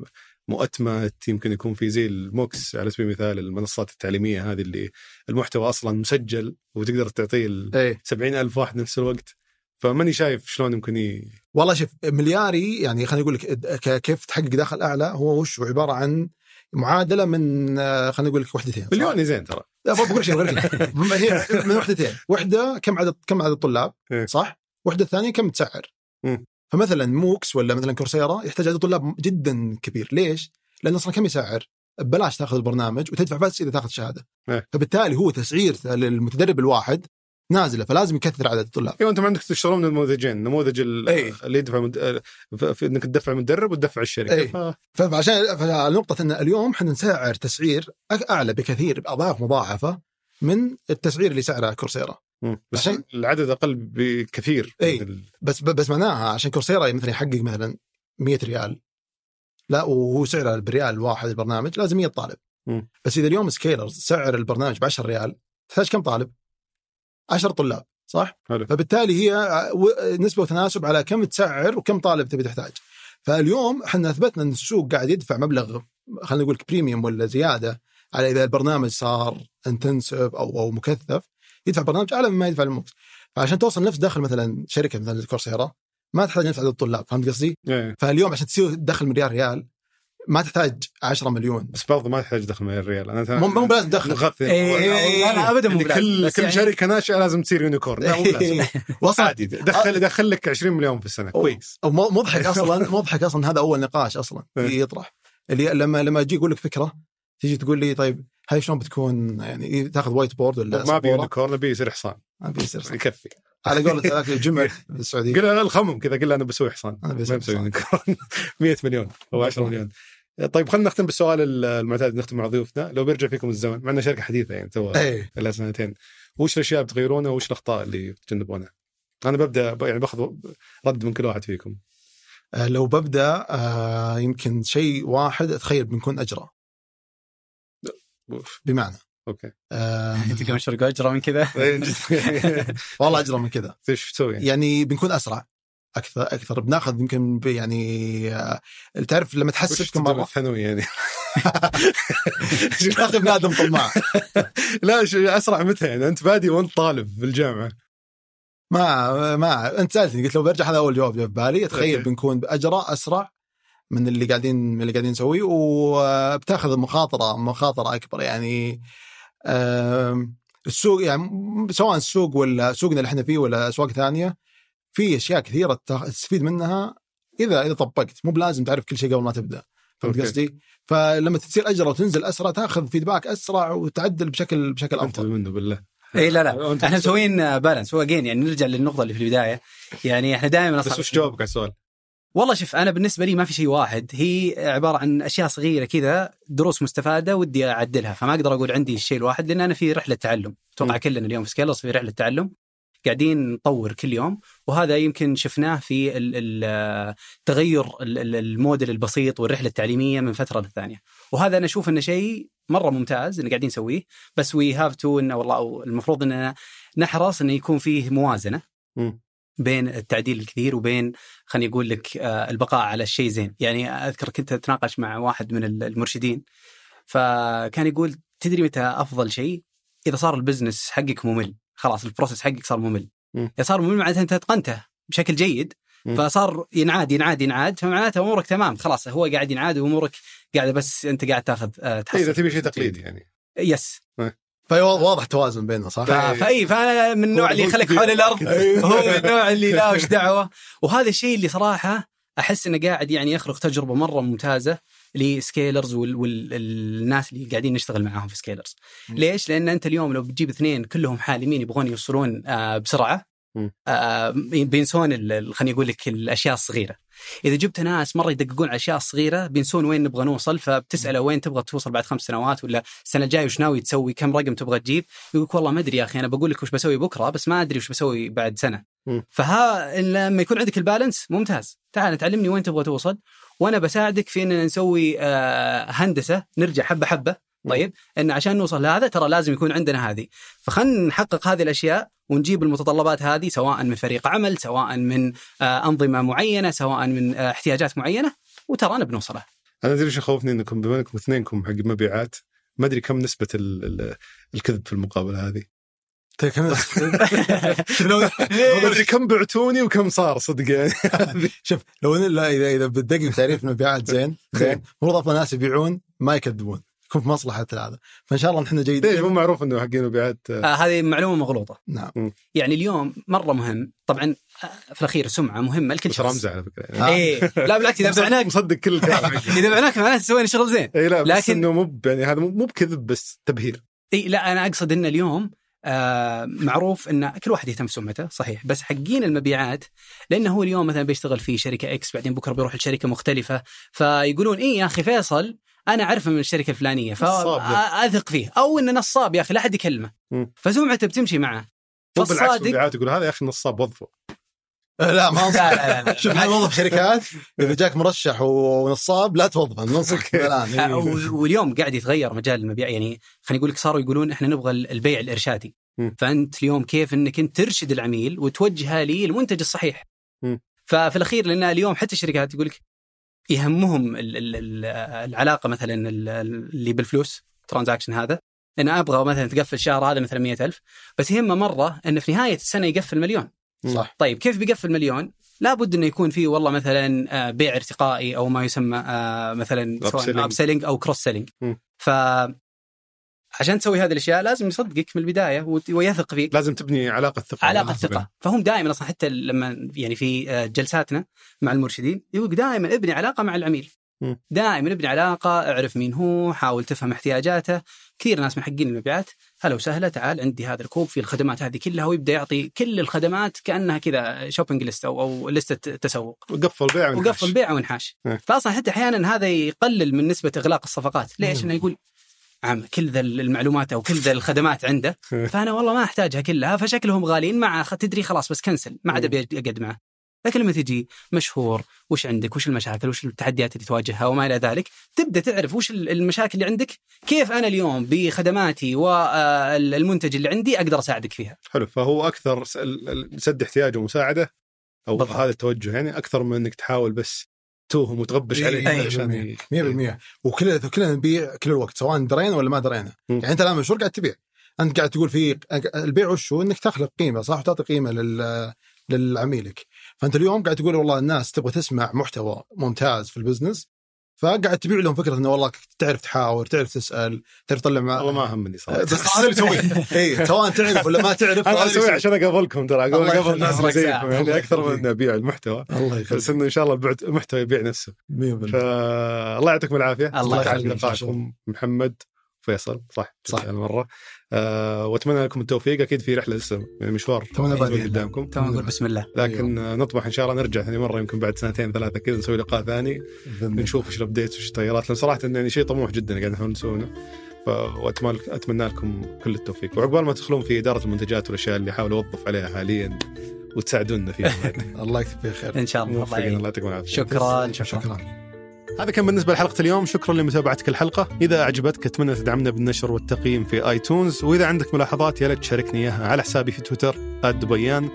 Speaker 2: مؤتمت يمكن يكون في زي الموكس على سبيل المثال المنصات التعليميه هذه اللي المحتوى اصلا مسجل وتقدر تعطيه ال
Speaker 3: ايه
Speaker 2: 70 الف واحد نفس الوقت فماني شايف شلون يمكن ي...
Speaker 3: والله شوف ملياري يعني خليني اقول لك ك- كيف تحقق دخل اعلى هو وش هو عباره عن معادله من آه، خليني اقول لك وحدتين صح؟
Speaker 2: مليوني زين ترى
Speaker 3: لا ما بقول شيء بقول شيء. هي من وحدتين وحده كم عدد كم عدد الطلاب
Speaker 2: إيه.
Speaker 3: صح وحده الثانيه كم تسعر
Speaker 2: مم.
Speaker 3: فمثلا موكس ولا مثلا كورسيرا يحتاج عدد طلاب جدا كبير ليش لان اصلا كم يسعر؟ ببلاش تاخذ البرنامج وتدفع بس اذا تاخذ شهاده
Speaker 2: إيه.
Speaker 3: فبالتالي هو تسعير للمتدرب الواحد نازله فلازم يكثر عدد الطلاب
Speaker 2: ايوه انت ما عندك تشترون من نموذجين نموذج ال-
Speaker 3: إيه.
Speaker 2: اللي يدفع مد... في في انك تدفع المدرب وتدفع الشركه
Speaker 3: إيه.
Speaker 2: ف-
Speaker 3: ف- فعشان فالنقطة ان اليوم احنا نسعر تسعير أك- اعلى بكثير باضعاف مضاعفه من التسعير اللي سعره كورسيرا
Speaker 2: مم. بس
Speaker 3: عشان-
Speaker 2: العدد اقل بكثير
Speaker 3: إيه.
Speaker 2: من ال-
Speaker 3: بس ب- بس معناها عشان كورسيرا مثلا يحقق مثلا 100 ريال لا وهو سعره بالريال واحد البرنامج لازم 100 طالب
Speaker 2: مم.
Speaker 3: بس اذا اليوم سكيلرز سعر البرنامج ب 10 ريال تحتاج كم طالب؟ 10 طلاب صح؟
Speaker 2: حلو.
Speaker 3: فبالتالي هي ع- و- نسبه وتناسب على كم تسعر وكم طالب تبي تحتاج فاليوم احنا اثبتنا ان السوق قاعد يدفع مبلغ خلينا نقول بريميوم ولا زياده على اذا البرنامج صار انتنسف او او مكثف يدفع برنامج اعلى مما يدفع الموت فعشان توصل نفس دخل مثلا شركه مثلا كورسيرا ما تحتاج نفس عدد الطلاب فهمت قصدي؟
Speaker 2: إيه.
Speaker 3: فاليوم عشان تصير تدخل مليار ريال ما تحتاج 10 مليون
Speaker 2: بس برضه ما تحتاج دخل من الريال انا
Speaker 3: مو مو لازم تدخل
Speaker 2: نغثي
Speaker 4: إيه، إيه، إيه. لا، لا، أبداً مو
Speaker 2: اللي
Speaker 4: بلازم.
Speaker 2: كل
Speaker 4: بس
Speaker 2: كل
Speaker 4: يعني- إيه،
Speaker 2: شركه ناشئه لازم تصير يونيكورن لا، مو بلازم.
Speaker 3: وصل
Speaker 2: عادي
Speaker 4: آه.
Speaker 2: دخل دخل لك 20 مليون في السنه كويس
Speaker 3: أو مو- مضحك اصلا مضحك اصلا هذا اول نقاش اصلا
Speaker 2: إيه.
Speaker 3: يطرح اللي لما لما اجي اقول لك فكره تجي تقول لي طيب هاي شلون بتكون يعني تاخذ وايت بورد ولا
Speaker 2: ما ابي
Speaker 3: سبورة؟
Speaker 2: يونيكورن ابي يصير حصان
Speaker 3: ما بيصير
Speaker 2: يكفي
Speaker 3: على قولة ذاك الجمع في
Speaker 4: إيه.
Speaker 3: السعوديه
Speaker 2: قل الخمم كذا قل انا بسوي حصان
Speaker 3: أنا بسوي
Speaker 2: إيه. ما بسوي
Speaker 3: حصان.
Speaker 2: يونيكورن 100 مليون او 10 مليون طيب خلينا نختم بالسؤال ال- المعتاد نختم مع ضيوفنا لو بيرجع فيكم الزمن مع انها شركه حديثه يعني تو
Speaker 4: إيه.
Speaker 3: ايه
Speaker 2: لها سنتين وش الاشياء اللي بتغيرونها وش الاخطاء اللي تجنبونها؟ انا ببدا ب- يعني باخذ رد من كل واحد فيكم
Speaker 3: آه، لو ببدا آه، يمكن شيء واحد اتخيل بنكون اجرى
Speaker 2: أوف.
Speaker 3: بمعنى
Speaker 2: اوكي
Speaker 3: آه،
Speaker 4: تلقى مشرق اجرى من كذا
Speaker 2: إيه،
Speaker 4: إيه.
Speaker 3: والله اجرى من كذا
Speaker 2: ايش تسوي؟ يعني؟
Speaker 3: يعني بنكون اسرع اكثر اكثر بناخذ يمكن ب- يعني آه، تعرف لما تحسب
Speaker 2: وش
Speaker 3: كم
Speaker 2: تدور
Speaker 3: مره
Speaker 2: الثانوي يعني؟
Speaker 3: ناخذ نادم طماع
Speaker 2: لا ش- اسرع متى يعني انت بادي وانت طالب بالجامعه
Speaker 3: ما ما انت سالتني قلت لو برجع هذا اول جواب جاء في بالي اتخيل
Speaker 2: أوكي.
Speaker 3: بنكون اجرى اسرع من اللي قاعدين من اللي قاعدين نسويه وبتاخذ مخاطره مخاطره اكبر يعني آم، السوق يعني سواء السوق ولا سوقنا اللي احنا فيه ولا اسواق ثانيه في اشياء كثيره تاخ- تستفيد منها اذا اذا طبقت مو بلازم تعرف كل شيء قبل ما تبدا فهمت
Speaker 2: أوكي.
Speaker 3: قصدي؟ فلما تصير اجرى وتنزل اسرع تاخذ فيدباك اسرع وتعدل بشكل بشكل
Speaker 2: انت
Speaker 3: افضل.
Speaker 2: منه بالله
Speaker 4: اي إيه، لا لا
Speaker 2: أنت-
Speaker 4: احنا مسويين بالانس هو again يعني نرجع للنقطه اللي في البدايه يعني احنا دائما
Speaker 2: بس وش جوابك على السؤال؟
Speaker 4: والله شوف انا بالنسبه لي ما في شيء واحد هي عباره عن اشياء صغيره كذا دروس مستفاده ودي اعدلها فما اقدر اقول عندي الشيء الواحد لان انا في رحله تعلم اتوقع
Speaker 2: م.
Speaker 4: كلنا اليوم في سكيلرز في رحله تعلم قاعدين نطور كل يوم وهذا يمكن شفناه في ال- ال- تغير ال- ال- الموديل البسيط والرحله التعليميه من فتره للثانيه وهذا انا اشوف انه شيء مره ممتاز اللي قاعدين نسويه بس وي هاف تو انه والله أو المفروض اننا نحرص انه يكون فيه موازنه
Speaker 2: مم.
Speaker 4: بين التعديل الكثير وبين خليني اقول لك آه، البقاء على الشيء زين، يعني اذكر كنت اتناقش مع واحد من ال- المرشدين فكان يقول تدري متى افضل شيء؟ اذا صار البزنس حقك ممل، خلاص البروسس حقك صار ممل.
Speaker 2: مم.
Speaker 4: اذا صار ممل معناته انت اتقنته بشكل جيد
Speaker 2: مم.
Speaker 4: فصار ينعاد ينعاد ينعاد فمعناته امورك تمام خلاص هو قاعد ينعاد وامورك قاعده بس انت قاعد تاخذ آه، تحسن
Speaker 2: اذا تبي شيء تقليدي يعني
Speaker 4: يس
Speaker 3: فواضح توازن بيننا صح؟
Speaker 4: ف-
Speaker 2: طيب.
Speaker 4: فاي فانا من النوع اللي
Speaker 2: هو
Speaker 4: يخليك
Speaker 2: كبير.
Speaker 4: حول الارض
Speaker 2: أيوه.
Speaker 4: هو من النوع اللي لا وش دعوه وهذا الشيء اللي صراحه احس انه قاعد يعني يخلق تجربه مره ممتازه لسكيلرز والناس اللي قاعدين نشتغل معاهم في سكيلرز.
Speaker 3: م.
Speaker 4: ليش؟ لان انت اليوم لو بتجيب اثنين كلهم حالمين يبغون يوصلون آه، بسرعه
Speaker 2: م.
Speaker 4: آه، بينسون ال- ال- خليني اقول لك الاشياء الصغيره. اذا جبت ناس مره يدققون على الاشياء الصغيره بينسون وين نبغى نوصل فبتساله وين تبغى توصل بعد خمس سنوات ولا السنه الجايه وش ناوي تسوي؟ كم رقم تبغى تجيب؟ يقول لك والله ما ادري يا اخي انا بقول لك وش بسوي بكره بس ما ادري وش بسوي بعد سنه.
Speaker 2: مم.
Speaker 4: فها لما يكون عندك البالانس ممتاز، تعال تعلمني وين تبغى توصل وانا بساعدك في اننا نسوي آه، هندسه نرجع حبه حبه
Speaker 2: مم.
Speaker 4: طيب ان عشان نوصل لهذا ترى لازم يكون عندنا هذه فخلنا نحقق هذه الاشياء ونجيب المتطلبات هذه سواء من فريق عمل سواء من آه، انظمه معينه سواء من آه، احتياجات معينه وترانا بنوصلها
Speaker 2: انا ادري شو خوفني انكم بما انكم اثنينكم حق مبيعات ما ادري كم نسبه ال ال الكذب في المقابله هذه
Speaker 4: طيب،
Speaker 3: لو
Speaker 2: ما ادري كم بعتوني وكم صار صدق يعني
Speaker 3: شوف لو إن- لا اذا اذا بتدقق تعريف مبيعات زين زين المفروض افضل ناس يبيعون ما يكذبون يكون في مصلحه هذا فان شاء الله نحن
Speaker 2: ليش
Speaker 3: جيدين
Speaker 2: مو معروف انه حقين مبيعات آه،
Speaker 4: آه هذه معلومه مغلوطه
Speaker 3: نعم
Speaker 4: يعني اليوم مره مهم طبعا آه، في الاخير سمعه مهمه لكل
Speaker 2: بس
Speaker 4: شخص
Speaker 2: رمزه على فكره يعني.
Speaker 3: آه.
Speaker 4: ايه لا بالعكس اذا بعناك
Speaker 2: مصدق كل الكلام
Speaker 4: اذا بعناك معناته سوينا شغل زين
Speaker 2: اي لا بس
Speaker 4: لكن-
Speaker 2: انه مو ب- يعني هذا مو- مو بكذب بس تبهير
Speaker 4: اي إيه، لا انا اقصد ان اليوم آه معروف ان كل واحد يهتم بسمعته صحيح بس حقين المبيعات لانه هو اليوم مثلا بيشتغل في شركه اكس بعدين بكره بيروح لشركه مختلفه فيقولون اي يا اخي فيصل انا اعرفه من الشركه الفلانيه
Speaker 2: نصاب ذا.
Speaker 4: فاثق فيه او انه نصاب يا اخي لا احد يكلمه
Speaker 2: مم.
Speaker 4: فسمعته بتمشي معه
Speaker 2: مو بالعكس
Speaker 4: فالصادق
Speaker 2: مبيعات يقول هذا يا اخي نصاب وظفه
Speaker 3: آه، لا ما أنصح.
Speaker 4: لا، لا، لا، لا.
Speaker 3: شوف احنا نوظف شركات اذا جاك مرشح ونصاب لا توظفه ننصحك
Speaker 4: آه،
Speaker 3: الان
Speaker 2: أيوة.
Speaker 4: وال- واليوم قاعد يتغير مجال المبيع يعني خليني اقول لك صاروا يقولون احنا نبغى البيع الارشادي
Speaker 2: مم.
Speaker 4: فانت اليوم كيف انك انت ترشد العميل وتوجهه للمنتج الصحيح
Speaker 2: مم.
Speaker 4: ففي الاخير لان اليوم حتى الشركات يقول لك يهمهم ال ال ال العلاقه مثلا ال- ال- اللي بالفلوس ترانزاكشن هذا انا ابغى مثلا تقفل الشهر هذا مثلا 100000 بس يهمه مره انه في نهايه السنه يقفل مليون
Speaker 3: صح
Speaker 4: طيب كيف بيقفل مليون؟ لابد انه يكون فيه والله مثلا آه، بيع ارتقائي او ما يسمى آه، مثلا
Speaker 2: Upselling.
Speaker 4: سواء اب سيلينج او كروس سيلينج
Speaker 2: مم.
Speaker 4: ف عشان تسوي هذه الاشياء لازم يصدقك من البدايه وت- ويثق فيك
Speaker 2: لازم تبني علاقه ثقه
Speaker 4: علاقه
Speaker 2: مع
Speaker 4: ثقه فهم دائما اصلا حتى لما يعني في آه، جلساتنا مع المرشدين يقول دائما ابني علاقه مع العميل
Speaker 2: مم.
Speaker 4: دائما ابني علاقه اعرف مين هو حاول تفهم احتياجاته كثير ناس من حقين المبيعات هلا وسهلا تعال عندي هذا الكوب في الخدمات هذه كلها ويبدا يعطي كل الخدمات كانها كذا شوبينج ليست او او لسته تسوق
Speaker 2: وقفل بيع وانحاش.
Speaker 4: وقفل بيع وانحاش
Speaker 2: إيه.
Speaker 4: فاصلا حتى احيانا هذا يقلل من نسبه اغلاق الصفقات ليش
Speaker 3: مم.
Speaker 4: انه يقول عم كل ذا المعلومات او كل ذا الخدمات عنده فانا والله ما احتاجها كلها فشكلهم غاليين مع خ- تدري خلاص بس كنسل ما عاد
Speaker 2: مم.
Speaker 4: ابي اقعد معه لكن لما تجي مشهور وش عندك وش المشاكل وش التحديات اللي تواجهها وما الى ذلك تبدا تعرف وش ال- المشاكل اللي عندك كيف انا اليوم بخدماتي والمنتج اللي عندي اقدر اساعدك فيها
Speaker 2: حلو فهو اكثر س- ال- ال- سد احتياجه ومساعده او
Speaker 4: بالضبط.
Speaker 2: هذا التوجه يعني اكثر من انك تحاول بس توهم وتغبش
Speaker 3: إيه،
Speaker 2: عليه
Speaker 3: إيه،
Speaker 2: عشان ي-
Speaker 3: 100% وكلنا كلنا نبيع كل الوقت سواء درينا ولا ما درينا
Speaker 2: مم.
Speaker 3: يعني انت الان مشهور قاعد تبيع انت قاعد تقول في البيع وش هو انك تخلق قيمه صح وتعطي قيمه لل للعميلك فانت اليوم قاعد تقول والله الناس تبغى تسمع محتوى ممتاز في البزنس فقاعد تبيع لهم فكره انه والله تعرف تحاور تعرف تسال تعرف تطلع
Speaker 2: والله
Speaker 3: مع
Speaker 2: ما همني صراحه
Speaker 3: بس هذا اللي تسويه اي سواء تعرف ولا ما تعرف هذا
Speaker 2: انا
Speaker 3: اللي
Speaker 2: اسوي
Speaker 3: تسويه.
Speaker 2: عشان اقابلكم ترى اقابل
Speaker 3: الله
Speaker 2: اقابل
Speaker 3: يخليك.
Speaker 2: الناس اللي
Speaker 4: عمرك ساعة.
Speaker 2: زيكم يعني
Speaker 3: الله
Speaker 2: اكثر من
Speaker 3: يخليك.
Speaker 2: اني ابيع المحتوى
Speaker 3: الله
Speaker 2: بس
Speaker 3: يخليك
Speaker 2: انه ان شاء الله بعت المحتوى يبيع نفسه
Speaker 3: 100%
Speaker 2: فالله يعطيكم العافيه
Speaker 4: الله
Speaker 2: استمتعت
Speaker 3: يخليك.
Speaker 2: بلقائكم محمد فيصل صح
Speaker 3: صح.
Speaker 2: صح المره أه واتمنى لكم التوفيق اكيد في رحله لسه يعني مشوار
Speaker 3: أتمنى
Speaker 2: طويل
Speaker 3: بعد.
Speaker 2: قدامكم
Speaker 4: تمام نقول بسم الله
Speaker 2: لكن آه، نطمح ان شاء الله نرجع ثاني مره يمكن بعد سنتين ثلاثه كذا نسوي لقاء ثاني نشوف ايش الابديتس وايش التغييرات لان صراحه يعني شيء طموح جدا قاعد نحاول نسوونه فاتمنى اتمنى لكم كل التوفيق وعقبال ما تدخلون في اداره المنتجات والاشياء اللي احاول اوظف عليها حاليا وتساعدونا فيها
Speaker 3: الله يكتب فيها خير
Speaker 4: ان شاء الله الله
Speaker 2: موفقين
Speaker 4: يعين
Speaker 2: الله يعطيكم العافيه
Speaker 4: شكرا شكرا
Speaker 3: شكرا
Speaker 2: هذا كان بالنسبة لحلقة اليوم شكرا لمتابعتك الحلقة إذا أعجبتك أتمنى تدعمنا بالنشر والتقييم في آيتونز وإذا عندك ملاحظات يا ليت تشاركني إياها على حسابي في تويتر @دبيان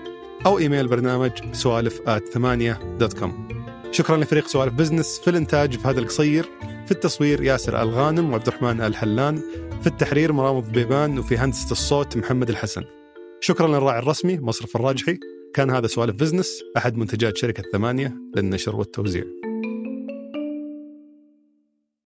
Speaker 2: أو إيميل برنامج سوالف @ثمانية دوت كوم شكرا لفريق سوالف بزنس في الإنتاج في هذا القصير في التصوير ياسر الغانم وعبد الرحمن الحلان في التحرير مرام الضبيبان وفي هندسة الصوت محمد الحسن شكرا للراعي الرسمي مصرف الراجحي كان هذا سوالف بزنس أحد منتجات شركة ثمانية للنشر والتوزيع